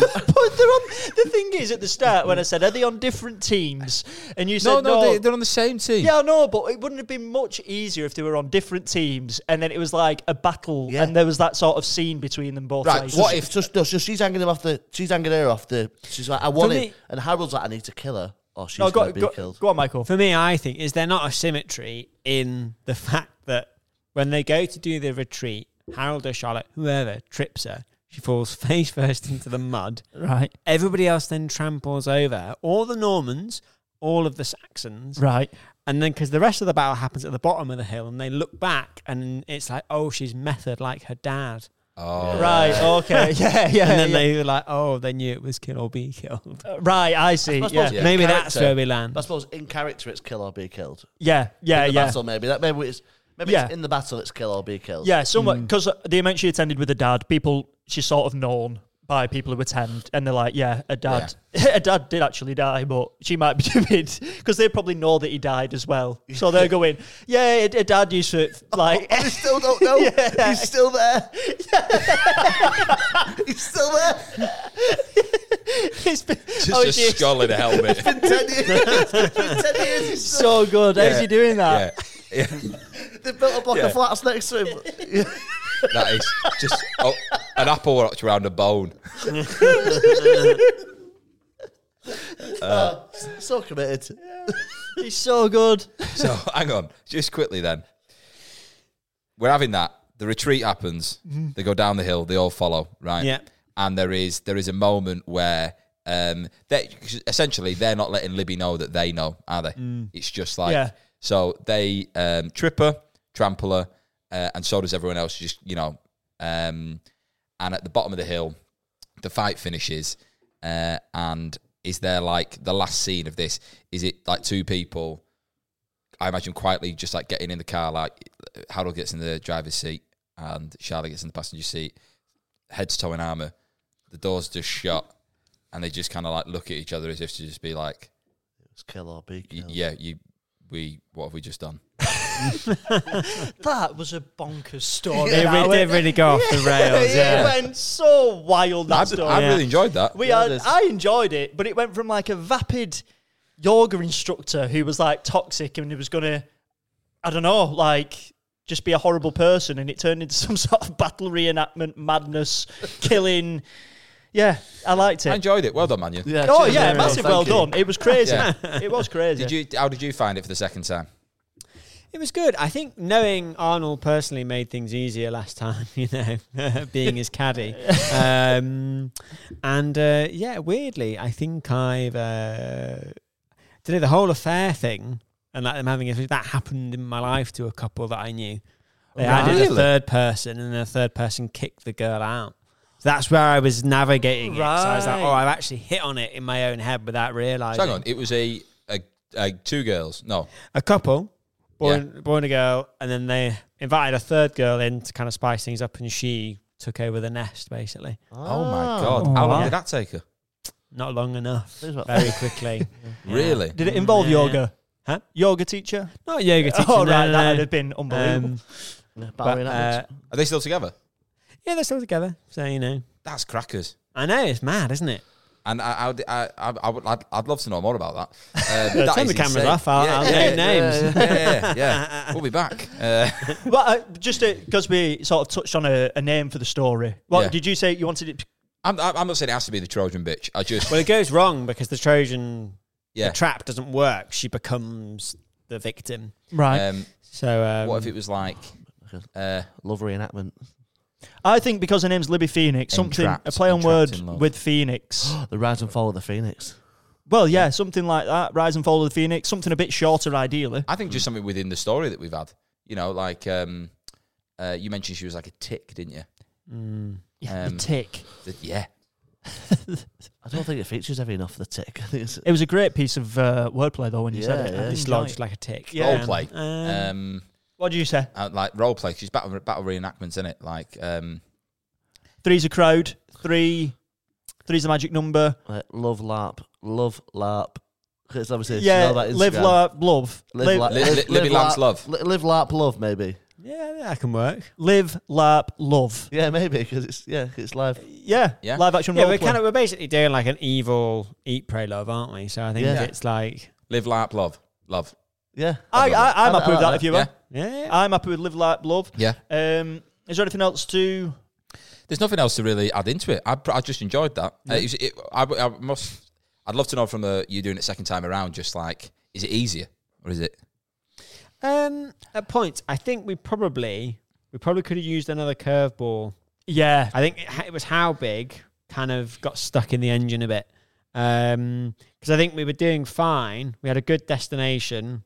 Speaker 2: *laughs* But they're on, the thing is, at the start when I said, "Are they on different teams?" and you
Speaker 1: No,
Speaker 2: said,
Speaker 1: no,
Speaker 2: "No."
Speaker 1: They, they're on the same team.
Speaker 2: yeah, no, but it wouldn't have been much easier if they were on different teams, and then it was like a battle,
Speaker 3: Yeah.
Speaker 2: and there was that sort of scene between them both.
Speaker 1: Right,
Speaker 2: like-
Speaker 1: what if-
Speaker 3: it's just no, so she's hanging him off the. She's hanging her off the. She's like, "I want
Speaker 4: Doesn't
Speaker 3: it,"
Speaker 4: it-
Speaker 3: and Harold's like, "I need to kill her, or she's
Speaker 2: No, go,
Speaker 3: going to be
Speaker 2: go-
Speaker 3: killed."
Speaker 2: go on, Michael.
Speaker 4: for me, I think, is there not a symmetry in the fact that when they go to do the retreat, Harold or Charlotte, whoever, trips her, she falls *laughs* face first into the mud.
Speaker 2: *laughs* Right,
Speaker 4: Everybody else then tramples over her. all the Normans, all of the Saxons,
Speaker 2: right.
Speaker 4: and then because the rest of the battle happens at the bottom of the hill, and they look back, and it's like, oh, she's method like her dad,
Speaker 1: Oh,
Speaker 2: Right, okay, *laughs* yeah, yeah.
Speaker 4: and then
Speaker 2: yeah.
Speaker 4: they were like, oh, they knew it was kill or be killed.
Speaker 2: right, I see.
Speaker 3: I
Speaker 2: Yeah,
Speaker 3: suppose-
Speaker 1: Yeah.
Speaker 4: Maybe
Speaker 3: character.
Speaker 4: that's where we land.
Speaker 3: I suppose in character it's kill or be killed.
Speaker 2: yeah, yeah,
Speaker 3: In the
Speaker 2: yeah.
Speaker 3: battle maybe that maybe it's maybe
Speaker 2: Yeah.
Speaker 3: it's in the battle it's kill or be killed.
Speaker 2: Yeah, somewhat
Speaker 4: Mm.
Speaker 2: because the amount she attended with her dad, people she's sort of known by people who attend, and they're like, yeah, her dad, *laughs* her dad did actually die, but she might be *laughs* stupid because they probably know that he died as well. So they're going, yeah, her, her dad used to like. *laughs*
Speaker 3: I still don't know.
Speaker 2: Yeah.
Speaker 3: He's still there. He's still there.
Speaker 2: it's
Speaker 4: *laughs*
Speaker 2: been, oh,
Speaker 1: just a
Speaker 2: it's
Speaker 1: skull in a helmet.
Speaker 3: Ten years. Ten years.
Speaker 2: *laughs*
Speaker 3: He's still,
Speaker 2: so good. How's he doing
Speaker 1: yeah,
Speaker 2: that?
Speaker 1: yeah,
Speaker 3: they built a block
Speaker 1: Yeah.
Speaker 3: of flats next to him.
Speaker 1: that is just oh, an apple watch around a bone.
Speaker 3: so committed.
Speaker 2: He's so good.
Speaker 1: So *laughs* hang on, just quickly then. We're having that. The retreat happens. They go down the hill. They all follow. Right.
Speaker 4: Yeah.
Speaker 1: And there is there is a moment where um they 'cause essentially they're not letting Libby know that they know, are they? It's just like
Speaker 2: Yeah.
Speaker 1: so they um trip her, trample her, uh, and so does everyone else. Just you know, um, and at the bottom of the hill, the fight finishes. Uh, and is there like the last scene of this? Is it like two people? I imagine quietly just like getting in the car, like Harold gets in the driver's seat and Charlie gets in the passenger seat, head to toe in armor. The doors just shut, and they just kind of like look at each other as if to just be like,
Speaker 3: It's kill or be
Speaker 1: "Y-
Speaker 3: killed.
Speaker 1: "Yeah, you, we, what have we just done?"
Speaker 2: That was a bonkers story.
Speaker 4: They,
Speaker 2: that
Speaker 4: re- they
Speaker 2: went-
Speaker 4: really go
Speaker 2: *laughs*
Speaker 4: off the rails.
Speaker 2: It
Speaker 4: Yeah.
Speaker 2: went so wild that
Speaker 1: I,
Speaker 2: story.
Speaker 1: I really enjoyed that.
Speaker 2: We
Speaker 3: Yeah,
Speaker 2: had,
Speaker 3: there's-
Speaker 2: I enjoyed it, but it went from like a vapid yoga instructor who was like toxic and he was gonna, I don't know, like just be a horrible person, and it turned into *laughs* some sort of battle
Speaker 1: *laughs*
Speaker 2: reenactment, madness, killing. Yeah, I liked
Speaker 1: I
Speaker 2: it.
Speaker 1: enjoyed it. Well done, man. You.
Speaker 3: Yeah,
Speaker 2: oh
Speaker 3: cheers,
Speaker 2: yeah,
Speaker 3: everyone.
Speaker 2: massive,
Speaker 3: Thank
Speaker 2: well
Speaker 3: you.
Speaker 2: done. It was crazy.
Speaker 1: Yeah.
Speaker 2: It was crazy.
Speaker 1: *laughs* Did you? How did you find it for the second time?
Speaker 4: It was good. I think knowing Arnold personally made things easier last time, *laughs* you know, being his caddy. Um, and uh, yeah, weirdly, I think I've. Uh, today, the whole affair thing and like them having a, that happened in my life to a couple that I knew. They added a
Speaker 1: Really?
Speaker 4: third person, and the third person kicked the girl out. So that's where I was navigating it. So I was like,
Speaker 2: Right.
Speaker 4: oh, I've actually hit on it in my own head without realizing.
Speaker 1: So hang on, it was a, a, a two girls. No,
Speaker 4: a couple, born, born a girl, and then they invited a third girl in to kind of spice things up, and she took over the nest basically.
Speaker 1: Oh my god!
Speaker 4: Oh,
Speaker 1: How long
Speaker 4: wow.
Speaker 1: did that take her?
Speaker 4: Not long enough.
Speaker 3: There's about-
Speaker 4: Very
Speaker 1: *laughs*
Speaker 4: quickly. Yeah.
Speaker 1: Really?
Speaker 2: Did it involve
Speaker 4: Yeah.
Speaker 2: yoga?
Speaker 4: Huh?
Speaker 2: Yoga teacher?
Speaker 4: Not yoga
Speaker 2: *laughs*
Speaker 4: teacher.
Speaker 2: oh,
Speaker 4: no,
Speaker 2: right.
Speaker 4: no,
Speaker 2: that
Speaker 4: no.
Speaker 2: would have been unbelievable.
Speaker 4: Um,
Speaker 3: Yeah,
Speaker 4: but,
Speaker 3: Ballerina
Speaker 4: uh,
Speaker 1: Are they still together?
Speaker 4: yeah, they're still together. So you know,
Speaker 1: That's crackers.
Speaker 4: I know it's mad, isn't it?
Speaker 1: And I, I, would- I, I, I would, I'd, I'd love to know more about
Speaker 4: *laughs*
Speaker 1: that. Um,
Speaker 4: Yeah,
Speaker 1: that
Speaker 4: turn
Speaker 1: is
Speaker 4: the cameras
Speaker 1: insane.
Speaker 4: off, I'll- I'll name names.
Speaker 1: Yeah, yeah,
Speaker 4: *laughs*
Speaker 1: yeah. We'll be back. Uh,
Speaker 4: Um,
Speaker 2: well, uh, just because we sort of touched on a, a name for the story. Well,
Speaker 1: Yeah.
Speaker 2: did you say you wanted it?
Speaker 1: I'm, I'm I'm not saying it has to be the Trojan bitch. I just,
Speaker 4: Well, it goes wrong because the Trojan
Speaker 1: yeah.
Speaker 4: the trap doesn't work. She becomes the victim.
Speaker 2: Right.
Speaker 1: Um,
Speaker 4: So um,
Speaker 1: what if it was like, uh,
Speaker 3: love reenactment.
Speaker 2: I think because her name's Libby Phoenix, something
Speaker 1: Entrapped-
Speaker 2: a play on
Speaker 1: entrapped
Speaker 2: word
Speaker 1: in love.
Speaker 2: with Phoenix.
Speaker 3: The rise and fall of the phoenix.
Speaker 2: well, yeah, something like that. Rise and fall of the Phoenix. Something a bit shorter, ideally.
Speaker 1: I think just something within the story that we've had. You know, like um, uh, you mentioned she was like a tick, didn't you?
Speaker 4: Mm.
Speaker 2: Yeah,
Speaker 1: Um,
Speaker 2: *laughs* the tick.
Speaker 1: That- yeah.
Speaker 3: I don't think it features heavy enough. The tick. *laughs* I think it's-
Speaker 2: It was a great piece of uh, wordplay, though, when you said
Speaker 3: Yeah,
Speaker 2: it. I
Speaker 3: yeah.
Speaker 2: did enjoy
Speaker 4: dislodged
Speaker 2: it.
Speaker 4: mm, like a tick.
Speaker 1: Yeah. Role play.
Speaker 4: Um,
Speaker 1: Um,
Speaker 2: What did you say?
Speaker 1: uh, like role play. She's battle battle reenactments, isn't it? Like, um,
Speaker 2: Three's a crowd. Three. Three's the magic number.
Speaker 3: like, love larp. Love larp. It's obviously it's
Speaker 2: yeah.
Speaker 3: all about
Speaker 2: Live,
Speaker 3: Instagram.
Speaker 2: love, love.
Speaker 3: Live, la-
Speaker 1: Li- li- Libby Lamp's love.
Speaker 3: Li- live larp love maybe.
Speaker 4: yeah, that can work.
Speaker 2: live, LARP, love.
Speaker 3: Yeah, maybe because it's yeah, it's live.
Speaker 2: Yeah.
Speaker 1: Yeah.
Speaker 2: Live action
Speaker 4: Yeah,
Speaker 2: role
Speaker 4: we're
Speaker 2: play.
Speaker 4: kind of we're basically doing like an evil eat, pray, love, aren't we? So I think
Speaker 3: Yeah.
Speaker 4: it's like
Speaker 1: live, laugh, love, love.
Speaker 3: Yeah,
Speaker 4: Ah.
Speaker 2: I, I, I'm
Speaker 3: I- I
Speaker 2: happy with that
Speaker 3: like that.
Speaker 2: if you
Speaker 1: Yeah.
Speaker 2: are.
Speaker 4: yeah,
Speaker 2: I'm happy with live, LARP, love.
Speaker 1: Yeah.
Speaker 2: Um, is there anything else to?
Speaker 1: There's nothing else to really add into it. I, pr- I just enjoyed that. Uh, it was, it, I, I must. I'd love to know from the you doing it second time around. Just like, is it easier or is it?
Speaker 4: Um, at points, I think we probably we probably could have used another curveball.
Speaker 2: Yeah.
Speaker 4: I think it, ha- it was how big kind of got stuck in the engine a bit. Um, because I think we were doing fine. We had a good destination,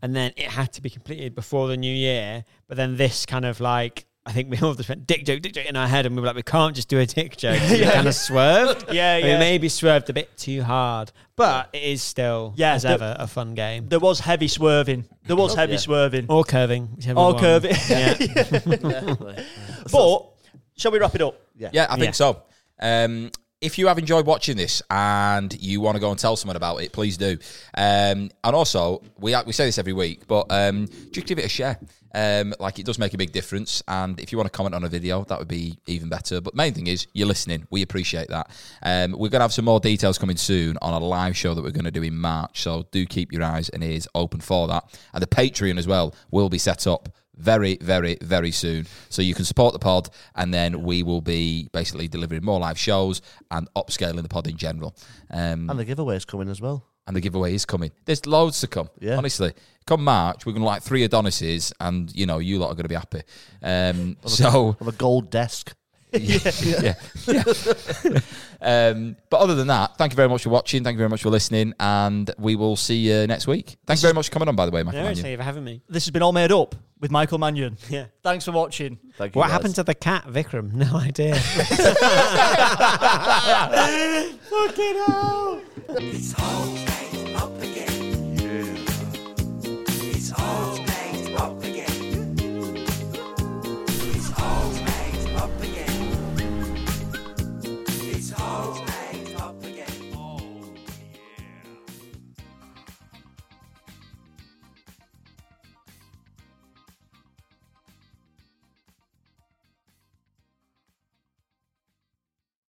Speaker 4: and then it had to be completed before the new year. But then this kind of like. I think we *laughs* all just went dick joke, dick joke in our head, and we were like, we can't just do a dick joke. So We
Speaker 2: *laughs* Yeah.
Speaker 4: kind of swerved.
Speaker 2: Yeah,
Speaker 4: We
Speaker 2: yeah.
Speaker 4: maybe swerved a bit too hard, but it is still,
Speaker 2: Yeah,
Speaker 4: as
Speaker 2: the-
Speaker 4: ever, a fun game.
Speaker 2: There was heavy swerving. There was heavy
Speaker 3: yeah.
Speaker 2: swerving.
Speaker 4: Or curving. whichever
Speaker 2: Or
Speaker 4: one.
Speaker 2: curving. *laughs*
Speaker 4: Yeah.
Speaker 2: But shall we wrap it up?
Speaker 1: Yeah, I think
Speaker 4: Yeah.
Speaker 1: so. Um, if you have enjoyed watching this and you want to go and tell someone about it, please do. Um, and also, we we say this every week, but um, just give it a share. Um, like it does make a big difference. And if you want to comment on a video, that would be even better. But main thing is you're listening. We appreciate that. Um, we're gonna have some more details coming soon on a live show that we're going to do in March. So do keep your eyes and ears open for that. And the Patreon as well will be set up very, very, very soon. So you can support the pod, and then we will be basically delivering more live shows and upscaling the pod in general. Um,
Speaker 3: and the giveaway's coming as well.
Speaker 1: and the giveaway is coming. There's loads to come.
Speaker 3: Yeah.
Speaker 1: Honestly, come March, we're going to like three Adonises, and you know, you lot are going to be happy. Um,
Speaker 3: *laughs*
Speaker 1: so
Speaker 3: Of a gold desk.
Speaker 1: yeah, yeah. yeah. um, but other than that, thank you very much for watching. Thank you very much for listening, and we will see you next week. Thanks very much for coming on, by the way, Michael.
Speaker 4: No,
Speaker 1: Mannion.
Speaker 4: thank you for having me.
Speaker 2: This has been all made up with Michael Mannion.
Speaker 4: Yeah.
Speaker 2: Thanks for watching.
Speaker 3: Thank
Speaker 4: What happened to the cat, Vikram? *laughs* No idea.
Speaker 5: It's all made up again.